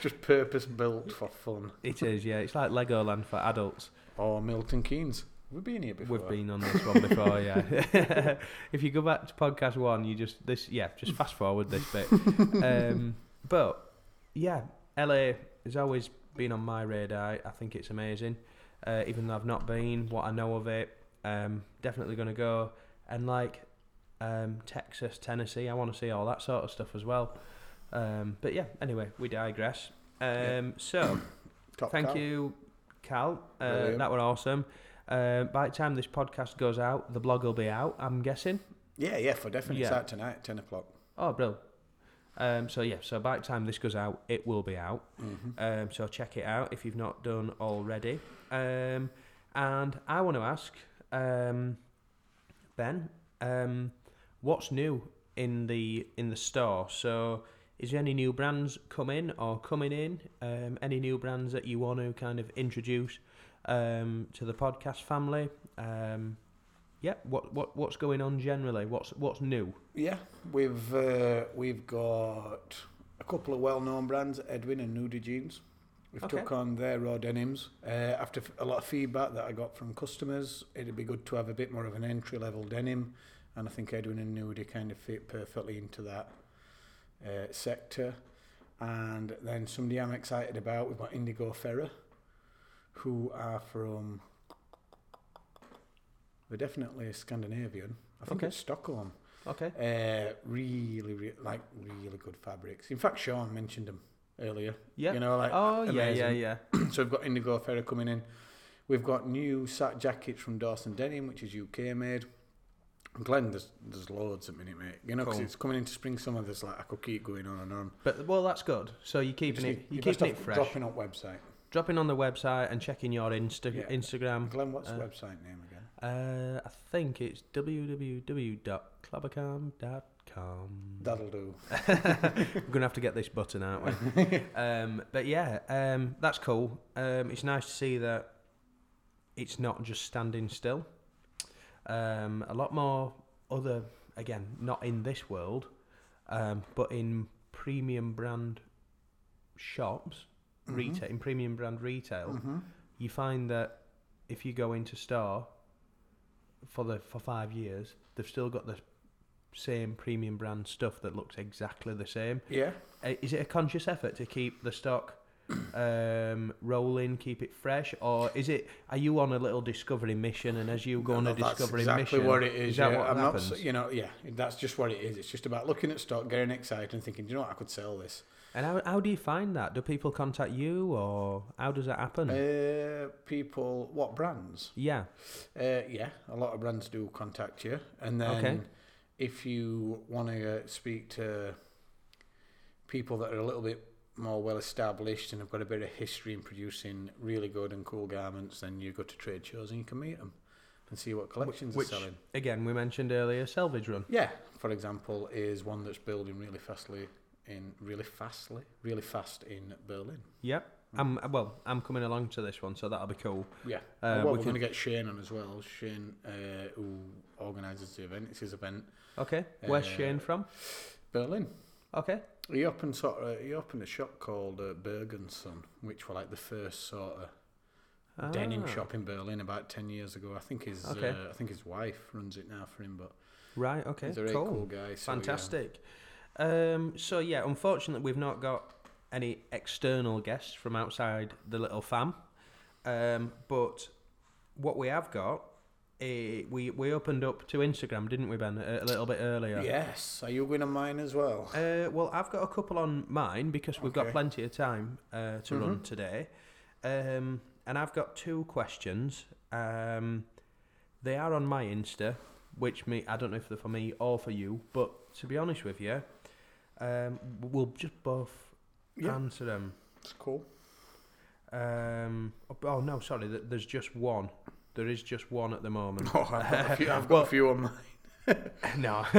[SPEAKER 3] Just purpose built for fun.
[SPEAKER 2] it is. Yeah, it's like Legoland for adults.
[SPEAKER 3] Or Milton Keynes. We've been here before.
[SPEAKER 2] We've been on this one before, yeah. if you go back to podcast one, you just this, yeah, just fast forward this bit. Um, but yeah, LA has always been on my radar. I think it's amazing, uh, even though I've not been. What I know of it, um, definitely going to go. And like um, Texas, Tennessee, I want to see all that sort of stuff as well. Um, but yeah, anyway, we digress. Um, So.
[SPEAKER 3] Top
[SPEAKER 2] Thank
[SPEAKER 3] cow.
[SPEAKER 2] you, Cal. Uh,
[SPEAKER 3] Brilliant.
[SPEAKER 2] that were awesome. Uh, by the time this podcast goes out, the blog will be out. I'm guessing.
[SPEAKER 3] Yeah, yeah, for definitely. It's
[SPEAKER 2] Yeah.
[SPEAKER 3] out tonight, ten o'clock.
[SPEAKER 2] Oh, brilliant. Um, so yeah, so by the time this goes out, it will be out. Um, so check it out if you've not done already. Um, and I want to ask um, Ben, um, what's new in the in the store? So, is there any new brands come in or coming in? Um, any new brands that you want to kind of introduce um, to the podcast family? Um, yeah, what what what's going on generally? What's what's new?
[SPEAKER 3] Yeah, we've uh, we've got a couple of well-known brands, Edwin and Nudie Jeans. We've
[SPEAKER 2] Okay.
[SPEAKER 3] took on their raw denims uh, after f- a lot of feedback that I got from customers. It'd be good to have a bit more of an entry-level denim, and I think Edwin and Nudie kind of fit perfectly into that uh, sector. And then somebody I'm excited about, we've got Indigo Ferrer, who are from. They're definitely Scandinavian. I think
[SPEAKER 2] Okay. Oh,
[SPEAKER 3] it's Stockholm.
[SPEAKER 2] Okay.
[SPEAKER 3] Uh, really, re- like really good fabrics. In fact, Sean mentioned them earlier.
[SPEAKER 2] Yeah.
[SPEAKER 3] You know, like
[SPEAKER 2] oh yeah, yeah,
[SPEAKER 3] amazing.
[SPEAKER 2] yeah.
[SPEAKER 3] so we've got Indigo Ferrer coming in. We've got new sat jackets from Dawson Denim, which is UK made. Glenn, there's there's loads at minute, mate. You know, 'cause
[SPEAKER 2] Cool.
[SPEAKER 3] it's coming into spring summer. There's like I could keep going on and on.
[SPEAKER 2] But well, that's good. So you're keeping
[SPEAKER 3] Just
[SPEAKER 2] it,
[SPEAKER 3] you
[SPEAKER 2] you're
[SPEAKER 3] best
[SPEAKER 2] keeping it
[SPEAKER 3] off
[SPEAKER 2] fresh.
[SPEAKER 3] Dropping up website.
[SPEAKER 2] dropping on the website and checking your Insta-
[SPEAKER 3] Yeah.
[SPEAKER 2] Instagram.
[SPEAKER 3] Glenn, what's
[SPEAKER 2] uh,
[SPEAKER 3] the website name again?
[SPEAKER 2] Uh, I think it's www.clubacam.com.
[SPEAKER 3] That'll do.
[SPEAKER 2] We're gonna have to get this button, aren't we? um, but yeah, um, that's cool. Um, it's nice to see that it's not just standing still. Um, a lot more other, again, not in this world, um, but in premium brand shops, retail, in premium brand retail, you find that if you go into store for the for five years, they've still got the same premium brand stuff that looks exactly the same.
[SPEAKER 3] Yeah.
[SPEAKER 2] Uh, Is it a conscious effort to keep the stock um, rolling, keep it fresh, or is it? Are you on a little discovery mission, and as you go on a
[SPEAKER 3] That's
[SPEAKER 2] discovery
[SPEAKER 3] exactly
[SPEAKER 2] mission,
[SPEAKER 3] what it is.
[SPEAKER 2] Is that
[SPEAKER 3] yeah.
[SPEAKER 2] what
[SPEAKER 3] I'm not
[SPEAKER 2] happens?
[SPEAKER 3] s- you know, yeah, that's just what it is. It's just about looking at stock, getting excited, and thinking, do you know what, I could sell this.
[SPEAKER 2] and how, how do you find that? Do people contact you, or how does that happen?
[SPEAKER 3] Uh, people, what brands?
[SPEAKER 2] yeah,
[SPEAKER 3] Uh, yeah, a lot of brands do contact you, and then
[SPEAKER 2] Okay.
[SPEAKER 3] if you want to uh, speak to people that are a little bit more well established and have got a bit of history in producing really good and cool garments, then you go to trade shows and you can meet them and see what collections
[SPEAKER 2] which
[SPEAKER 3] are selling.
[SPEAKER 2] again we mentioned earlier, Selvage Run.
[SPEAKER 3] Yeah, for example, is one that's building really fastly in really fastly, really fast in Berlin.
[SPEAKER 2] Yep. I'm well. I'm coming along to this one, so that'll be cool.
[SPEAKER 3] Hmm. Yeah.
[SPEAKER 2] Uh, we
[SPEAKER 3] well, we are
[SPEAKER 2] can-
[SPEAKER 3] going to get Shane on as well. Shane, uh, who organises the event, it's his event.
[SPEAKER 2] Okay. Where's
[SPEAKER 3] Uh,
[SPEAKER 2] Shane from?
[SPEAKER 3] Berlin.
[SPEAKER 2] Okay.
[SPEAKER 3] He opened sort of, he opened a shop called uh, Bergenson, which were like the first sort of denim
[SPEAKER 2] Ah.
[SPEAKER 3] shop in Berlin about ten years ago. I think his
[SPEAKER 2] Okay.
[SPEAKER 3] uh, I think his wife runs it now for him, but
[SPEAKER 2] Right. Okay.
[SPEAKER 3] he's a very
[SPEAKER 2] cool.
[SPEAKER 3] cool, guy. So, yeah.
[SPEAKER 2] Fantastic. Um, so yeah, unfortunately, we've not got any external guests from outside the little fam. Um, but what we have got, eh, we we opened up to Instagram, didn't we, Ben? A, a little bit earlier.
[SPEAKER 3] Yes, are you going to mine as well?
[SPEAKER 2] Uh, well, I've got a couple on mine because we've got
[SPEAKER 3] Okay. Mm-hmm.
[SPEAKER 2] plenty of time uh, to run today, um, and I've got two questions. Um, they are on my Insta, which me I don't know if they're for me or for you, but to be honest with you, um, we'll just both
[SPEAKER 3] Yeah.
[SPEAKER 2] answer them.
[SPEAKER 3] It's cool.
[SPEAKER 2] Um, oh no, sorry, th- there's just one. There is just one at the moment.
[SPEAKER 3] Oh, I've got a few, I've got a few on mine.
[SPEAKER 2] No.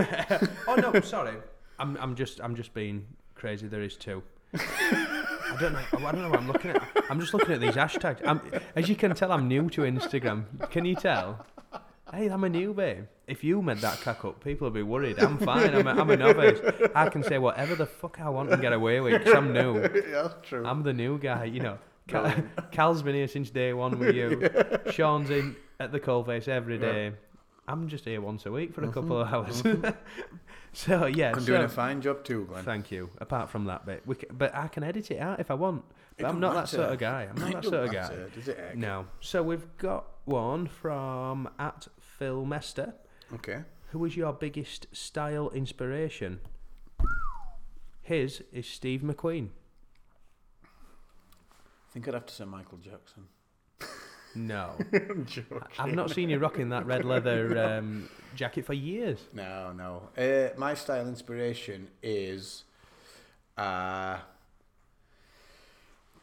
[SPEAKER 2] oh no, sorry. I'm I'm just I'm just being crazy. There is two. I don't know. I don't know. What I'm looking at. I'm just looking at these hashtags. I'm, as you can tell, I'm new to Instagram. Can you tell? Hey, I'm a newbie. If you made that cack up, people would be worried. I'm fine. I'm a, I'm a novice. I can say whatever the fuck I want and get away with because I'm new.
[SPEAKER 3] yeah, true.
[SPEAKER 2] I'm the new guy, you know. Cal, Cal's been here since day one with you. Sean's in at the coalface every day. I'm just here once a week for a couple of hours. so yeah,
[SPEAKER 3] Mm-hmm. I'm
[SPEAKER 2] so-
[SPEAKER 3] doing a fine job too, Glenn.
[SPEAKER 2] thank you. Apart from that bit, we c but I can edit it out if I want.
[SPEAKER 3] It
[SPEAKER 2] But I'm not
[SPEAKER 3] don't
[SPEAKER 2] that
[SPEAKER 3] matter.
[SPEAKER 2] sort of guy. I'm
[SPEAKER 3] It
[SPEAKER 2] not that
[SPEAKER 3] don't
[SPEAKER 2] sort of
[SPEAKER 3] matter,
[SPEAKER 2] guy.
[SPEAKER 3] Does it? Egg?
[SPEAKER 2] No. So we've got one from at Phil Mester.
[SPEAKER 3] Okay.
[SPEAKER 2] Who was your biggest style inspiration? His is Steve McQueen.
[SPEAKER 3] I think I'd have to say Michael Jackson.
[SPEAKER 2] No.
[SPEAKER 3] I'm joking.
[SPEAKER 2] I've not seen you rocking that red leather um, jacket for years.
[SPEAKER 3] No, no. Uh, my style inspiration is a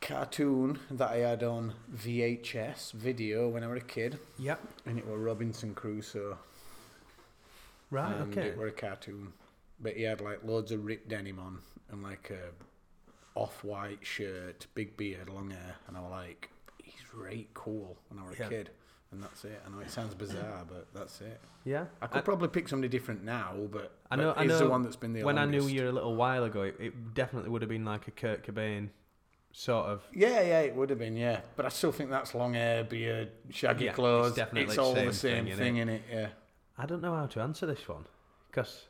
[SPEAKER 3] cartoon that I had on VHS video when I was a kid,
[SPEAKER 2] Yep.
[SPEAKER 3] and it was Robinson Crusoe.
[SPEAKER 2] Right.
[SPEAKER 3] and
[SPEAKER 2] okay.
[SPEAKER 3] Um, it were a cartoon. But he had like loads of ripped denim on and like a off-white shirt, big beard, long hair, and I was like, he's right cool when I was
[SPEAKER 2] Yeah.
[SPEAKER 3] a kid. And that's it. I know it sounds bizarre, but that's it.
[SPEAKER 2] Yeah.
[SPEAKER 3] I could probably pick somebody different now, but
[SPEAKER 2] I know.
[SPEAKER 3] but
[SPEAKER 2] I
[SPEAKER 3] he's
[SPEAKER 2] know.
[SPEAKER 3] the one that's been the
[SPEAKER 2] when I
[SPEAKER 3] longest.
[SPEAKER 2] knew you a little while ago, it, it definitely would have been like a Kurt Cobain sort of.
[SPEAKER 3] Yeah, yeah, it would have been, yeah. But I still think that's long hair, beard, shaggy
[SPEAKER 2] Yeah, it's
[SPEAKER 3] clothes. It's,
[SPEAKER 2] definitely the
[SPEAKER 3] all
[SPEAKER 2] same
[SPEAKER 3] the same
[SPEAKER 2] thing, innit?
[SPEAKER 3] thing, in it. Yeah.
[SPEAKER 2] I don't know how to answer this one because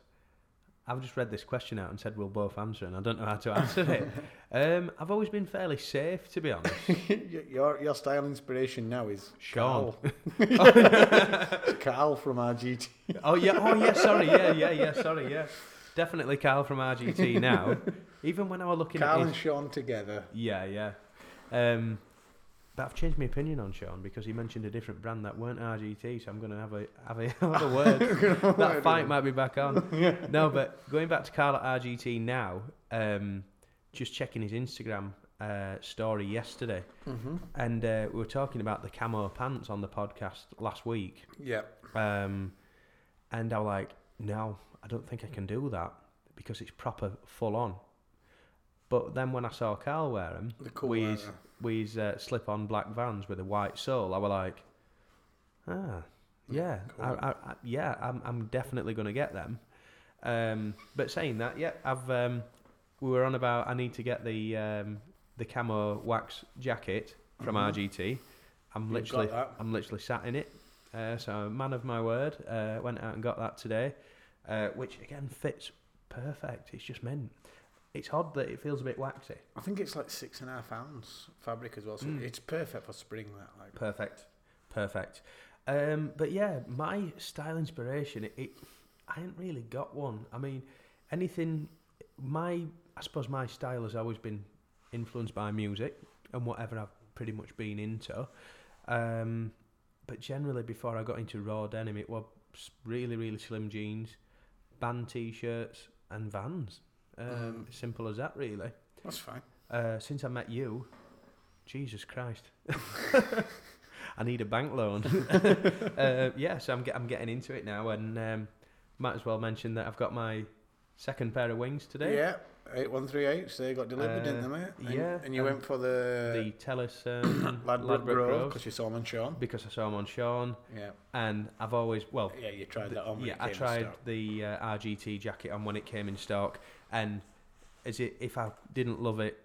[SPEAKER 2] I've just read this question out and said we'll both answer, and I don't know how to answer it. Um, I've always been fairly safe, to be honest.
[SPEAKER 3] Y- your your style inspiration now is
[SPEAKER 2] Sean.
[SPEAKER 3] Carl, Carl from RGT.
[SPEAKER 2] Oh yeah. Oh yeah. Sorry. Yeah. Yeah. Yeah. Sorry. Yeah. Definitely Carl from RGT now. Even when I was looking
[SPEAKER 3] Carl
[SPEAKER 2] at
[SPEAKER 3] and
[SPEAKER 2] his,
[SPEAKER 3] Sean together.
[SPEAKER 2] yeah, yeah. Um, but I've changed my opinion on Sean because he mentioned a different brand that weren't RGT. So I'm going to have a have a, have a word. that fight might be back on. No, but going back to Carl at RGT now. Um, just checking his Instagram uh, story yesterday, and uh, we were talking about the camo pants on the podcast last week.
[SPEAKER 3] Yeah.
[SPEAKER 2] Um, and I was like, no, I don't think I can do that because it's proper full on. But then when I saw Carl wear them,
[SPEAKER 3] The cool
[SPEAKER 2] with
[SPEAKER 3] wear,
[SPEAKER 2] his,
[SPEAKER 3] yeah.
[SPEAKER 2] with his, uh, slip on black vans with a white sole, I was like, ah, yeah, I, I, I, yeah, I'm, I'm definitely going to get them. Um, but saying that, yeah, I've um, we were on about I need to get the um, the camo wax jacket from RGT. I'm
[SPEAKER 3] Mm-hmm. You've
[SPEAKER 2] literally
[SPEAKER 3] got that.
[SPEAKER 2] I'm literally sat in it. Uh, so man of my word, uh, went out and got that today, uh, which again fits perfect. It's just mint. It's odd that it feels a bit waxy.
[SPEAKER 3] I think it's like six and a half ounce fabric as well. So
[SPEAKER 2] Mm.
[SPEAKER 3] it's perfect for spring. That like.
[SPEAKER 2] Perfect, perfect. Um, but yeah, my style inspiration. It, it, I ain't really got one. I mean, anything. My, I suppose my style has always been influenced by music and whatever I've pretty much been into. Um, but generally, before I got into raw denim, it was really, really slim jeans, band t-shirts, and Vans. Um, Simple as that, really.
[SPEAKER 3] That's fine.
[SPEAKER 2] Uh, since I met you, Jesus Christ, I need a bank loan. uh, yeah, so I'm, get, I'm getting into it now, and um, might as well mention that I've got my second pair of wings today.
[SPEAKER 3] Yeah. Eight one three eight. So they got delivered, didn't they, mate? And,
[SPEAKER 2] Uh, yeah,
[SPEAKER 3] And you
[SPEAKER 2] and
[SPEAKER 3] went for the,
[SPEAKER 2] The Tellus um,
[SPEAKER 3] Ladbroke Grove
[SPEAKER 2] Grove,
[SPEAKER 3] because you saw them on Sean.
[SPEAKER 2] because I saw them on Sean,
[SPEAKER 3] Yeah.
[SPEAKER 2] and I've always well,
[SPEAKER 3] Yeah, you tried that on. When
[SPEAKER 2] yeah,
[SPEAKER 3] it
[SPEAKER 2] I
[SPEAKER 3] came in
[SPEAKER 2] tried
[SPEAKER 3] stock.
[SPEAKER 2] the uh, RGT jacket on when it came in stock, and is it if I didn't love it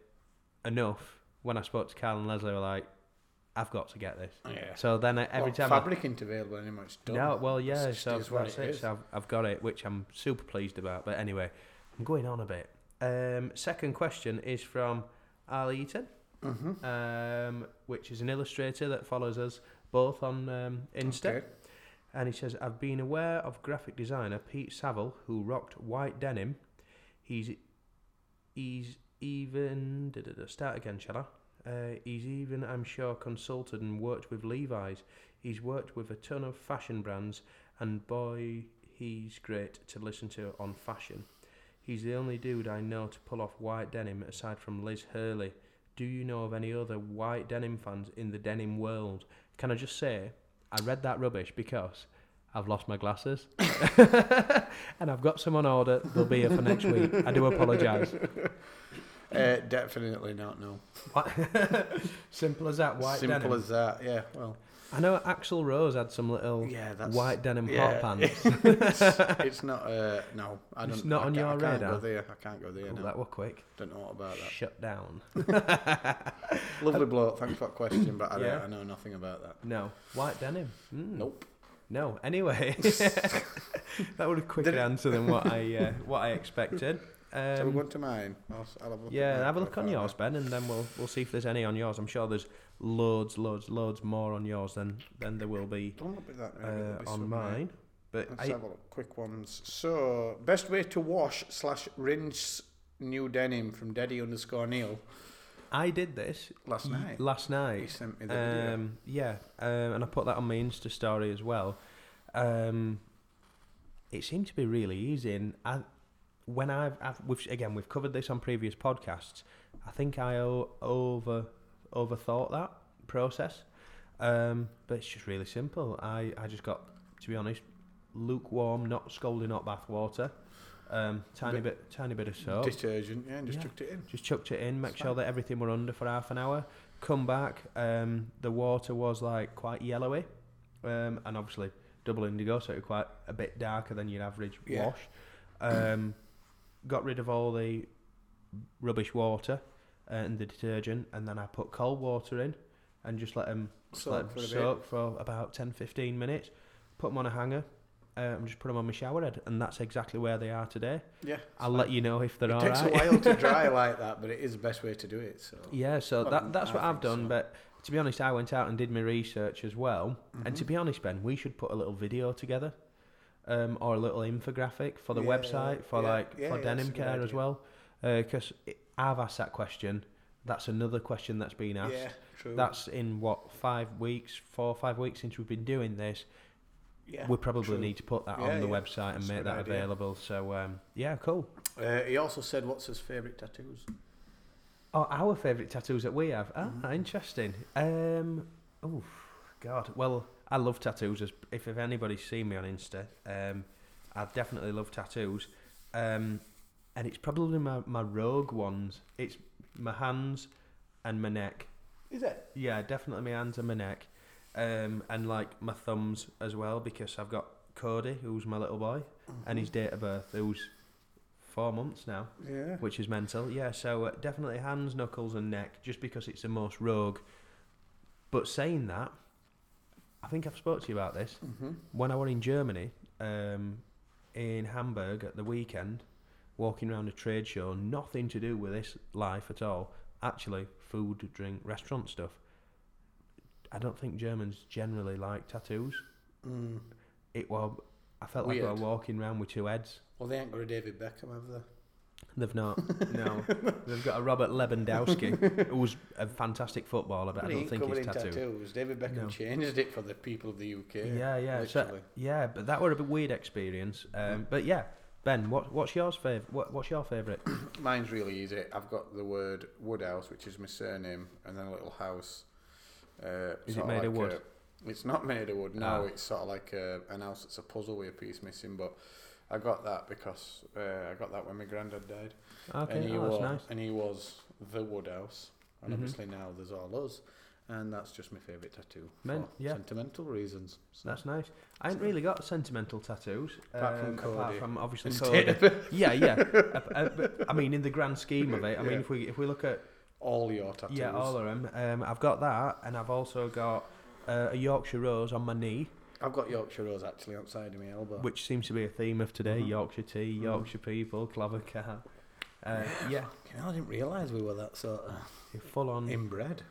[SPEAKER 2] enough when I spoke to Carl and Leslie, I were like, I've got to get this.
[SPEAKER 3] Yeah.
[SPEAKER 2] So then I, every
[SPEAKER 3] Well,
[SPEAKER 2] time I-
[SPEAKER 3] fabric ain't available anymore. It's done.
[SPEAKER 2] no, well, yeah,
[SPEAKER 3] It's-
[SPEAKER 2] so
[SPEAKER 3] it is what
[SPEAKER 2] that's
[SPEAKER 3] it
[SPEAKER 2] it.
[SPEAKER 3] is.
[SPEAKER 2] So I've, I've got it, which I'm super pleased about. But anyway, I'm going on a bit. Um, second question is from Al Eaton,
[SPEAKER 3] Mm-hmm.
[SPEAKER 2] um, which is an illustrator that follows us both on um, Insta.
[SPEAKER 3] Okay.
[SPEAKER 2] And he says, I've been aware of graphic designer Pete Saville, who rocked white denim. He's he's even da, da, da, start again, shall I? Uh, he's even, I'm sure, consulted and worked with Levi's. He's worked with a ton of fashion brands, and boy, he's great to listen to on fashion. He's the only dude I know to pull off white denim aside from Liz Hurley. Do you know of any other white denim fans in the denim world? Can I just say, I read that rubbish because I've lost my glasses and I've got some on order. They'll be here for next week. I do apologise.
[SPEAKER 3] Uh, definitely not. No.
[SPEAKER 2] What? Simple as that. White
[SPEAKER 3] Simple
[SPEAKER 2] denim.
[SPEAKER 3] as that. Yeah. Well.
[SPEAKER 2] I know Axel Rose had some little
[SPEAKER 3] Yeah. That's
[SPEAKER 2] white denim
[SPEAKER 3] yeah.
[SPEAKER 2] hot pants.
[SPEAKER 3] it's, it's not. Uh, no. I don't.
[SPEAKER 2] It's not
[SPEAKER 3] I
[SPEAKER 2] on
[SPEAKER 3] ca-
[SPEAKER 2] your
[SPEAKER 3] I can't Go
[SPEAKER 2] radar?
[SPEAKER 3] there. I can't go there.
[SPEAKER 2] Oh,
[SPEAKER 3] no.
[SPEAKER 2] that were quick.
[SPEAKER 3] Don't know what about that.
[SPEAKER 2] Shut down.
[SPEAKER 3] Lovely bloke. Thanks for that question, but I,
[SPEAKER 2] Yeah. Hmm.
[SPEAKER 3] don't, I know nothing about that.
[SPEAKER 2] No, white denim. Mm,
[SPEAKER 3] Nope.
[SPEAKER 2] No. Anyway, that was a quicker answer than what I uh, what I expected.
[SPEAKER 3] So we
[SPEAKER 2] Um,
[SPEAKER 3] went to mine. I'll, s- I'll have a look at
[SPEAKER 2] yeah,
[SPEAKER 3] my
[SPEAKER 2] have a look on
[SPEAKER 3] profile.
[SPEAKER 2] yours, Ben, and then we'll we'll see if there's any on yours. I'm sure there's loads, loads, loads more on yours than than there will be
[SPEAKER 3] Don't look at that. Maybe
[SPEAKER 2] uh,
[SPEAKER 3] there'll be
[SPEAKER 2] on
[SPEAKER 3] some, uh,
[SPEAKER 2] mine. But
[SPEAKER 3] Let's
[SPEAKER 2] I,
[SPEAKER 3] have a look. Quick ones. So, best way to wash slash rinse new denim from Daddy underscore Neil
[SPEAKER 2] I did this
[SPEAKER 3] last
[SPEAKER 2] y-
[SPEAKER 3] night.
[SPEAKER 2] Last night.
[SPEAKER 3] He sent me the video.
[SPEAKER 2] um, Yeah, um, and I put that on my Insta story as well. Um, it seemed to be really easy, and I, when I've, I've we've, again we've covered this on previous podcasts. I think I o- over overthought that process, um, but it's just really simple. I I just got to be honest, lukewarm, not scalding hot bath water, um, tiny bit, tiny bit of soap.
[SPEAKER 3] Detergent, yeah, and just
[SPEAKER 2] Oh. Yeah.
[SPEAKER 3] chucked it in.
[SPEAKER 2] Just chucked it in, make sure that everything were under for half an hour. Come back, um, the water was like quite yellowy, um, and obviously double indigo, so it was quite a bit darker than your average
[SPEAKER 3] Yeah.
[SPEAKER 2] wash. Um, got rid of all the rubbish water and the detergent, and then I put cold water in and just let them soak,
[SPEAKER 3] Soak for
[SPEAKER 2] for,
[SPEAKER 3] a bit.
[SPEAKER 2] soak for about 10 15 minutes, put them on a hanger, um, just put them on my shower head, and that's exactly where they are today.
[SPEAKER 3] Yeah.
[SPEAKER 2] I'll let you know if they're
[SPEAKER 3] It
[SPEAKER 2] all
[SPEAKER 3] takes
[SPEAKER 2] right.
[SPEAKER 3] a while to dry like that, but it is the best way to do it. So
[SPEAKER 2] Yeah, so that, that's
[SPEAKER 3] I
[SPEAKER 2] what I've
[SPEAKER 3] think
[SPEAKER 2] done.
[SPEAKER 3] so.
[SPEAKER 2] But to be honest, I went out and did my research as well. And to
[SPEAKER 3] Mm-hmm.
[SPEAKER 2] be honest, Ben, we should put a little video together um, or a little infographic for the
[SPEAKER 3] Yeah,
[SPEAKER 2] website for
[SPEAKER 3] yeah,
[SPEAKER 2] like
[SPEAKER 3] yeah,
[SPEAKER 2] for
[SPEAKER 3] yeah, that's a
[SPEAKER 2] denim
[SPEAKER 3] good
[SPEAKER 2] care as
[SPEAKER 3] idea.
[SPEAKER 2] well. Because I've asked that question. That's another question that's been asked.
[SPEAKER 3] Yeah, true.
[SPEAKER 2] That's in what five weeks, four or five weeks since we've been doing this.
[SPEAKER 3] yeah,
[SPEAKER 2] we probably
[SPEAKER 3] true.
[SPEAKER 2] need to put that
[SPEAKER 3] Yeah,
[SPEAKER 2] on the
[SPEAKER 3] yeah,
[SPEAKER 2] website and
[SPEAKER 3] that's a
[SPEAKER 2] make
[SPEAKER 3] good
[SPEAKER 2] that
[SPEAKER 3] idea.
[SPEAKER 2] available. So um, yeah, cool.
[SPEAKER 3] Uh, he also said, "What's his favourite tattoos?"
[SPEAKER 2] Oh, our favourite tattoos that we have. Ah, interesting. Um, oh, God. Well, I love tattoos. As if, if anybody's seen me on Insta, um, I definitely love tattoos. Um, and it's probably my, my rogue ones. It's my hands and my neck.
[SPEAKER 3] Is it?
[SPEAKER 2] Yeah, definitely my hands and my neck, um, and like my thumbs as well because I've got Cody, who's my little boy, and his date of birth, who's four months now
[SPEAKER 3] Yeah.
[SPEAKER 2] which is mental. Yeah, so uh, definitely hands, knuckles, and neck, just because it's the most rogue. But saying that, I think I've spoke to you about this.
[SPEAKER 3] Mm-hmm.
[SPEAKER 2] When I were in Germany, um, in Hamburg at the weekend, walking around a trade show, nothing to do with this life at all. Actually, food, drink, restaurant stuff. I don't think Germans generally like tattoos. It was. I felt like I
[SPEAKER 3] Mm. Weird.
[SPEAKER 2] was walking around with two heads.
[SPEAKER 3] Well, they ain't got a David Beckham, have they?
[SPEAKER 2] They've not. No, they've got a Robert Lewandowski, who was a fantastic footballer, but I
[SPEAKER 3] He
[SPEAKER 2] don't
[SPEAKER 3] ain't
[SPEAKER 2] think
[SPEAKER 3] covered
[SPEAKER 2] he's
[SPEAKER 3] in
[SPEAKER 2] tattooed.
[SPEAKER 3] tattoos. David Beckham
[SPEAKER 2] No.
[SPEAKER 3] changed it for the people of the UK.
[SPEAKER 2] Yeah, yeah, so,
[SPEAKER 3] literally. Mm-hmm.
[SPEAKER 2] yeah. But that were a bit weird experience. Um, but yeah, Ben, what, what's yours favorite? What, what's your favorite?
[SPEAKER 3] Mine's really easy. I've got the word Woodhouse, which is my surname, and then a little house. Uh,
[SPEAKER 2] Is
[SPEAKER 3] sort
[SPEAKER 2] it made
[SPEAKER 3] like
[SPEAKER 2] of wood?
[SPEAKER 3] A, it's not made of wood. No,
[SPEAKER 2] Ah.
[SPEAKER 3] it's sort of like a, an house that's a puzzle with a piece missing. But I got that because uh, I got that when my granddad died.
[SPEAKER 2] Okay,
[SPEAKER 3] and he
[SPEAKER 2] oh, that's
[SPEAKER 3] was,
[SPEAKER 2] nice. Mm-hmm.
[SPEAKER 3] And he was the Woodhouse, and obviously now there's all us, and that's just my favourite tattoo
[SPEAKER 2] Men-
[SPEAKER 3] for
[SPEAKER 2] yeah.
[SPEAKER 3] sentimental reasons. So
[SPEAKER 2] That's nice. I ain't really got sentimental tattoos.
[SPEAKER 3] Apart from
[SPEAKER 2] um,
[SPEAKER 3] Cody.
[SPEAKER 2] Apart from obviously
[SPEAKER 3] His
[SPEAKER 2] Cody.
[SPEAKER 3] tape.
[SPEAKER 2] yeah, yeah. Ap- uh, but, I mean, in the grand scheme of it, I mean,
[SPEAKER 3] Yeah.
[SPEAKER 2] if we if we look at
[SPEAKER 3] all your tattoos.
[SPEAKER 2] yeah, all of them, um, I've got that, and I've also got uh, a Yorkshire rose on my knee.
[SPEAKER 3] I've got Yorkshire Rose actually outside of my elbow.
[SPEAKER 2] which seems to be a theme of today
[SPEAKER 3] Mm-hmm.
[SPEAKER 2] Yorkshire tea, Yorkshire people, clever cat. Uh, yeah,
[SPEAKER 3] Fucking hell, I didn't realise we were that sort of
[SPEAKER 2] full on
[SPEAKER 3] inbred.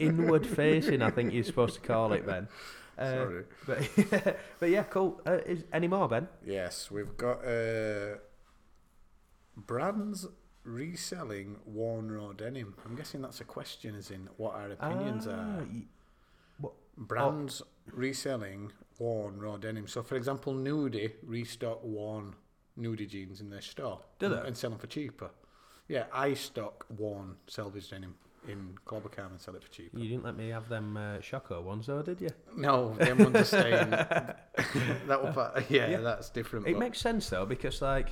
[SPEAKER 2] inward facing, I think you're supposed to call it, Ben. Uh,
[SPEAKER 3] Sorry.
[SPEAKER 2] But, but yeah, cool. Uh, is, any more, Ben?
[SPEAKER 3] Yes, we've got uh, brands reselling worn raw denim. I'm guessing that's a question, as in what our opinions
[SPEAKER 2] Ah,
[SPEAKER 3] are.
[SPEAKER 2] y- what-
[SPEAKER 3] Brands reselling worn raw denim. So, for example, Nudie restock worn nudie jeans in their store.
[SPEAKER 2] Do they?
[SPEAKER 3] And sell them for cheaper. Yeah, I stock worn Selvedge denim in Clobbercam and sell it for cheaper.
[SPEAKER 2] You didn't let me have them uh, Shoko ones, though, did you?
[SPEAKER 3] No, them ones are staying. that will, pa- yeah, that's different.
[SPEAKER 2] It
[SPEAKER 3] but-
[SPEAKER 2] makes sense, though, because, like,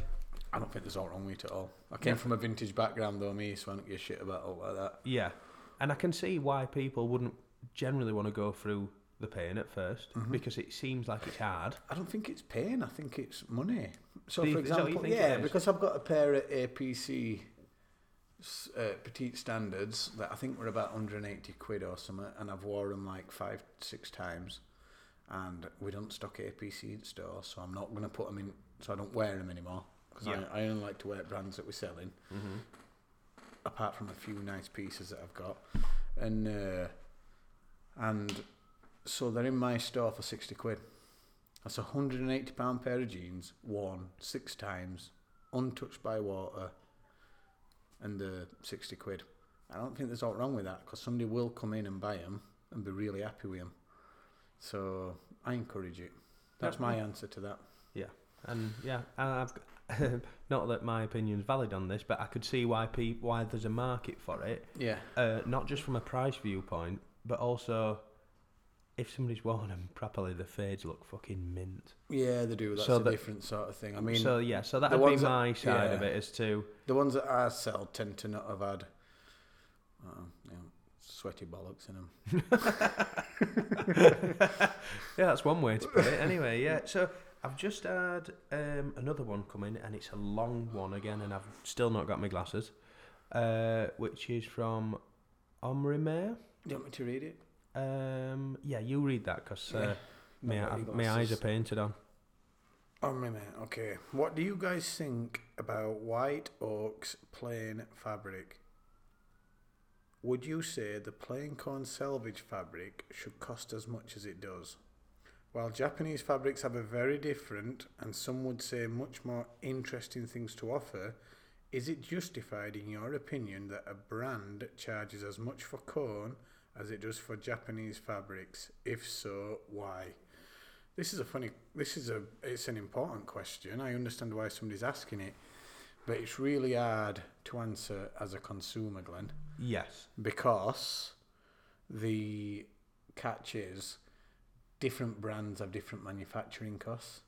[SPEAKER 3] I don't think there's all wrong with it at all. I came from a vintage background though, me, so I don't give a shit about all like that.
[SPEAKER 2] yeah. And I can see why people wouldn't generally want to go through the pain at 1st because it seems like it's hard.
[SPEAKER 3] I don't think it's pain. I think it's money. So,
[SPEAKER 2] Do you-
[SPEAKER 3] for
[SPEAKER 2] is that what you
[SPEAKER 3] example,
[SPEAKER 2] think it
[SPEAKER 3] yeah,
[SPEAKER 2] is?
[SPEAKER 3] because I've got a pair of APC s- uh, petite standards that I think were about 180 quid or something, and I've worn them like five, six times. And we don't stock APC in store, so I'm not going to put them in. So I don't wear them anymore because
[SPEAKER 2] Yeah. Mm-hmm.
[SPEAKER 3] I, I only like to wear brands that we're selling. Apart from a few nice pieces that I've got, and uh, and so they're in my store for 60 quid. That's a hundred and eighty pound pair of jeans, worn six times, untouched by water, and the sixty quid. I don't think there's all wrong with that because somebody will come in and buy them and be really happy with them. So I encourage it. That's my answer to that.
[SPEAKER 2] Yeah, and yeah, and I've g- not that my opinion's valid on this, but I could see why pe- why there's a market for it.
[SPEAKER 3] Yeah.
[SPEAKER 2] Uh, not just from a price viewpoint, but also if somebody's worn them properly, the fades look fucking mint.
[SPEAKER 3] Yeah, they do. That's
[SPEAKER 2] So
[SPEAKER 3] a
[SPEAKER 2] the-
[SPEAKER 3] different sort of thing. I mean,
[SPEAKER 2] so yeah, so that'd be
[SPEAKER 3] ones that-
[SPEAKER 2] my side of
[SPEAKER 3] yeah.
[SPEAKER 2] it as to
[SPEAKER 3] the ones that I sell tend to not have had uh, you know, sweaty bollocks in them.
[SPEAKER 2] yeah, that's one way to put it. Anyway, yeah. So I've just had um, another one come in, and it's a long one again, and I've still not got my glasses, uh, which is from Omri Mayer.
[SPEAKER 3] Do you want me to read it?
[SPEAKER 2] Um, yeah, you read that because uh, my,
[SPEAKER 3] not really
[SPEAKER 2] I- my eyes are
[SPEAKER 3] glasses.
[SPEAKER 2] painted on.
[SPEAKER 3] Oh, my man. Okay. What do you guys think about white oak's plain fabric? Would you say the plain corn selvage fabric should cost as much as it does? While Japanese fabrics have a very different and some would say much more interesting things to offer, is it justified in your opinion that a brand charges as much for corn as it does for Japanese fabrics? If so, why? This is a funny. This is a. It's an important question. I understand why somebody's asking it, but it's really hard to answer as a consumer, Glenn,
[SPEAKER 2] Yes.
[SPEAKER 3] because the catch is different brands have different manufacturing costs.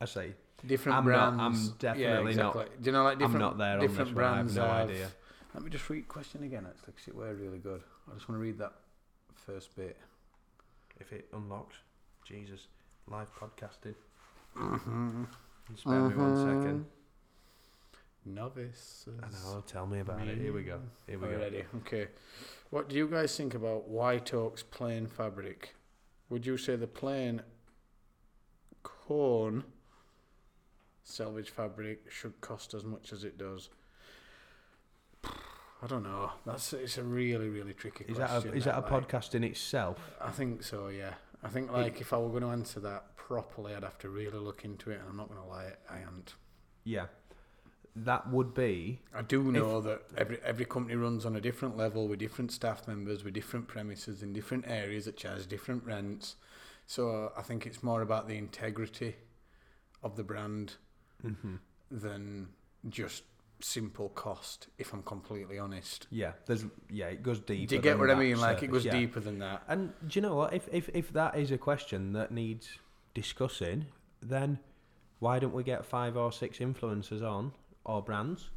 [SPEAKER 2] I see.
[SPEAKER 3] Different
[SPEAKER 2] I'm not-
[SPEAKER 3] brands.
[SPEAKER 2] I'm definitely not-
[SPEAKER 3] Do you know like
[SPEAKER 2] I'm
[SPEAKER 3] different?
[SPEAKER 2] not there on
[SPEAKER 3] different
[SPEAKER 2] this one, I have
[SPEAKER 3] brands
[SPEAKER 2] no
[SPEAKER 3] have-
[SPEAKER 2] idea.
[SPEAKER 3] Let me just read question again. Actually, 'cause it were really good. I just want to read that first bit.
[SPEAKER 2] If it unlocks, Jesus, live podcasting.
[SPEAKER 3] Mm-hmm.
[SPEAKER 2] Just Spare me one second.
[SPEAKER 3] Novices.
[SPEAKER 2] I know. Tell me about it. Here we go. Here we go.
[SPEAKER 3] Already. Okay. What do you guys think about White Oak's plain fabric? Would you say the plain corn selvage fabric should cost as much as it does? I don't know. That's it's a really really tricky
[SPEAKER 2] Is that
[SPEAKER 3] question.
[SPEAKER 2] a, is that a
[SPEAKER 3] like.
[SPEAKER 2] podcast in itself?
[SPEAKER 3] I think so. Yeah. I think like if I were going to answer that properly, I'd have to really look into it, and I'm not going to lie, I haven't.
[SPEAKER 2] Yeah. That would be
[SPEAKER 3] I do know that every every company runs on a different level with different staff members, with different premises in different areas that charge different rents. So I think it's more about the integrity of the brand
[SPEAKER 2] Mm-hmm.
[SPEAKER 3] than just simple cost. If I'm completely honest,
[SPEAKER 2] yeah. There's yeah. It goes deeper.
[SPEAKER 3] do you get
[SPEAKER 2] than
[SPEAKER 3] what I
[SPEAKER 2] that
[SPEAKER 3] mean? Like it
[SPEAKER 2] surface,
[SPEAKER 3] goes
[SPEAKER 2] yeah.
[SPEAKER 3] deeper than that.
[SPEAKER 2] And do you know what? If if if that is a question that needs discussing, then why don't we get five or six influencers on or brands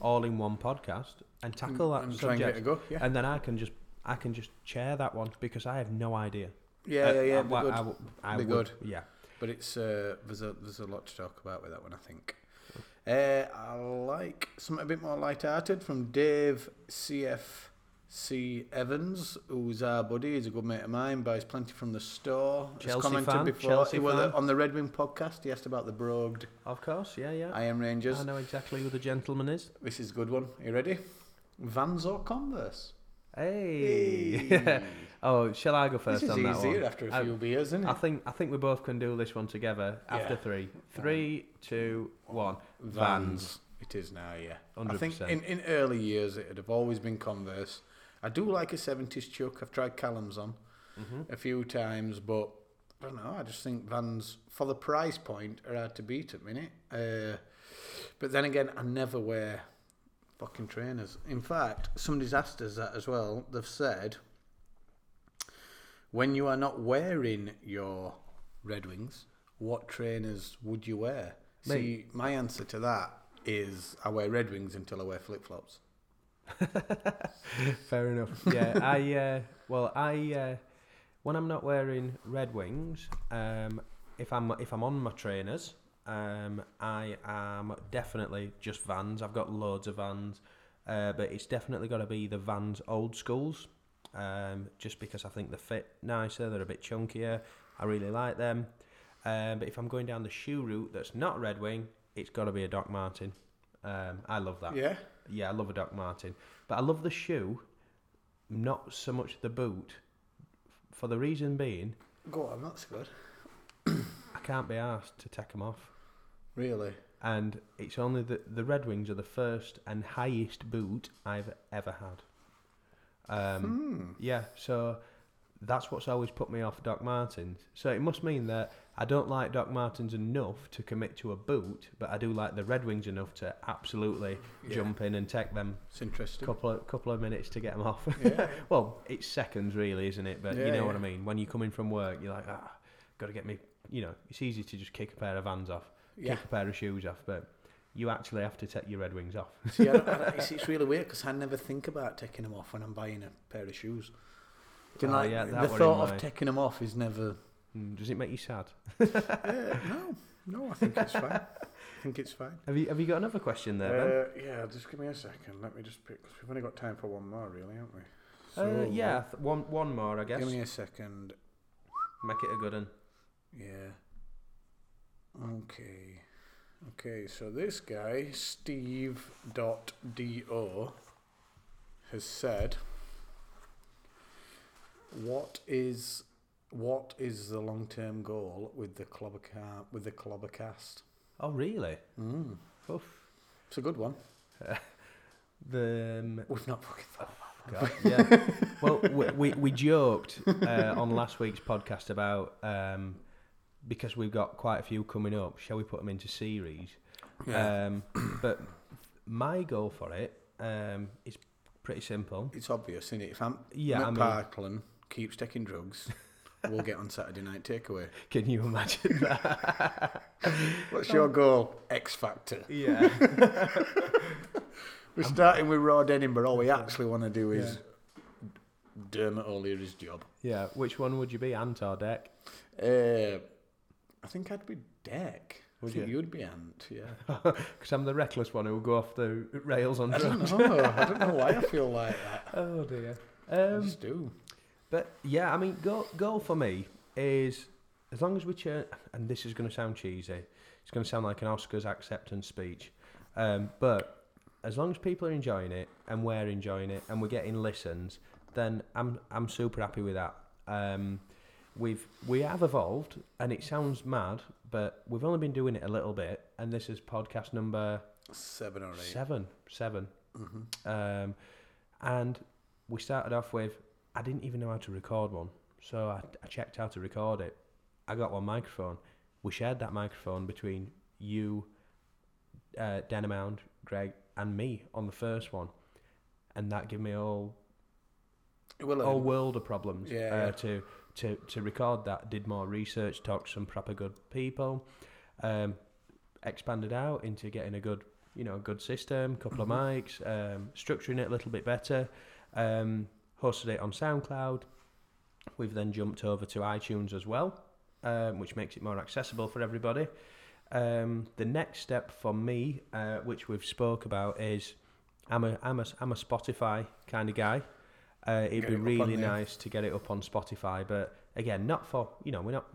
[SPEAKER 2] all in one podcast and tackle that
[SPEAKER 3] Mm-hmm. and try and
[SPEAKER 2] subject?
[SPEAKER 3] give it a go, yeah.
[SPEAKER 2] And then I can just I can just chair that one because I have no idea.
[SPEAKER 3] Yeah,
[SPEAKER 2] Uh,
[SPEAKER 3] yeah, yeah.
[SPEAKER 2] I-
[SPEAKER 3] it'd be
[SPEAKER 2] I-
[SPEAKER 3] good.
[SPEAKER 2] I w- I
[SPEAKER 3] Be
[SPEAKER 2] would-
[SPEAKER 3] good.
[SPEAKER 2] Yeah.
[SPEAKER 3] But it's uh, there's a there's a lot to talk about with that one, I think. Uh, I like something a bit more light-hearted from Dave CFC Evans, who's our buddy. He's a good mate of mine. Buys plenty from the store. He's
[SPEAKER 2] Chelsea fan, Chelsea
[SPEAKER 3] he was uh,
[SPEAKER 2] fan.
[SPEAKER 3] on the Red Wing podcast. He asked about the brogued
[SPEAKER 2] Of course. Yeah, yeah.
[SPEAKER 3] I am Rangers.
[SPEAKER 2] I know exactly who the gentleman is.
[SPEAKER 3] This is a good one. Are you ready? Vans or Converse?
[SPEAKER 2] Hey. oh, shall I go first
[SPEAKER 3] This is
[SPEAKER 2] on that one?
[SPEAKER 3] easier after a
[SPEAKER 2] I-
[SPEAKER 3] few beers, isn't it?
[SPEAKER 2] I think I think we both can do this one together after
[SPEAKER 3] Yeah.
[SPEAKER 2] three. Three, two, one.
[SPEAKER 3] Vans. It is now, yeah. I think
[SPEAKER 2] 100%.
[SPEAKER 3] in, in early years it would have always been Converse. I do like a 70s chuck. I've tried Callum's on a few times, but I don't know. I just think Vans, for the price point, are hard to beat at minute. Uh, but then again, I never wear fucking trainers. In fact, somebody's asked us that as well. They've said, when you are not wearing your Red Wings, what trainers would you wear? See, my answer to that is I wear Red Wings until I wear flip flops.
[SPEAKER 2] Fair enough. Yeah, I uh, well, I uh, when I'm not wearing Red Wings, um, if I'm if I'm on my trainers, um, I am definitely just Vans. I've got loads of Vans, uh, but it's definitely got to be the Vans old schools, um, just because I think they fit nicer. They're a bit chunkier. I really like them. Um, but if I'm going down the shoe route that's not Red Wing, it's got to be a Doc Martin. Um, I love that.
[SPEAKER 3] Yeah.
[SPEAKER 2] Yeah, I love a Doc Martin, but I love the shoe, not so much the boot. For the reason being,
[SPEAKER 3] Go on, that's good.
[SPEAKER 2] I can't be asked to take them off,
[SPEAKER 3] Really?
[SPEAKER 2] and it's only the the Red Wings are the first and highest boot I've ever had. Um, Yeah, so That's what's always put me off Doc Martens. So it must mean that I don't like Doc Martens enough to commit to a boot, but I do like the Red Wings enough to absolutely jump in and take them
[SPEAKER 3] It's interesting.
[SPEAKER 2] couple of, couple of minutes to get them off. well, it's seconds really, isn't it? But you
[SPEAKER 3] Yeah,
[SPEAKER 2] know what
[SPEAKER 3] yeah.
[SPEAKER 2] I mean. When you come in from work, you're like, ah, got to get me. You know, it's easy to just kick a pair of vans off,
[SPEAKER 3] Yeah.
[SPEAKER 2] kick a pair of shoes off, but you actually have to take your Red Wings off.
[SPEAKER 6] See, I, I, it's, it's really weird because I never think about taking them off when I'm buying a pair of shoes. Do you
[SPEAKER 3] Ah,
[SPEAKER 2] Oh,
[SPEAKER 6] know, like,
[SPEAKER 2] yeah, that
[SPEAKER 6] the
[SPEAKER 2] were in
[SPEAKER 6] thought of
[SPEAKER 2] my-
[SPEAKER 6] taking them off is never.
[SPEAKER 2] Mm, Does it make you sad?
[SPEAKER 3] no, no, I think it's fine. I think it's fine.
[SPEAKER 2] Have you Have you got another question there? Ben?
[SPEAKER 3] Uh, yeah, just give me a second. Let me just pick. Cause we've only got time for one more, really, haven't we?
[SPEAKER 2] uh, yeah, th- one one more, I guess.
[SPEAKER 3] Give me a second.
[SPEAKER 2] Make it a good one.
[SPEAKER 3] Yeah. Okay. Okay, so this guy, Steve dot Do, has said, "What is what is the long term goal with the club ca- with the clobbercast?"
[SPEAKER 2] Oh, really? Mm. Oof.
[SPEAKER 3] It's a good one.
[SPEAKER 2] The um,
[SPEAKER 3] We've not fucking thought.
[SPEAKER 2] God, yeah. well, we, we, we joked uh, on last week's podcast about um, because we've got quite a few coming up, shall we put them into series? Um, but my goal for it um, is pretty simple.
[SPEAKER 3] It's obvious, isn't it? If I'm
[SPEAKER 2] Yeah, I
[SPEAKER 3] Matt
[SPEAKER 2] mean-
[SPEAKER 3] Parkland keeps taking drugs, we'll get on Saturday night takeaway.
[SPEAKER 2] Can you imagine that?
[SPEAKER 3] What's your goal? X Factor.
[SPEAKER 2] yeah.
[SPEAKER 3] We're starting with Rod Edinburgh. All we actually want to do is Dermot O'Leary's job.
[SPEAKER 2] Yeah. Which one would you be, Ant or Deck?
[SPEAKER 3] Uh, I think I'd be Deck. I think
[SPEAKER 2] you?
[SPEAKER 3] would be Ant, yeah.
[SPEAKER 2] Because I'm the reckless one who will go off the rails on
[SPEAKER 3] I
[SPEAKER 2] drugs.
[SPEAKER 3] don't know. I don't know why I feel like that.
[SPEAKER 2] Oh dear.
[SPEAKER 3] I
[SPEAKER 2] Um,
[SPEAKER 3] just do.
[SPEAKER 2] But yeah, I mean, goal, goal for me is as long as we churn, and this is going to sound cheesy, it's going to sound like an Oscars acceptance speech, um, but as long as people are enjoying it and we're enjoying it and we're getting listens, then I'm I'm super happy with that. Um, we've we have evolved, and it sounds mad, but we've only been doing it a little bit, and this is podcast number
[SPEAKER 3] Seven or eight.
[SPEAKER 2] Seven, 7 Um, and we started off with I didn't even know how to record one, so I, I checked how to record it. I got one microphone. We shared that microphone between you, uh, Denimound, Greg, and me on the first one, and that gave me all
[SPEAKER 3] Well,
[SPEAKER 2] whole Oh, world of problems
[SPEAKER 3] Yeah,
[SPEAKER 2] uh,
[SPEAKER 3] yeah.
[SPEAKER 2] to to to record that. Did more research, talked to some proper good people, um, expanded out into getting a good you know a good system, couple of
[SPEAKER 3] Mm-hmm.
[SPEAKER 2] mics, um, structuring it a little bit better, um, hosted it on SoundCloud. We've then jumped over to iTunes as well, um, which makes it more accessible for everybody. Um, the next step for me, uh, which we've spoke about, is I'm a I'm a I'm a Spotify kind of guy. Uh, it'd be
[SPEAKER 3] it up on
[SPEAKER 2] really
[SPEAKER 3] there.
[SPEAKER 2] nice to get it up on Spotify, but again, not for you know we're not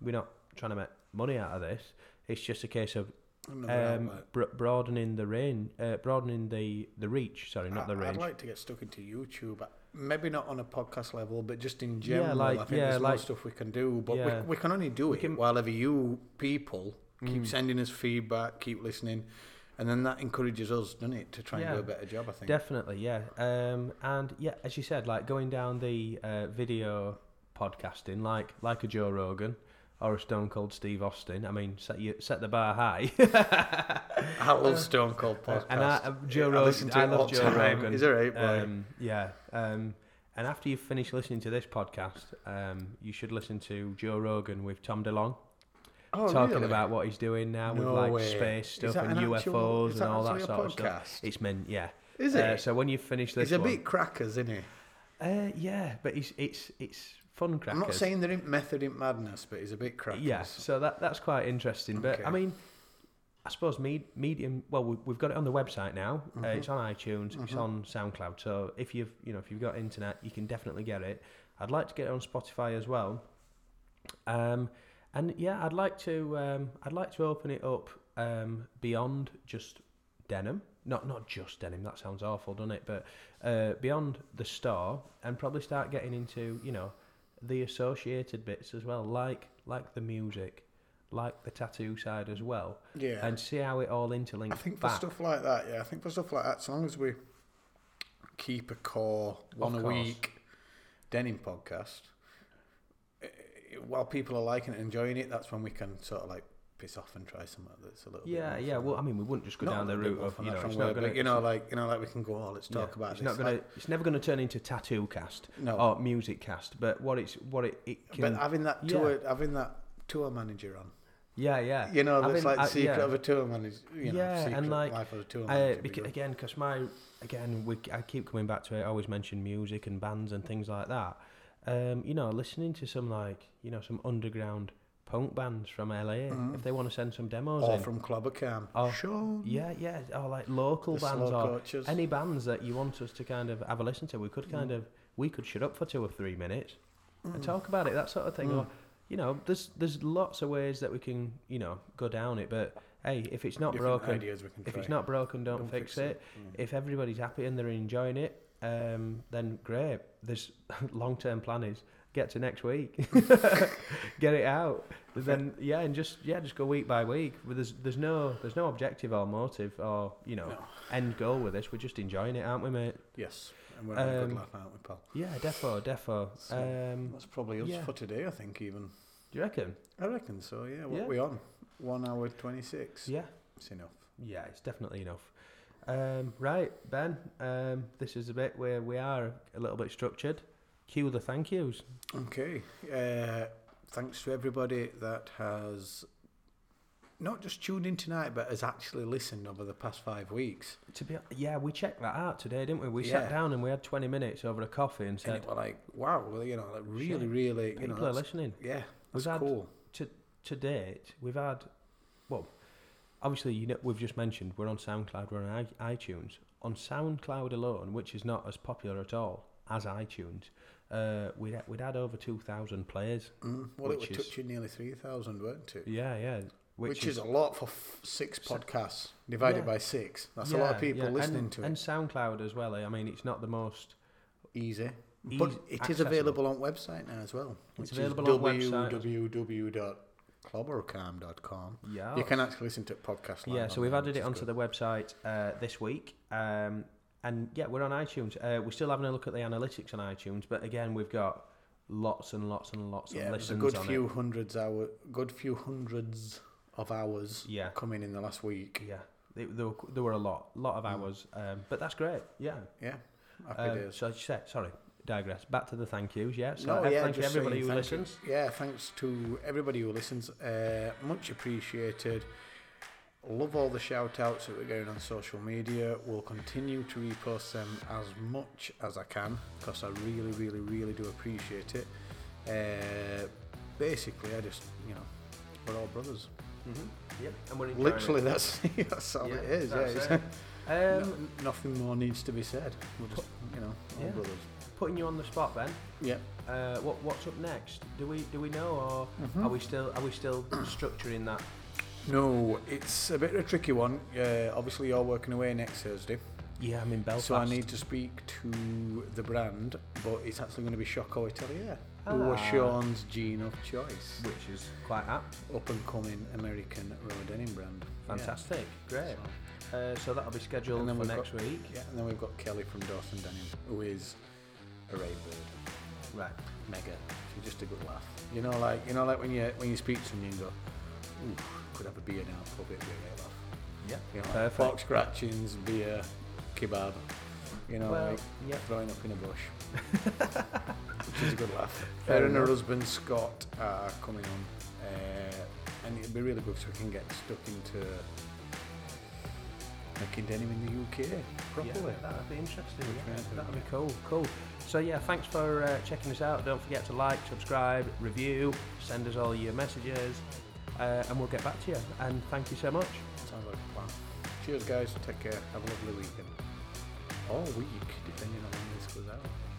[SPEAKER 2] we're not trying to make money out of this. It's just a case of
[SPEAKER 3] Another
[SPEAKER 2] um,
[SPEAKER 3] outlet.
[SPEAKER 2] bro- broadening the range, uh, broadening the the reach. Sorry, not the
[SPEAKER 3] I-
[SPEAKER 2] range.
[SPEAKER 3] I'd like to get stuck into YouTube. uh, Maybe not on a podcast level, but just in general. I
[SPEAKER 2] like-
[SPEAKER 3] think
[SPEAKER 2] yeah,
[SPEAKER 3] there's more
[SPEAKER 2] like-
[SPEAKER 3] stuff we can do, but
[SPEAKER 2] Yeah.
[SPEAKER 3] we, we can only do it while ever you people keep
[SPEAKER 2] Mm.
[SPEAKER 3] sending us feedback, keep listening, and then that encourages us, doesn't it, to try and
[SPEAKER 2] Yeah.
[SPEAKER 3] do a better job. I think.
[SPEAKER 2] Definitely, yeah. Um, and yeah, as you said, like going down the uh, video podcasting, like like a Joe Rogan or a Stone Cold Steve Austin. I mean, set you set the bar high.
[SPEAKER 3] I love Stone Cold podcast.
[SPEAKER 2] and I, uh, Joe
[SPEAKER 3] I listen
[SPEAKER 2] Rogan,
[SPEAKER 3] to
[SPEAKER 2] I
[SPEAKER 3] it all
[SPEAKER 2] love
[SPEAKER 3] the
[SPEAKER 2] Joe
[SPEAKER 3] time.
[SPEAKER 2] Rogan.
[SPEAKER 3] He's all right, boy.
[SPEAKER 2] Um, yeah. Um, and after you've finished listening to this podcast, um, you should listen to Joe Rogan with Tom DeLong.
[SPEAKER 3] Oh,
[SPEAKER 2] talking
[SPEAKER 3] really?
[SPEAKER 2] about what he's doing now
[SPEAKER 3] No
[SPEAKER 2] with like
[SPEAKER 3] way.
[SPEAKER 2] space
[SPEAKER 3] Is
[SPEAKER 2] stuff
[SPEAKER 3] that
[SPEAKER 2] and
[SPEAKER 3] an
[SPEAKER 2] UFOs
[SPEAKER 3] actual- is
[SPEAKER 2] and
[SPEAKER 3] that
[SPEAKER 2] all that
[SPEAKER 3] actually a
[SPEAKER 2] sort of stuff.
[SPEAKER 3] podcast?
[SPEAKER 2] It's meant, yeah.
[SPEAKER 3] Is
[SPEAKER 2] Uh,
[SPEAKER 3] it?
[SPEAKER 2] so when you finish this,
[SPEAKER 3] He's a
[SPEAKER 2] one-
[SPEAKER 3] bit crackers, isn't he?
[SPEAKER 2] uh, yeah, but it's it's it's fun crackers.
[SPEAKER 3] I'm not saying there ain't method in madness, but he's a bit crackers.
[SPEAKER 2] Yeah, so that that's quite interesting. But
[SPEAKER 3] Okay.
[SPEAKER 2] I mean, I suppose me, medium. Well, we, we've got it on the website now. Uh,
[SPEAKER 3] Mm-hmm.
[SPEAKER 2] it's on iTunes. It's on SoundCloud. So if you've you know if you've got internet, you can definitely get it. I'd like to get it on Spotify as well. Um, and yeah, I'd like to um, I'd like to open it up um, beyond just denim. Not not just denim. That sounds awful, doesn't it? But uh, beyond the store, and probably start getting into you know the associated bits as well, like like the music, like the tattoo side as well.
[SPEAKER 3] Yeah.
[SPEAKER 2] And see how it all interlinks.
[SPEAKER 3] I think for
[SPEAKER 2] back.
[SPEAKER 3] stuff like that, yeah, I think for stuff like that, as long as we keep a core one a
[SPEAKER 2] course.
[SPEAKER 3] week denim podcast, eh, while people are liking it and enjoying it, that's when we can sort of like piss off and try something that's a little
[SPEAKER 2] Yeah,
[SPEAKER 3] bit.
[SPEAKER 2] yeah. Well, I mean, we wouldn't just go
[SPEAKER 3] Not
[SPEAKER 2] down the
[SPEAKER 3] a
[SPEAKER 2] route
[SPEAKER 3] bit off
[SPEAKER 2] of
[SPEAKER 3] on
[SPEAKER 2] you
[SPEAKER 3] that
[SPEAKER 2] know,
[SPEAKER 3] front
[SPEAKER 2] it's
[SPEAKER 3] word,
[SPEAKER 2] not going
[SPEAKER 3] but you know, like you know, like we can go. Oh, let's talk about
[SPEAKER 2] it's
[SPEAKER 3] this.
[SPEAKER 2] not gonna.
[SPEAKER 3] Like,
[SPEAKER 2] it's never gonna turn into tattoo cast
[SPEAKER 3] No.
[SPEAKER 2] or music cast. But what it's what it, it can.
[SPEAKER 3] but having that
[SPEAKER 2] yeah.
[SPEAKER 3] tour, having that tour manager on,
[SPEAKER 2] yeah, yeah.
[SPEAKER 3] you know, that's
[SPEAKER 2] Having-
[SPEAKER 3] like
[SPEAKER 2] uh,
[SPEAKER 3] the secret
[SPEAKER 2] yeah.
[SPEAKER 3] of a tour manager. You know,
[SPEAKER 2] yeah,
[SPEAKER 3] secret
[SPEAKER 2] and like
[SPEAKER 3] life of a tour
[SPEAKER 2] uh,
[SPEAKER 3] manager.
[SPEAKER 2] because, again, because my again, we I keep coming back to it. I always mention music and bands and things like that. Um, you know, listening to some like you know some underground punk bands from LA if they want to send some demos
[SPEAKER 3] Mm-hmm. or
[SPEAKER 2] in.
[SPEAKER 3] from Clubber Cam.
[SPEAKER 2] Oh.
[SPEAKER 3] Sean.
[SPEAKER 2] yeah, yeah, or like local
[SPEAKER 3] The
[SPEAKER 2] bands
[SPEAKER 3] Slow
[SPEAKER 2] or
[SPEAKER 3] Coaches. Mm.
[SPEAKER 2] any bands that you want us to kind of have a listen to. We could kind of we could shut up for two or three minutes and talk about it, that sort of thing.
[SPEAKER 3] Mm.
[SPEAKER 2] Or you know, there's there's lots of ways that we can you know go down it, but. Hey, if it's not
[SPEAKER 3] Different
[SPEAKER 2] broken,
[SPEAKER 3] ideas we can
[SPEAKER 2] if it's
[SPEAKER 3] try.
[SPEAKER 2] not broken, don't,
[SPEAKER 3] Don't
[SPEAKER 2] fix,
[SPEAKER 3] fix Mm.
[SPEAKER 2] it. If everybody's happy and they're enjoying it, um, then great. There's long-term plan is get to next week, get it out. Then yeah, and just yeah, just go week by week. But There's there's no there's no objective or motive or you know end goal with this. We're just enjoying it, aren't we, mate?
[SPEAKER 3] Yes, and we're having a
[SPEAKER 2] Um,
[SPEAKER 3] good laugh, aren't we, pal?
[SPEAKER 2] Yeah, defo, defo. Um,
[SPEAKER 3] That's probably us
[SPEAKER 2] yeah.
[SPEAKER 3] for today, I think. Even
[SPEAKER 2] do you reckon?
[SPEAKER 3] mm, I reckon so. Yeah, what
[SPEAKER 2] Yeah.
[SPEAKER 3] we on? One hour twenty six.
[SPEAKER 2] Yeah,
[SPEAKER 3] it's enough.
[SPEAKER 2] yeah, it's definitely enough. Um, right, Ben. Um, this is a bit where we are a little bit structured. Cue the thank yous.
[SPEAKER 3] Okay. Uh, thanks to everybody that has not just tuned in tonight, but has actually listened over the past five weeks.
[SPEAKER 2] To be yeah, we checked that out today, didn't we? We
[SPEAKER 3] Yeah.
[SPEAKER 2] sat down and we had twenty minutes over a coffee and
[SPEAKER 3] And
[SPEAKER 2] said
[SPEAKER 3] it were like, wow, well, you know, like really, really, you know,
[SPEAKER 2] people are
[SPEAKER 3] that's-
[SPEAKER 2] listening.
[SPEAKER 3] Yeah,
[SPEAKER 2] We've
[SPEAKER 3] that's
[SPEAKER 2] had
[SPEAKER 3] cool.
[SPEAKER 2] to to date, we've had well, obviously you know we've just mentioned we're on SoundCloud, we're on i- iTunes. On SoundCloud alone, which is not as popular at all as iTunes, uh, we'd ha- we'd had over two thousand players.
[SPEAKER 3] Mm, Well, it
[SPEAKER 2] which
[SPEAKER 3] was
[SPEAKER 2] is-
[SPEAKER 3] touching nearly three thousand, weren't it?
[SPEAKER 2] Yeah, yeah.
[SPEAKER 3] Which, is, a lot for f- six podcasts divided by six. That's a lot of
[SPEAKER 2] yeah,
[SPEAKER 3] people
[SPEAKER 2] yeah,
[SPEAKER 3] listening
[SPEAKER 2] and,
[SPEAKER 3] to it.
[SPEAKER 2] and SoundCloud as well. eh? I mean, it's not the most
[SPEAKER 3] easy.
[SPEAKER 2] Easy-
[SPEAKER 3] But it is
[SPEAKER 2] accessible.
[SPEAKER 3] available on website now as well. Which
[SPEAKER 2] available
[SPEAKER 3] is
[SPEAKER 2] on website.
[SPEAKER 3] www.clubbercam.com.
[SPEAKER 2] Yeah.
[SPEAKER 3] You can actually listen to podcasts live
[SPEAKER 2] Yeah,
[SPEAKER 3] on
[SPEAKER 2] so we've
[SPEAKER 3] there,
[SPEAKER 2] added
[SPEAKER 3] which
[SPEAKER 2] it
[SPEAKER 3] is
[SPEAKER 2] onto
[SPEAKER 3] good.
[SPEAKER 2] the website uh, this week. Um, and yeah, we're on iTunes. Uh, we're still having a look at the analytics on iTunes, but again, we've got lots and lots and lots
[SPEAKER 3] yeah,
[SPEAKER 2] of
[SPEAKER 3] there's a
[SPEAKER 2] listens
[SPEAKER 3] good
[SPEAKER 2] on
[SPEAKER 3] few
[SPEAKER 2] it.
[SPEAKER 3] hundreds hour good few hundreds of hours
[SPEAKER 2] Yeah.
[SPEAKER 3] coming in the last week.
[SPEAKER 2] Yeah, they, there, were, there were a lot, lot of
[SPEAKER 3] Mm.
[SPEAKER 2] hours, um, but that's great. Yeah.
[SPEAKER 3] Yeah. Happy
[SPEAKER 2] Um,
[SPEAKER 3] days.
[SPEAKER 2] so I said, sorry, digress. Back to the thank yous. Yeah. So
[SPEAKER 3] No,
[SPEAKER 2] eh,
[SPEAKER 3] yeah,
[SPEAKER 2] thank you
[SPEAKER 3] just
[SPEAKER 2] everybody
[SPEAKER 3] saying
[SPEAKER 2] who
[SPEAKER 3] thank
[SPEAKER 2] listens.
[SPEAKER 3] You. Yeah, thanks to everybody who listens. Uh, much appreciated. Love all the shout outs that we're getting on social media. We'll continue to repost them as much as I can because I really, really, really do appreciate it. Uh, basically, I just, you know, we're all brothers.
[SPEAKER 2] Yep. And we're enjoying it.
[SPEAKER 3] Literally, that's, that's all it is. Yeah,
[SPEAKER 2] that's
[SPEAKER 3] it's,
[SPEAKER 2] it.
[SPEAKER 3] no-
[SPEAKER 2] Um,
[SPEAKER 3] nothing more needs to be said. We're just, you know, all
[SPEAKER 2] Yeah.
[SPEAKER 3] brothers.
[SPEAKER 2] Putting you on the spot, Ben.
[SPEAKER 3] Yep.
[SPEAKER 2] Uh, what what's up next? Do we do we know, or
[SPEAKER 3] Mm-hmm.
[SPEAKER 2] are we still are we still structuring that?
[SPEAKER 3] No, it's a bit of a tricky one. Uh, obviously, you're working away next Thursday,
[SPEAKER 2] Yeah, I'm in Belfast.
[SPEAKER 3] so I need to speak to the brand, but it's actually going to be Choco Atelier, who were
[SPEAKER 2] Ah.
[SPEAKER 3] Sean's gene of choice.
[SPEAKER 2] which is quite apt.
[SPEAKER 3] Up and coming American road denim brand. Yeah.
[SPEAKER 2] Fantastic, great. Uh, so that'll be scheduled
[SPEAKER 3] And then
[SPEAKER 2] for
[SPEAKER 3] we've
[SPEAKER 2] next
[SPEAKER 3] got-
[SPEAKER 2] week.
[SPEAKER 3] Yeah, and then we've got Kelly from Dawson Denim, who is a rave bird,
[SPEAKER 2] Right.
[SPEAKER 3] mega. She's just a good laugh. You know, like you know, like when you when you speak to someone, you go, "Ooh, could have a beer now, probably it'd be a rave laugh."
[SPEAKER 2] Yeah.
[SPEAKER 3] You know, like
[SPEAKER 2] Perfect.
[SPEAKER 3] fox scratchings, beer, kebab. You know,
[SPEAKER 2] Well,
[SPEAKER 3] like
[SPEAKER 2] yep.
[SPEAKER 3] throwing up in a bush. Which is a good laugh. Her and her husband Scott are coming on, uh, and it'd be really good so we can get stuck into making denim in the UK
[SPEAKER 2] Yeah,
[SPEAKER 3] properly.
[SPEAKER 2] that'd be interesting. yeah.
[SPEAKER 3] round of
[SPEAKER 2] That'd be cool. Cool. So yeah, thanks for uh, checking us out. Don't forget to like, subscribe, review, send us all your messages, uh, and we'll get back to you. And thank you so much.
[SPEAKER 3] Sounds like a plan. Cheers, guys. Take care. Have a lovely weekend. All week, depending on when this goes out.